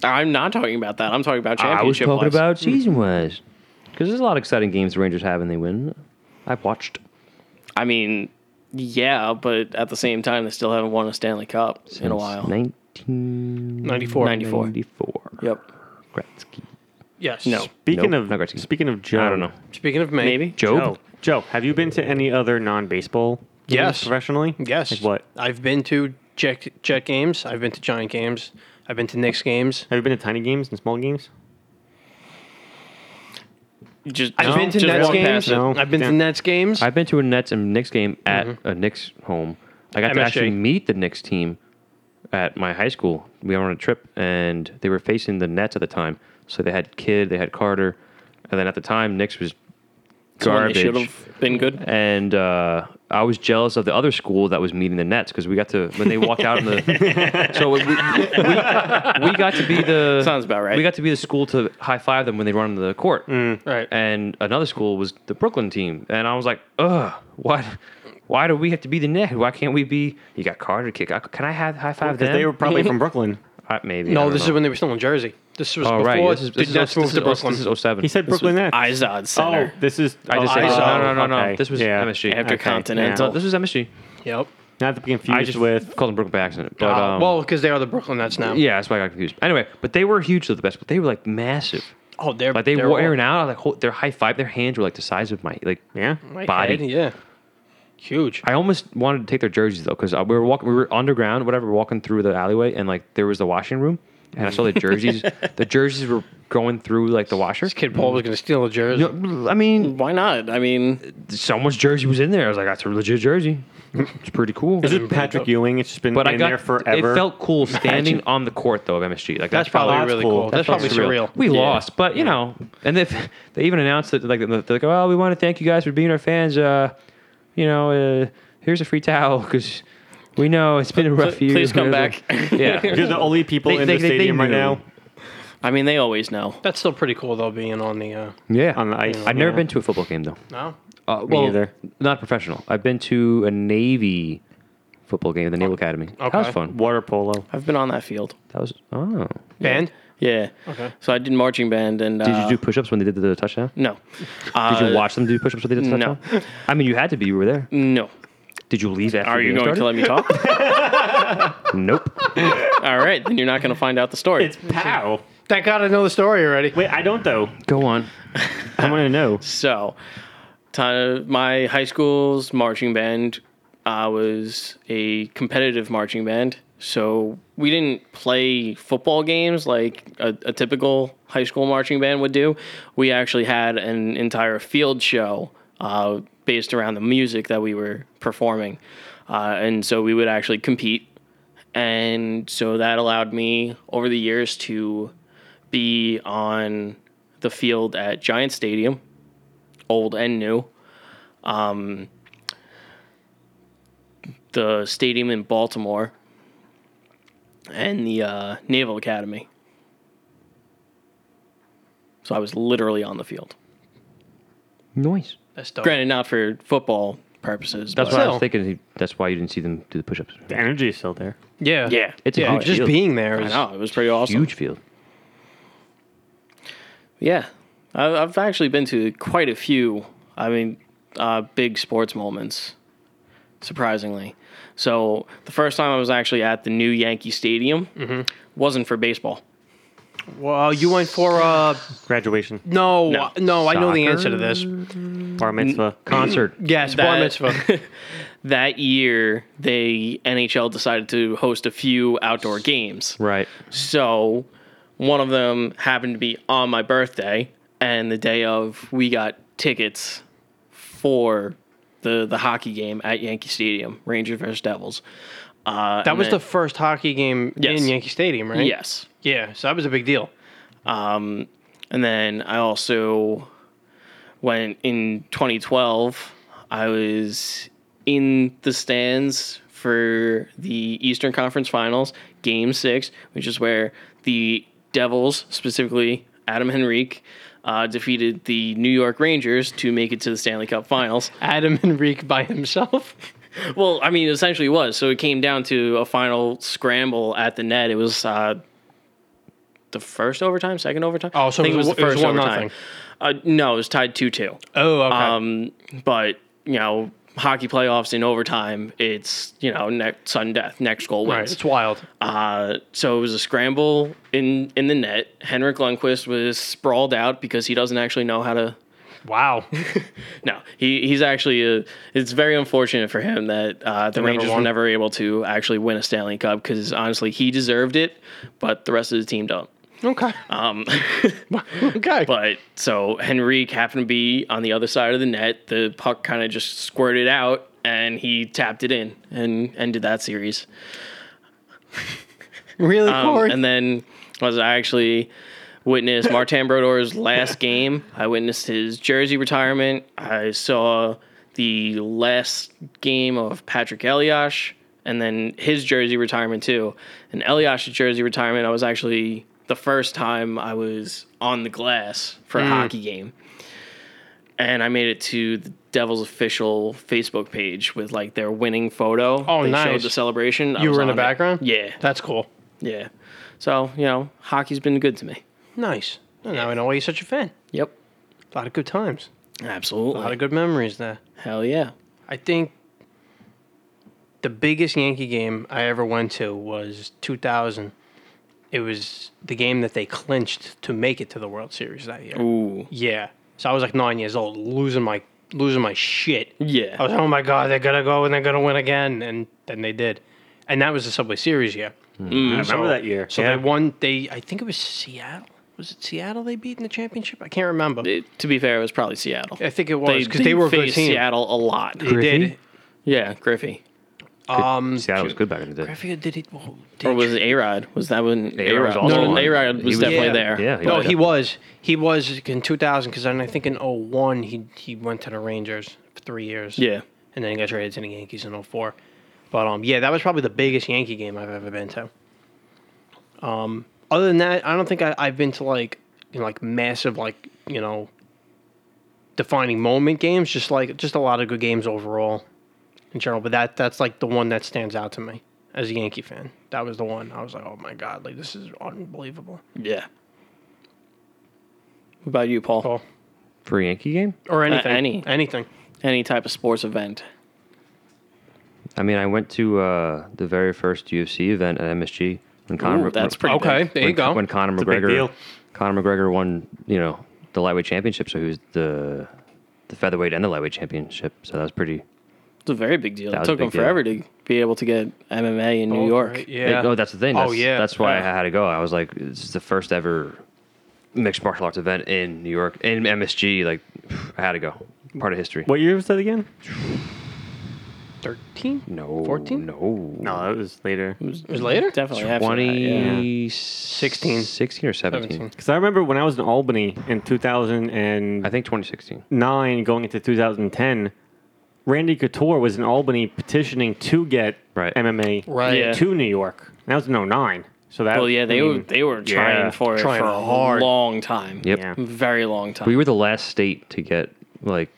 D: I'm not talking about that. I'm talking about
B: I was
D: championship.
B: talking
D: wise.
B: about season wise because there's a lot of exciting games the Rangers have and they win. I've watched
D: I mean, yeah, but at the same time, they still haven't won a Stanley Cup in a while.
C: 94.
D: 94.
B: 1994.
D: Yep.
B: Gretzky.
C: Yes.
D: No.
A: Speaking
B: Nope,
A: of
B: not Gretzky.
A: speaking of Joe,
B: I don't know.
C: Speaking of May.
D: Maybe.
B: Job.
A: Joe, Joe, have you been to any other non-baseball?
C: Yes.
A: games Professionally.
C: Yes.
A: Like what?
C: I've been to Jet, Jet games. I've been to Giant games. I've been to Knicks games.
A: Have you been to tiny games and small games?
D: Just
C: I've
D: no,
C: been to
D: just
C: Nets
D: walk past
C: games.
D: it.
A: No.
C: I've been to
A: Damn.
C: Nets games.
B: I've been to a Nets and Knicks game at
D: Mm-hmm.
B: a Knicks home. I got to
C: MSG.
B: actually meet the Knicks team at my high school. We were on a trip and they were facing the Nets at the time. So they had Kidd, they had Carter, and then at the time Knicks was
D: It's when they
B: garbage.
D: should have been good.
B: and uh, I was jealous of the other school that was meeting the Nets because we got to when they walked out in the. So we, we, we got to be the
D: Sounds about right. Mm.
B: We got to be the school to high five them when they run into the court.
C: Right.
B: And another school was the Brooklyn team, and I was like, ugh, what? Why do we have to be the Nets? Why can't we be? You got Carter kick. I- Can I have high five
A: Because
B: them?
A: they were probably from Brooklyn.
B: I- maybe. I
C: no,
B: don't
C: this
B: know.
C: is when they were still in Jersey. This was
B: Oh,
C: before
B: right. This is, this
C: the
B: is,
C: Nets
B: this
C: moved
B: is,
C: to
B: this is- oh
C: Brooklyn.
B: This is 07.
A: He said
D: This
A: Brooklyn
D: was
A: Nets.
D: Izod
A: Oh,
D: Center.
A: this is.
B: I just
A: oh,
B: said
A: oh,
B: no, no, no, no.
A: okay.
B: This was
A: Yeah.
B: MSG.
D: After
A: Okay,
D: Continental.
B: No, Uh, this was MSG.
C: yep.
A: Not to be
B: I
A: confused
B: just
A: with.
B: called them Brooklyn by accident. But,
C: Uh,
B: um,
C: well, because they are the Brooklyn Nets now.
B: yeah, that's why I got confused. Anyway, but they were huge to the best, but they were like massive.
C: Oh, they're
B: Like they
C: they're
B: were wearing
C: all-
B: out. Like ho- their high five, their hands were like the size of my like.
A: Yeah.
C: my
B: body.
C: head, yeah. Huge.
B: I almost wanted to take their jerseys though, because we were walking, we were underground, whatever, walking through the alleyway, and like there was the washing room, and I saw the jerseys. the jerseys were going through like the washer.
C: This kid Paul was going to steal a jersey.
B: No, I mean,
D: Why not? I mean,
B: someone's jersey was in there. I was like, that's a legit jersey. It's pretty cool.
A: This is Patrick Ewing. It's just been
B: but
A: in
B: I got
A: there forever.
B: It felt cool standing on the court though of MSG. Like
C: That's
B: that felt-
C: probably
A: that's
C: really
A: cool.
C: cool.
A: That
C: That's probably
B: felt
C: surreal.
B: We lost, but you know, and if they even announced that like they're like, oh, we want to thank you guys for being our fans. Uh, you know, uh, here's a free towel because we know it's been a rough
D: Pl-
B: year.
D: please come back.
B: yeah.
A: You're the only people
B: They-
A: in
B: they-
A: the
B: they- they
A: stadium right
B: knew.
A: now
D: I mean, they always know.
C: That's still pretty cool though, being on the. Uh,
B: Yeah.
A: on the ice.
B: I've never
A: Yeah.
B: been to a football game though.
C: no,
B: Uh,
A: Me
B: well,
A: neither.
B: Not professional. I've been to a Navy football game at the Naval Academy. That was
C: Okay.
B: fun.
A: water polo.
D: I've been on that field.
B: That was oh.
C: band.
D: Yeah. Okay. So I did marching band and.
B: Did
D: uh,
B: you do push-ups when they did the touchdown?
D: No.
B: Did
D: Uh,
B: you watch them do push-ups when they did the
D: no.
B: touchdown? I mean, you had to be. You were there.
D: No.
B: Did you leave after
D: Are
B: the
D: you
B: game
D: going to
B: started?
D: let me talk?
B: Nope.
D: All right, then you're not going to find out the story.
A: It's pow.
C: Thank God I know the story already.
A: Wait, I don't though.
B: Go on.
A: I want to know.
D: So, ti- my high school's marching band uh, was a competitive marching band. So we didn't play football games like a, a typical high school marching band would do. We actually had an entire field show uh, based around the music that we were performing, uh, and so we would actually compete. And so that allowed me over the years to be on the field at Giant Stadium, old and new. Um, the stadium in Baltimore and the uh, Naval Academy. So I was literally on the field.
B: Noise.
C: That's dope.
D: Granted, not for football purposes.
B: That's
D: but-
B: what I was
C: So-
B: thinking. he- That's why you didn't see them do the push-ups.
A: The energy is still there.
C: Yeah,
D: Yeah.
B: It's a
C: yeah.
B: huge
C: Just
B: field.
C: being there
D: I
C: is
D: know. It was pretty awesome.
B: huge field.
D: Yeah, I- I've actually been to quite a few. I mean, uh, big sports moments, surprisingly. So the first time I was actually at the new Yankee Stadium wasn't for baseball.
C: Well, you went for uh
A: Graduation,
C: no,
D: No.
C: no. I know the
B: Soccer?
C: answer to this.
A: bar mitzvah.
B: Concert.
C: Yes, bar
D: That-
C: mitzvah.
D: That year, the NHL decided to host a few outdoor games.
B: right.
D: So one of them happened to be on my birthday, and the day of, we got tickets for the the hockey game at Yankee Stadium, Rangers versus Devils. Uh,
C: That
D: and
C: was
D: then-
C: the first hockey game
D: Yes.
C: in Yankee Stadium, right?
D: yes,
C: Yeah. So that was a big deal.
D: um, and then I also went in 2012. I was in the stands for the Eastern Conference Finals, Game Six, which is where the Devils, specifically Adam Henrique, uh, defeated the New York Rangers to make it to the Stanley Cup Finals.
C: Adam Enrique by himself.
D: Well, I mean, it essentially was. So it came down to a final scramble at the net. It was uh, the first overtime, second overtime.
C: Oh, so
D: I
C: it
D: think
C: was-
D: it was the
C: it was
D: first
C: one
D: overtime.
C: nothing.
D: Uh, no, it was tied two two.
C: Oh, okay.
D: Um, but you know, hockey playoffs in overtime, it's you know, ne- sudden death, next goal
C: right.
D: wins.
C: It's wild.
D: Uh, so it was a scramble in in the net. Henrik Lundqvist was sprawled out because he doesn't actually know how to
C: Wow.
D: no, he he's actually a, it's very unfortunate for him that uh, the Rangers were
C: won.
D: never able to actually win a Stanley Cup because honestly he deserved it, but the rest of the team don't.
C: Okay.
D: Um,
C: Okay.
D: but so Henrique happened to be on the other side of the net. The puck kind of just squirted out, and he tapped it in and ended that series.
C: really,
D: Um,
C: Corey?
D: and then was I actually witnessed Martin Brodor's last game. I witnessed his jersey retirement. I saw the last game of Patrick Eliash and then his jersey retirement too. And Eliash's jersey retirement, I was actually the first time I was on the glass for a
C: Hmm.
D: hockey game. And I made it to the Devil's official Facebook page with like their winning photo.
C: Oh,
D: they
C: nice.
D: Showed the celebration. I
C: You
D: was
C: were in the
D: on it.
C: background?
D: Yeah,
C: That's cool.
D: yeah. So you know, hockey's been good to me.
C: Nice. Well, Now I know why you're such a fan.
D: Yep,
C: A lot of good times. A lot
D: absolutely.
C: of good memories there.
D: Hell yeah.
C: I think the biggest Yankee game I ever went to was 2000. It was the game that they clinched to make it to the World Series that year.
D: Ooh.
C: Yeah. So I was like nine years old, losing my losing my shit.
D: Yeah.
C: I was oh my god, they're gonna go and they're gonna win again, and then they did, and that was the Subway Series year.
A: I remember that year.
C: So
A: yeah.
C: they won. They I think it was Seattle. Was it Seattle they beat in the championship? I can't remember.
D: It- to be fair, it was probably Seattle.
C: I think it was because they, were a good
D: faced
C: team.
D: Seattle a lot.
C: They did.
B: Griffey?
D: Yeah, Griffey.
C: Um,
B: Seattle was good back in the day.
C: Griffey, or did he? Well, did
D: Or
C: he-
D: was it A Rod? Was that when A
B: A-Rod was
D: Rod?
B: also
D: No,
B: on.
D: A Rod
B: He
D: was,
B: was-
D: definitely
C: Yeah.
D: there.
B: Yeah, he
C: No,
B: was
C: he was. He was in 2000 because I think in 01 he he went to the Rangers for three years.
D: Yeah.
C: and then he got traded to the Yankees in 04. But um, yeah, that was probably the biggest Yankee game I've ever been to. Um, other than that, I don't think I, I've been to like you know, like massive like you know defining moment games. Just like just a lot of good games overall in general. But that that's like the one that stands out to me as a Yankee fan. That was the one I was like, oh my god, like this is unbelievable.
D: Yeah. What about you, Paul?
C: Paul.
B: For a Yankee game?
C: Or anything,
D: any.
C: anything.
D: Any type of sports event?
B: I mean, I went to uh, the very first UFC event at MSG when Conor.
D: Ooh, that's
B: when-
D: pretty
C: Okay,
D: big.
C: there you
B: when,
C: go.
B: When Conor
A: a big
B: McGregor,
A: deal.
B: Conor McGregor won, you know, the lightweight championship, so he was the the featherweight and the lightweight championship. So that was pretty.
D: It's a very big deal.
B: That
D: It
B: was a
D: took
B: big
D: them
B: deal.
D: forever to be able to get MMA
C: Oh,
D: in New York.
C: Yeah.
B: No, that's the thing.
C: Oh,
B: That's,
C: yeah.
B: That's why I
C: Yeah.
B: had to go. I was like, it's the first ever mixed martial arts event in New York in MSG. Like, I had to go. Part of history.
A: what year was that again?
C: 13?
B: No.
C: 14?
B: No.
A: No, that was later.
C: It was later?
D: Definitely after that, yeah.
B: 20,
C: 16.
B: 16 or 17.
C: 17.
A: Because I remember when I was in Albany in 2009
B: I think 2016.
A: going into 2010, Randy Couture was in Albany petitioning to get
B: Right.
A: MMA
C: Right.
D: Yeah.
A: to New York. And that was in 09. So that
D: Well, yeah, they
A: I
D: were
A: mean,
D: they were trying
A: yeah,
D: for it
C: trying
D: for
C: hard.
D: a long time.
B: Yep.
A: Yeah.
D: Very long time.
B: We were the last state to get like,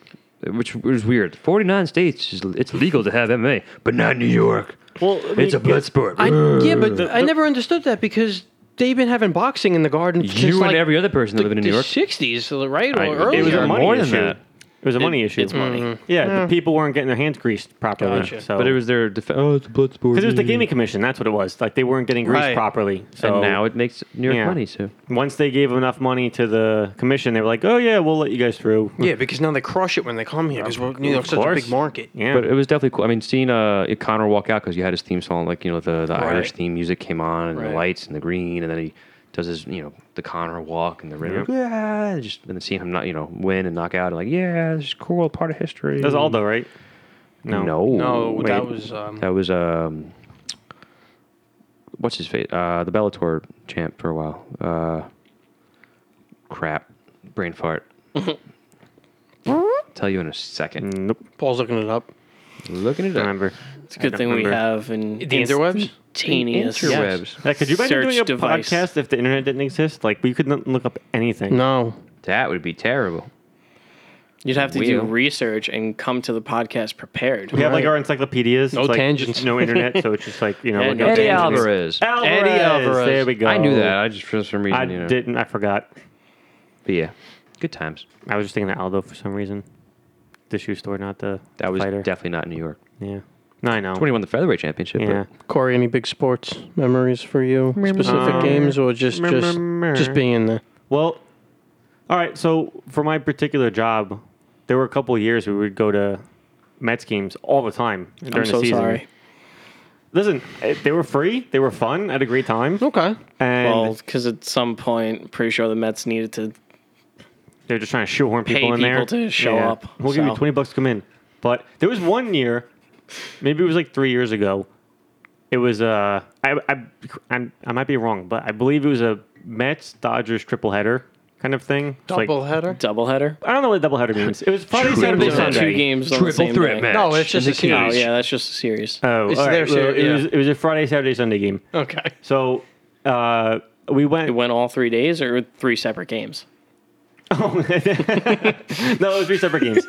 B: which was weird. Forty nine states, is- it's legal to have MMA, but not New York.
A: Well, I
B: It's a
A: mean,
B: blood sport.
C: I, yeah, but
A: The-
C: I
A: the-
C: never understood that because they've been having boxing in the garden since
B: you and
C: like
B: every other person that
C: the,
B: living in New
C: the
B: York.
C: 60s, right? Or
B: I-
C: earlier.
A: It was
B: Yeah,
A: a money
B: more than
A: issue.
B: that.
A: It was a money issue.
D: It's money.
A: Yeah, the people weren't getting their hands greased properly.
C: Gotcha.
A: So.
B: But it was their defense. Oh, it's a blood sport. Mm.
A: because it was the gaming commission. That's what it was. Like they weren't getting greased
C: Right.
A: properly. So
B: And now it makes New York
A: Yeah.
B: money. So
A: once they gave enough money to the commission, they were like, "Oh yeah, we'll let you guys through."
C: yeah, because now they crush it when they come here because we're New York's
A: Of
C: such a big
A: course.
C: market.
A: Yeah,
B: But it was definitely cool. I mean, seeing uh, Connor walk out because you had his theme song, like you know the, the Irish theme music came on and
C: Right.
B: the lights and the green, and then he does his you know the Connor walk and the rhythm, "Yeah," just and then seeing him not you know win and knock out and like yeah, this is cool, part of history.
A: that was Aldo, right?
B: No,
C: No, that
A: wait.
C: was um,
B: that was um, what's his face? Uh, the Bellator champ for a while. Uh, crap, brain fart. Tell you in a second.
A: Nope,
C: Paul's looking it up.
B: Looking at
A: I remember.
D: it's a good thing we
A: remember.
D: have an the
C: interwebs?
D: instantaneous
B: interwebs.
A: Yeah, could you imagine
D: Search
A: doing a
D: device.
A: podcast if the internet didn't exist? Like we couldn't look up anything.
C: No.
B: That would be terrible.
D: You'd have to
B: Wheel.
D: do research and come to the podcast prepared.
A: We have like our encyclopedias.
C: No
A: it's, like,
C: tangents.
A: just no internet, so it's just like you know.
D: Yeah,
A: look
D: no
A: up
B: Eddie
A: tangents.
B: Alvarez.
A: Alvarez.
C: Eddie Alvarez.
A: There we go.
B: I knew that. I just for some reason,
A: I
B: you know.
A: didn't. I forgot.
B: But yeah, good times.
A: I was just thinking of Aldo for some reason. The shoe store, not the
B: That was
A: fighter.
B: definitely not New York.
A: yeah. No, I know.
B: Twenty won the featherweight championship. but-
A: Yeah.
C: Corey, any big sports memories for you? Specific games or just just just being in there?
A: Well, all right. So for my particular job, there were a couple of years we would go to Mets games all the time during
D: I'm
A: the
D: so
A: season.
D: sorry.
A: Listen, eh, they were free. They were fun. I had a great time.
C: Okay.
A: And
D: Well, because at some point, pretty sure the Mets needed to.
A: they're just trying to shoehorn people
D: Pay
A: in there
D: people to show up,
A: We'll give you
D: so.
A: twenty bucks to come in. But there was one year, maybe it was like three years ago. It was uh, I I I'm, I might be wrong, but I believe it was a Mets Dodgers triple header kind of thing. It's like-
C: Double header.
D: Doubleheader.
A: I don't know what doubleheader means. It was probably Saturday,
D: Those are
A: Sunday.
D: Two games on the same day.
C: No, it's just a
D: Oh
C: series.
D: yeah, that's just a series.
A: Oh,
C: It's
A: all
C: their
A: right. Well,
C: series,
A: it, was,
C: yeah.
A: it was a Friday, Saturday, Sunday game.
C: Okay.
A: So uh, we went.
D: it went all three days or three separate games.
A: no, it was three separate games.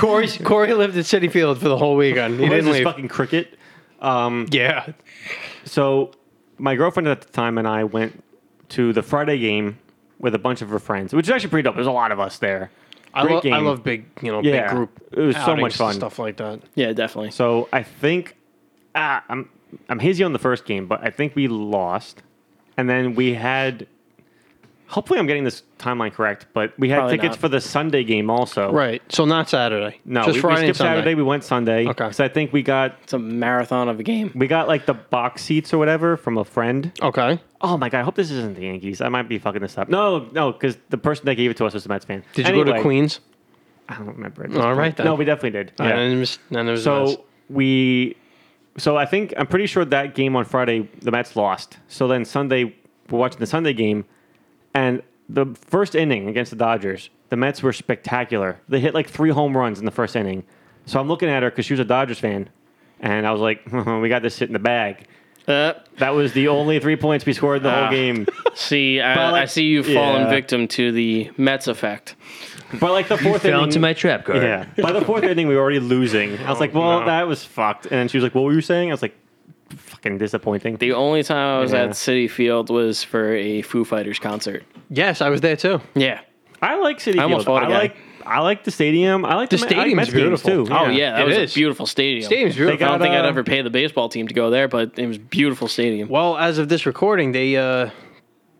C: Corey's, Corey lived at City Field for the whole weekend. He
A: It was
C: didn't
A: just
C: leave.
A: fucking cricket.
C: yeah.
A: So my girlfriend at the time and I went to the Friday game with a bunch of her friends, which is actually pretty dope. There's a lot of us there.
C: I,
A: Great
C: lo- I
A: game.
C: love big, you know,
A: Yeah.
C: big group.
A: It was so
C: outings
A: much
C: and
A: fun.
C: Stuff like that.
D: Yeah, definitely.
A: So I think ah, I'm I'm hazy on the first game, but I think we lost, and then we had. Hopefully, I'm getting this timeline correct, but we had
D: Probably
A: tickets
D: not.
A: for the Sunday game also.
C: Right. So not Saturday.
A: No,
C: Just
A: we, we
C: Friday
A: skipped
C: and Sunday.
A: Saturday. We went Sunday.
C: Okay.
A: So I think we got
D: It's a marathon of a game.
A: we got like the box seats or whatever from a friend.
C: Okay.
A: Oh my god! I hope this isn't the Yankees. I might be fucking this up. No, no, because the person that gave it to us was the Mets fan.
C: Did you go to
A: Anyway,
C: Queens?
A: I don't remember. at this
C: All
A: point.
C: right then.
A: No, we definitely did.
C: And
A: Yeah.
C: then it was, then it was
A: So
C: Mets.
A: we, so I think I'm pretty sure that game on Friday the Mets lost. So then Sunday we're watching the Sunday game, and the first inning against the Dodgers, the Mets were spectacular. They hit like three home runs in the first inning. So I'm looking at her because she was a Dodgers fan, and I was like, we got this shit in the bag.
D: Uh,
A: That was the only three points we scored the whole
D: Ah.
A: game.
D: see, I,
A: But, like,
D: I see you've fallen
A: yeah.
D: victim to the Mets effect.
A: But like the fourth
B: Fell
A: inning,
B: into my trap card. Oh,
A: yeah. By the fourth inning, we were already losing. I was like, well, that was fucked. And then she was like, what were you saying? I was like, fucking disappointing.
D: The only time I was
A: Yeah.
D: at City Field was for a Foo Fighters concert.
C: yes, I was there too.
D: Yeah.
A: I like City
D: I almost
A: Field.
D: fought a
A: I
D: guy.
A: like I like the stadium. I like the, Ma- I like
C: stadium's
A: Mets games,
C: beautiful.
A: too.
D: Oh yeah, that
C: It
D: was
C: is.
D: a beautiful stadium.
C: Stadium's
D: I
C: beautiful.
D: don't think I'd
A: uh,
D: ever pay the baseball team to go there, but it was a beautiful stadium.
C: Well, as of this recording, they uh,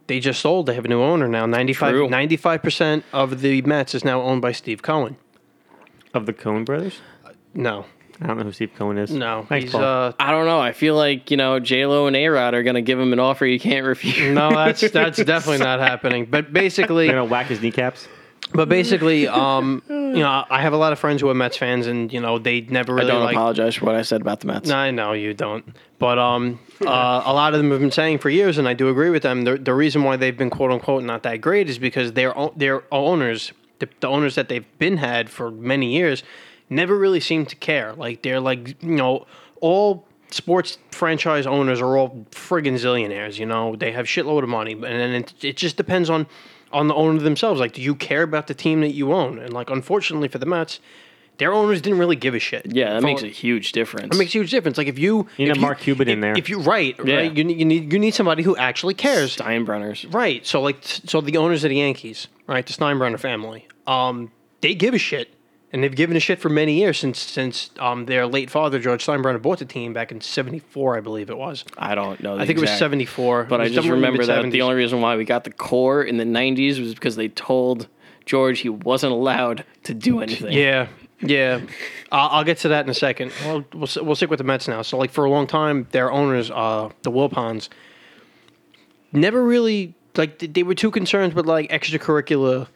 C: they just sold. They have a new owner now. 95
D: True.
C: 95 percent of the Mets is now owned by Steve Cohen.
A: Of the Cohen brothers,
C: No,
A: I don't know who Steve Cohen is.
C: no,
A: thanks,
C: he's
A: Paul.
C: uh,
D: I don't know. I feel like you know J Lo and A Rod are gonna give him an offer you can't refuse.
C: no, that's that's definitely not happening. But basically,
A: They're gonna whack his kneecaps.
C: But basically, um, you know, I have a lot of friends who are Mets fans, and you know, they never
D: I
C: really
D: don't
C: like.
D: apologize for what I said about the Mets.
C: No, I know you don't. But um, uh, a lot of them have been saying for years, and I do agree with them. The, the reason why they've been quote unquote not that great is because their o- their owners, the, the owners that they've been had for many years, never really seem to care. Like they're like you know all sports franchise owners are all friggin' zillionaires. You know they have shitload of money, and then it, it just depends on on the owner themselves. Like, do you care about the team that you own? And like, unfortunately for the Mets. Their owners didn't really give a shit.
D: Yeah, that
C: For-
D: makes a huge difference.
C: it makes a huge difference. Like if you
A: You need
C: if
A: a Mark Cuban in
C: if-
A: there.
C: If you right,
D: Yeah.
C: right, you need, you need you need somebody who actually cares.
D: Steinbrenners.
C: Right. So like so the owners of the Yankees, right, the Steinbrenner family, um, they give a shit. And they've given a shit for many years since since um, their late father George Steinbrenner bought the team back in '74, I believe it was.
D: I don't know. The
C: I think it was
D: exact-
C: '74,
D: But I just remember that the only reason why we got the core in the 90s was because they told George he wasn't allowed to do anything.
C: Yeah, yeah. I'll, I'll get to that in a second. Well, we'll s- we'll stick with the Mets now. So, like for a long time, their owners, uh, the Wilpons, never really like th- they were too concerned with like extracurricular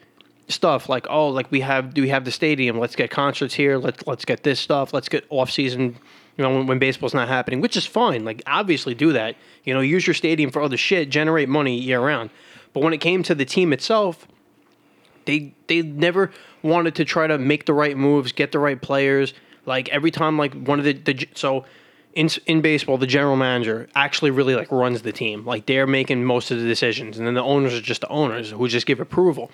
C: stuff. Like, oh, like we have do we have the stadium? Let's get concerts here. Let's let's get this stuff. Let's get off season. You know, when, when baseball's not happening, which is fine. Like, obviously, do that. You know, use your stadium for other shit. Generate money year round. But when it came to the team itself, they they never wanted to try to make the right moves, get the right players. Like every time, like one of the, the g- so in in baseball, the general manager actually really like runs the team. Like they're making most of the decisions, and then the owners are just the owners who just give approval.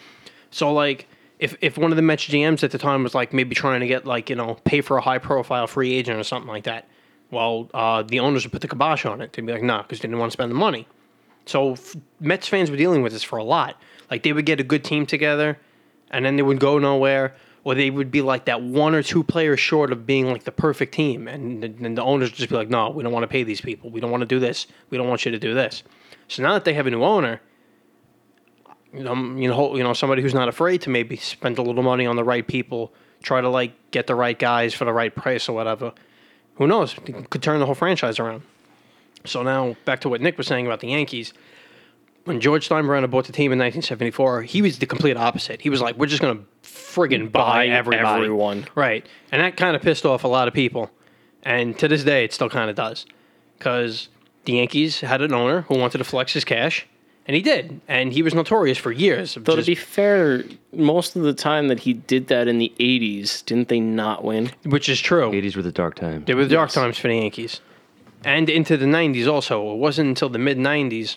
C: So like if if one of the Mets GMs at the time was like maybe trying to get like you know pay for a high profile free agent or something like that, well uh, the owners would put the kibosh on it. They'd be like nah, because they didn't want to spend the money. So f- Mets fans were dealing with this for a lot. Like they would get a good team together, and then they would go nowhere, or they would be like that one or two players short of being like the perfect team, and th- then the owners would just be like, "No, we don't want to pay these people. We don't want to do this. We don't want you to do this." So now that they have a new owner, you know, m- you know, ho- you know, somebody who's not afraid to maybe spend a little money on the right people, try to like get the right guys for the right price or whatever. Who knows? It Could turn the whole franchise around. So now back to what Nick was saying about the Yankees. When George Steinbrenner bought the team in 1974, he was the complete opposite. He was like, "We're just going to friggin' buy,
D: Buy
C: everybody.
D: everyone.
C: right? And that kind of pissed off a lot of people. And to this day, it still kind of does, because the Yankees had an owner who wanted to flex his cash, And he did. And he was notorious for years. of
D: Though
C: just-
D: to be fair, most of the time that he did that in the '80s, didn't they not win?
C: which is true.
B: 80s were the dark time.
C: There were dark times for the Yankees. And into the 90s also. It wasn't until the mid 90s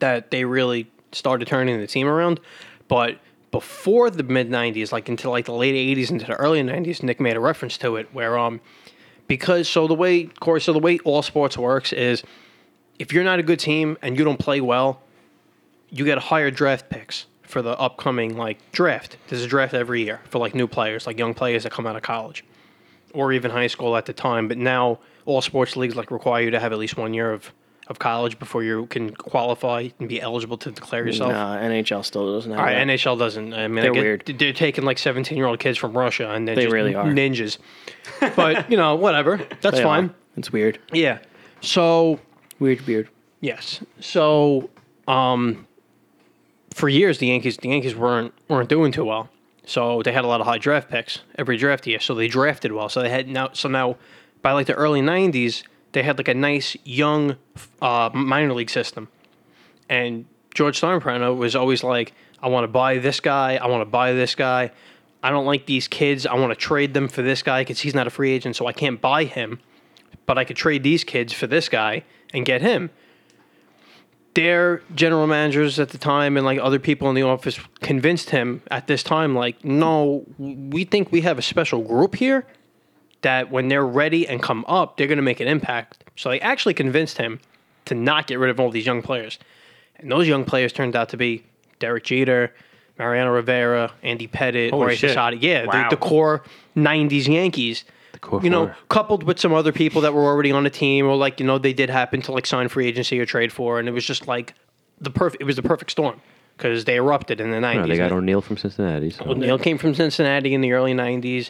C: that they really started turning the team around. But before the mid 90s, like into like the late 80s into the early 90s, Nick made a reference to it where um because so the way Corey, so the way all sports works is if you're not a good team and you don't play well, you get higher draft picks for the upcoming like draft. There's a draft every year for like new players, like young players that come out of college or even high school at the time. But now all sports leagues like require you to have at least one year of, of college before you can qualify and be eligible to declare yourself.
D: Nah, NHL still doesn't have.
C: All right,
D: that.
C: NHL doesn't. I mean,
D: They're
C: I get-
D: weird.
C: They're taking like seventeen-year-old kids from Russia, and they're
D: They
C: just
D: really are.
C: ninjas. but you know, whatever. That's
D: They are.
C: fine.
D: It's weird.
C: Yeah. So
D: Weird, weird.
C: Yes. So, um, for years the Yankees the Yankees weren't weren't doing too well. So they had a lot of high draft picks every draft year. So they drafted well. So they had now. So now, by like the early '90s, they had like a nice young uh, minor league system. And George Steinbrenner was always like, "I want to buy this guy. I want to buy this guy. I don't like these kids. I want to trade them for this guy because he's not a free agent, so I can't buy him. But I could trade these kids for this guy and get him." their general managers at the time and like other people in the office convinced him at this time like no we think we have a special group here that when they're ready and come up they're going to make an impact so they actually convinced him to not get rid of all these young players and those young players turned out to be Derek Jeter Mariano Rivera Andy Pettit
A: Holy
C: Jorge
A: shit.
C: Posada. yeah
A: Wow.
C: the, the core 90s Yankees
B: core
C: you know
B: four.
C: coupled with some other people that were already on the team or like you know they did happen to like sign free agency or trade for and it was just like the perfect it was the perfect storm because they erupted in the 90s
B: No, they got O'Neill from Cincinnati. So.
C: O'Neal came from Cincinnati in the early 90s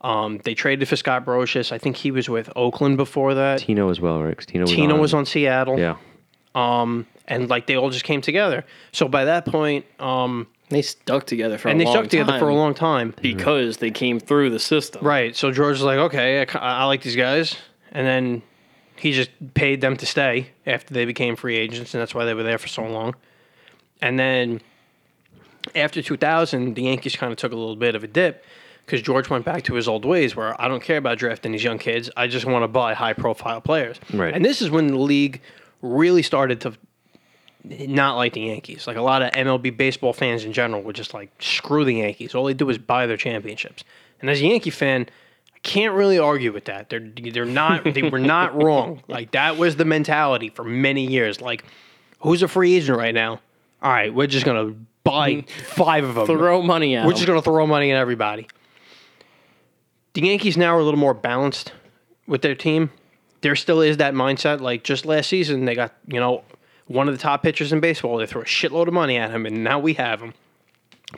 C: um, they traded for Scott Brocious I think he was with Oakland before that
B: Tino as well, Rick. Tino was
C: Tino
B: on.
C: was on Seattle
B: Yeah.
C: and like they all just came together so by that point um,
D: They stuck together for
C: and
D: a
C: they
D: long
C: stuck together for a
D: time
C: long time
D: because they came through the system.
C: Right. So George was like, okay, I, ki- I like these guys. And then he just paid them to stay after they became free agents, and that's why they were there for so long. And then after 2000, the Yankees kind of took a little bit of a dip because George went back to his old ways where I don't care about drafting these young kids. I just want to buy high profile players.
B: Right.
C: And this is when the league really started to not like the Yankees. Like a lot of MLB baseball fans in general were just like, screw the Yankees. All they do is buy their championships. And as a Yankee fan, I can't really argue with that. They're they're not they were not wrong. Like that was the mentality for many years. Like, who's a free agent right now? All right, we're just gonna buy five of them.
D: Throw money at
C: We're
D: 'em.
C: just going to throw money at everybody. The Yankees now are a little more balanced with their team. There still is that mindset. Like just last season, they got you know one of the top pitchers in baseball. They threw a shitload of money at him, and now we have him.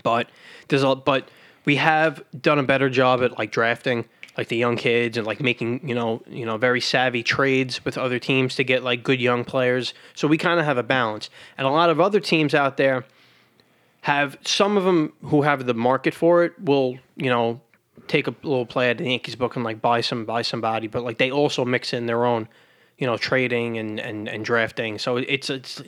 C: But there's a but we have done a better job at like drafting like the young kids and like making you know you know very savvy trades with other teams to get like good young players. So we kind of have a balance, and a lot of other teams out there have some of them who have the market for it will you know take a little play at the Yankees book and like buy some buy somebody, but like they also mix in their own you know trading and and and drafting. So it's it's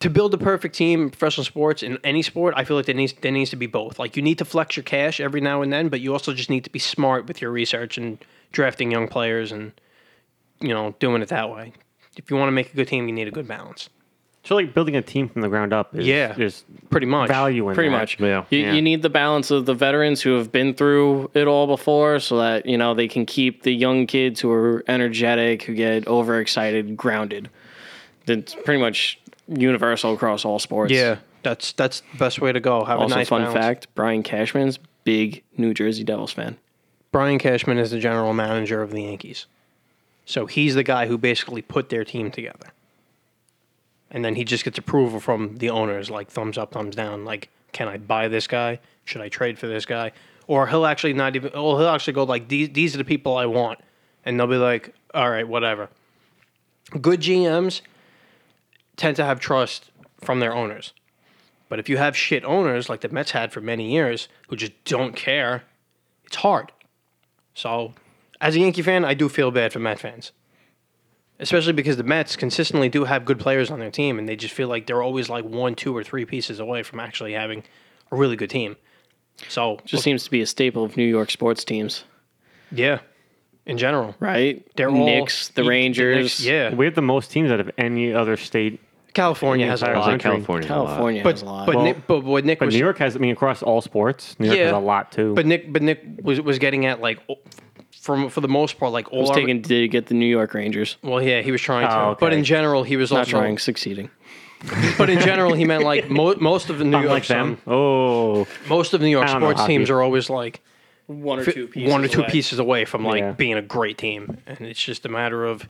C: to build the perfect team in professional sports in any sport i feel like there needs, there needs to be both like you need to flex your cash every now and then but you also just need to be smart with your research and drafting young players and you know doing it that way if you want to make a good team you need a good balance
A: So like building a team from the ground up is
C: Yeah.
A: there's
C: pretty much
A: value in
D: Pretty
A: that.
D: much.
B: Yeah.
D: You,
A: Yeah.
D: you need the balance of the veterans who have been through it all before so that, you know, they can keep the young kids who are energetic, who get overexcited, grounded. That's pretty much universal across all sports.
C: Yeah, that's that's the best way to go. Have
D: Also,
C: a nice
D: fun
C: balance.
D: fact Brian Cashman's big New Jersey Devils fan.
C: Brian Cashman is the general manager of the Yankees, so he's the guy who basically put their team together, and then he just gets approval from the owners, like thumbs up, thumbs down. Like, can I buy this guy? Should I trade for this guy? Or he'll actually not even. Oh, he'll actually go like these. These are the people I want, and they'll be like, all right, whatever. Good GMs tend to have trust from their owners. But if you have shit owners like the Mets had for many years who just don't care, it's hard. So, as a Yankee fan, I do feel bad for Met fans. especially because the Mets consistently do have good players on their team, and they just feel like they're always like one, two, or three pieces away from actually having a really good team. So
D: Just seems to be a staple of New York sports teams,
C: yeah, in general,
D: right?
C: They're all
D: Knicks, the
C: equal-
D: Rangers,
C: yeah,
A: We have the most teams out of any other state.
C: California
A: Yeah,
C: has a
A: I was
C: lot.
A: like,
B: California.
D: California
C: But
D: has a lot.
C: but
A: Well,
C: Nick, but what Nick
A: But
C: was
A: New York has, I mean, across all sports, New York has
C: Yeah.
A: a lot too.
C: but Nick but Nick was was getting at like o- from for the most part like all
D: was
C: our,
D: taken to get the New York Rangers.
C: well yeah he was trying to
A: Oh,
C: but
A: okay.
C: in general he was
D: Not
C: also
D: trying, succeeding.
C: but in general he meant like mo- most of the New um,
A: Not
C: York
A: like
C: some-
A: them. Oh,
C: most of the New York
A: I don't know
C: sports
A: hockey.
C: teams are always like
D: One or
C: fi- one or two pieces away from like
A: Yeah.
C: being a great team, and it's just a matter of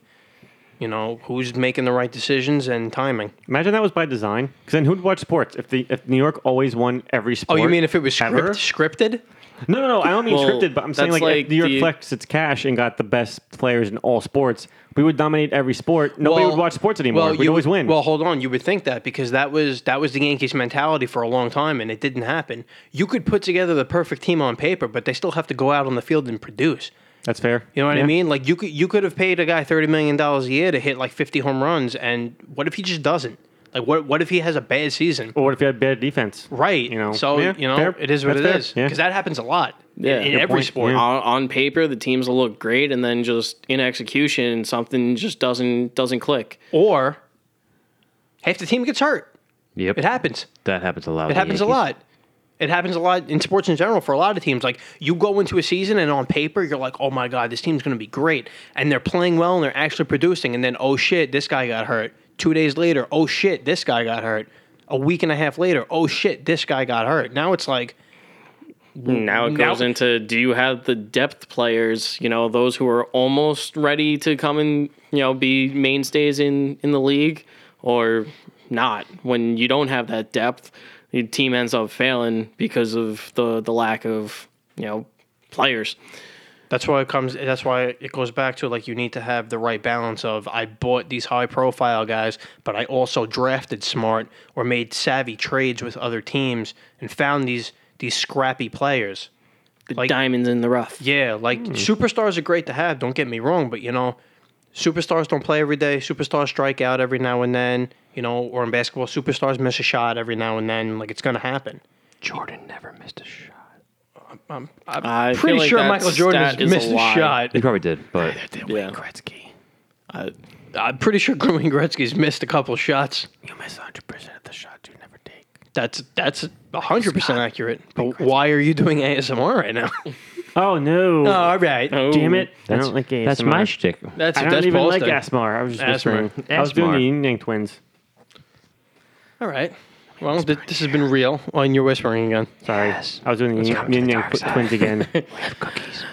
C: you know who's making the right decisions and timing.
A: imagine that was by design. Because then who'd watch sports if the if New York always won every
C: Oh,
A: sport?
C: you mean if it was
A: ever?
C: script, scripted?
A: No, no, no. I don't mean
D: Well,
A: scripted, but I'm saying
D: that's
A: like,
D: like
A: if New York
D: the-
A: flexed its cash and got the best players in all sports, we would dominate every sport. Nobody
C: Well-
A: would watch sports anymore. We'd
C: you
A: always win.
C: Well, hold on. You would think that because that was that was the Yankees' mentality for a long time, and it didn't happen. You could put together the perfect team on paper, but they still have to go out on the field and produce.
A: that's fair.
C: You know what I
A: Yeah.
C: mean? Like you could you could have paid a guy thirty million dollars a year to hit like fifty home runs, and what if he just doesn't? Like what what if he has a bad season?
A: Or what if you had bad defense?
C: Right.
A: You know.
C: So
A: Yeah,
C: you know
A: fair.
C: it is what
A: That's
C: it
A: fair.
C: is
A: Yeah.
C: because that happens a lot.
D: Yeah,
C: in, in
D: good
C: every
A: point.
C: sport.
A: Yeah.
D: on, on paper the teams will look great and then just in execution something just doesn't doesn't click
C: Or half the team gets hurt.
B: Yep.
C: It happens.
B: that happens a lot.
C: It
B: with the
C: happens a
B: Yankees.
C: lot. It happens a lot in sports in general for a lot of teams. Like you go into a season and on paper you're like, oh my god, this team's going to be great, and they're playing well and they're actually producing, and then oh shit, this guy got hurt. Two days later, oh shit, this guy got hurt. A week and a half later, oh shit, this guy got hurt. Now it's like,
D: now it
C: Now-
D: goes into do you have the depth players you know those who are almost ready to come and you know be mainstays in in the league or not when you don't have that depth the team ends up failing because of the the lack of you know players
C: That's why it comes. That's why it goes back to like you need to have the right balance of I bought these high profile guys, but I also drafted smart or made savvy trades with other teams and found these these scrappy players.
D: the
C: Like-
D: diamonds in the rough
C: Yeah, like
D: Hmm.
C: superstars are great to have. Don't get me wrong, but you know, superstars don't play every day. Superstars strike out every now and then. You know, or in basketball, superstars miss a shot every now and then. Like it's gonna happen.
B: Jordan never missed a shot.
D: I feel
C: Pretty
D: like
C: sure
D: that
C: Michael Jordan
D: stat
C: has
D: is
C: missed a,
D: lie.
C: shot.
B: He probably did, but
D: yeah.
C: I'm pretty sure Wayne Gretzky's missed a couple shots.
B: you miss 100 percent of the shots you never take.
C: That's that's hundred percent accurate. But why are you doing ASMR right now?
A: Oh no!
C: All right.
D: oh.
A: Damn it! I
B: That's,
A: don't like ASMR.
B: that's my shtick.
C: That's
A: I don't
C: that's
A: even like
C: Boston.
A: ASMR. I was just
C: ASMR.
A: whispering. I was doing
B: ASMR.
A: the Yin Yang Twins.
C: All right. Well, th- this has been real. Oh, and you're whispering again.
A: Sorry,
B: Yes.
A: I was doing the
B: Let's
A: Yin,
B: go to
A: Yin
B: the
A: Yang
B: dark
A: Tw-
B: side.
A: Twins again.
B: We have cookies.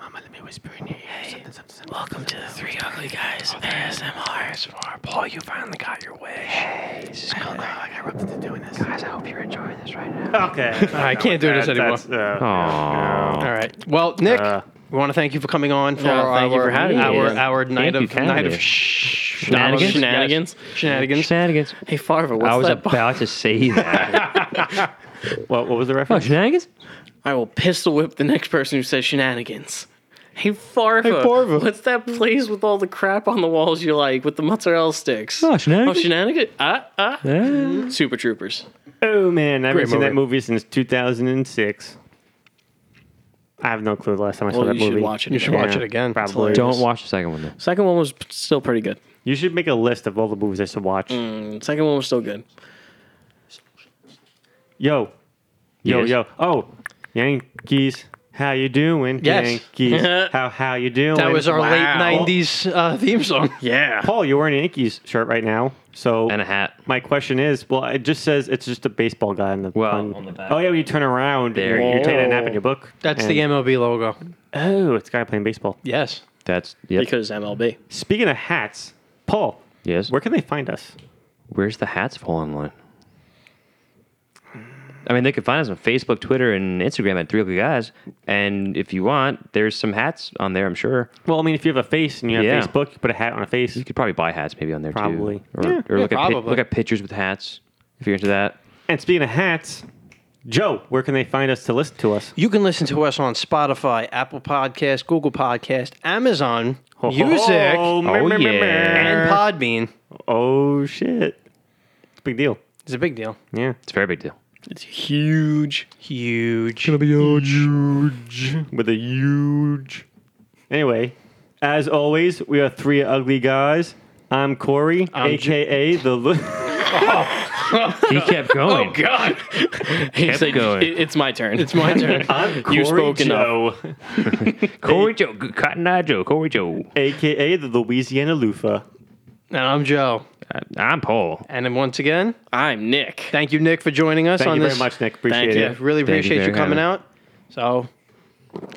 B: Mama, let me whisper in your ear. Welcome to the Three Ugly Guys ASMR. ASMR. Paul, you finally got your wish. Hey, this is I don't know. I got roped into doing this. Guys, I hope you're enjoying this right now.
A: okay.
C: I can't do this anymore.
A: That's, uh,
B: Aww.
C: All right. Well, Nick,
A: Uh,
C: we want to thank you for coming on for
D: Yeah,
C: our
D: thank you for having me.
C: our,
D: Yeah.
C: our night
B: Thank you,
C: of night
B: Canada.
C: of sh-
D: Shenanigans?
C: Yes.
D: Shenanigans?
C: Shenanigans.
B: Shenanigans.
D: Hey Farva, what's
B: I was
D: that? bu-
B: about to say that.
A: what, what was the
B: oh,
A: reference?
B: shenanigans?
D: I will pistol whip the next person who says shenanigans. Hey Farva,
A: Hey, Farva.
D: what's that place with all the crap on the walls you like with the mozzarella sticks?
B: Oh,
D: Oh,
B: shenanigans?
D: shenanigans? Ah, ah.
B: Yeah.
D: Super Troopers.
A: Oh man, I haven't
C: Great
A: seen that movie since 2006. I have no clue the last time I saw
D: Well,
A: that
D: you
A: movie.
D: should watch it.
C: You should
D: again.
C: watch it again.
A: Probably.
B: Don't watch the second one, though.
D: Second one was p- still pretty good.
A: You should make a list of all the movies I should watch.
C: Mm.
D: Second one was still good.
A: Yo, yo,
B: Yes.
A: yo. Oh, Yankees, how you doing?
C: Yes.
A: Yankees, how how you doing?
C: That was our
A: Wow.
C: late '90s uh, theme song.
D: Yeah.
A: Paul, you're wearing a Yankees shirt right now, so
B: And a hat.
A: my question is, well, it just says it's just a baseball guy on the
B: Well, on the back.
A: Oh yeah, when you turn around,
B: There
A: you're,
B: you
A: you're taking a
D: go.
A: nap in your book.
C: That's the
A: and-
C: MLB logo.
A: Oh, it's a guy playing baseball.
C: Yes.
B: That's, yep.
D: Because MLB.
A: Speaking of hats, Paul,
B: yes.
A: where can they find us?
B: Where's the hats fall online? I mean, they can find us on Facebook, Twitter, and Instagram at Three Ugly Guys. And if you want, there's some hats on there. I'm sure
A: Well, I mean, if you have a face and you have
B: Yeah.
A: Facebook, you put a hat on a face.
B: you could probably buy hats maybe on there
A: Probably.
B: too. Or, or
C: yeah,
B: look at pi-
C: probably.
B: look at pictures with hats if you're into that.
A: And speaking of hats, Joe, where can they find us to listen to us?
C: You can listen to us on Spotify, Apple Podcast, Google Podcast, Amazon music,
A: Oh,
B: Oh,
A: meh, meh, meh,
B: yeah.
A: meh.
C: and Podbean.
A: Oh shit! It's a big deal.
C: It's a big deal.
A: Yeah.
B: It's a very big deal.
D: It's huge.
C: Huge.
E: Gonna be huge.
A: with a huge. Anyway, as always, we are three ugly guys. I'm Corey, aka the. Lu-
B: He kept
C: Oh,
B: going.
D: God. he said,
B: going.
D: "It- it's my turn. It's my turn.
A: I'm Corey
D: You spoke enough.
A: Joe,
B: Corey Joe, Cotton Eye Joe, Corey Joe.
A: aka the Louisiana Loofah.
C: And I'm Joe.
B: I- I'm Paul.
C: And then once again,
D: I'm Nick.
C: thank you, Nick, for joining us
A: Thank
C: on
A: you
C: this.
A: very much, Nick. Appreciate
D: Thank you.
A: it.
C: Really
B: you
C: appreciate you,
B: very
C: coming
B: much.
C: out. So,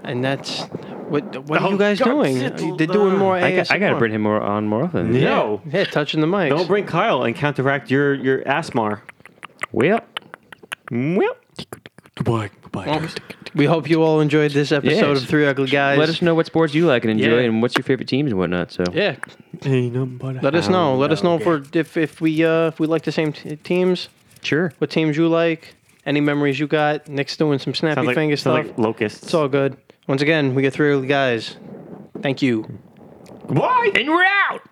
C: and that's what. What are
A: Oh,
C: you guys
A: God,
C: doing?
A: sit
C: They're doing more
B: I, got,
C: ASMR.
B: I gotta bring him more on more often.
A: Yeah.
C: No,
A: No.
C: yeah, touching the mic.
A: Don't bring Kyle and counteract your your asmar.
B: Well,
A: Well,
E: Goodbye. Goodbye.
C: We hope you all enjoyed this episode
B: Yes.
C: of Three Ugly Guys.
B: let us know what sports you like and enjoy,
C: Yeah.
B: and what's your favorite teams and whatnot. So
C: yeah,
E: Ain't nothing but a
C: let us know. Let us know if we're if, if we uh if we like the same t- teams.
B: sure.
C: What teams you like? Any memories you got? Nick's doing some snappy
A: sounds like,
C: finger
A: sounds like
C: stuff.
A: locusts.
C: it's all good. Once again, we get Three Ugly Guys. Thank you.
B: Why? And we're out.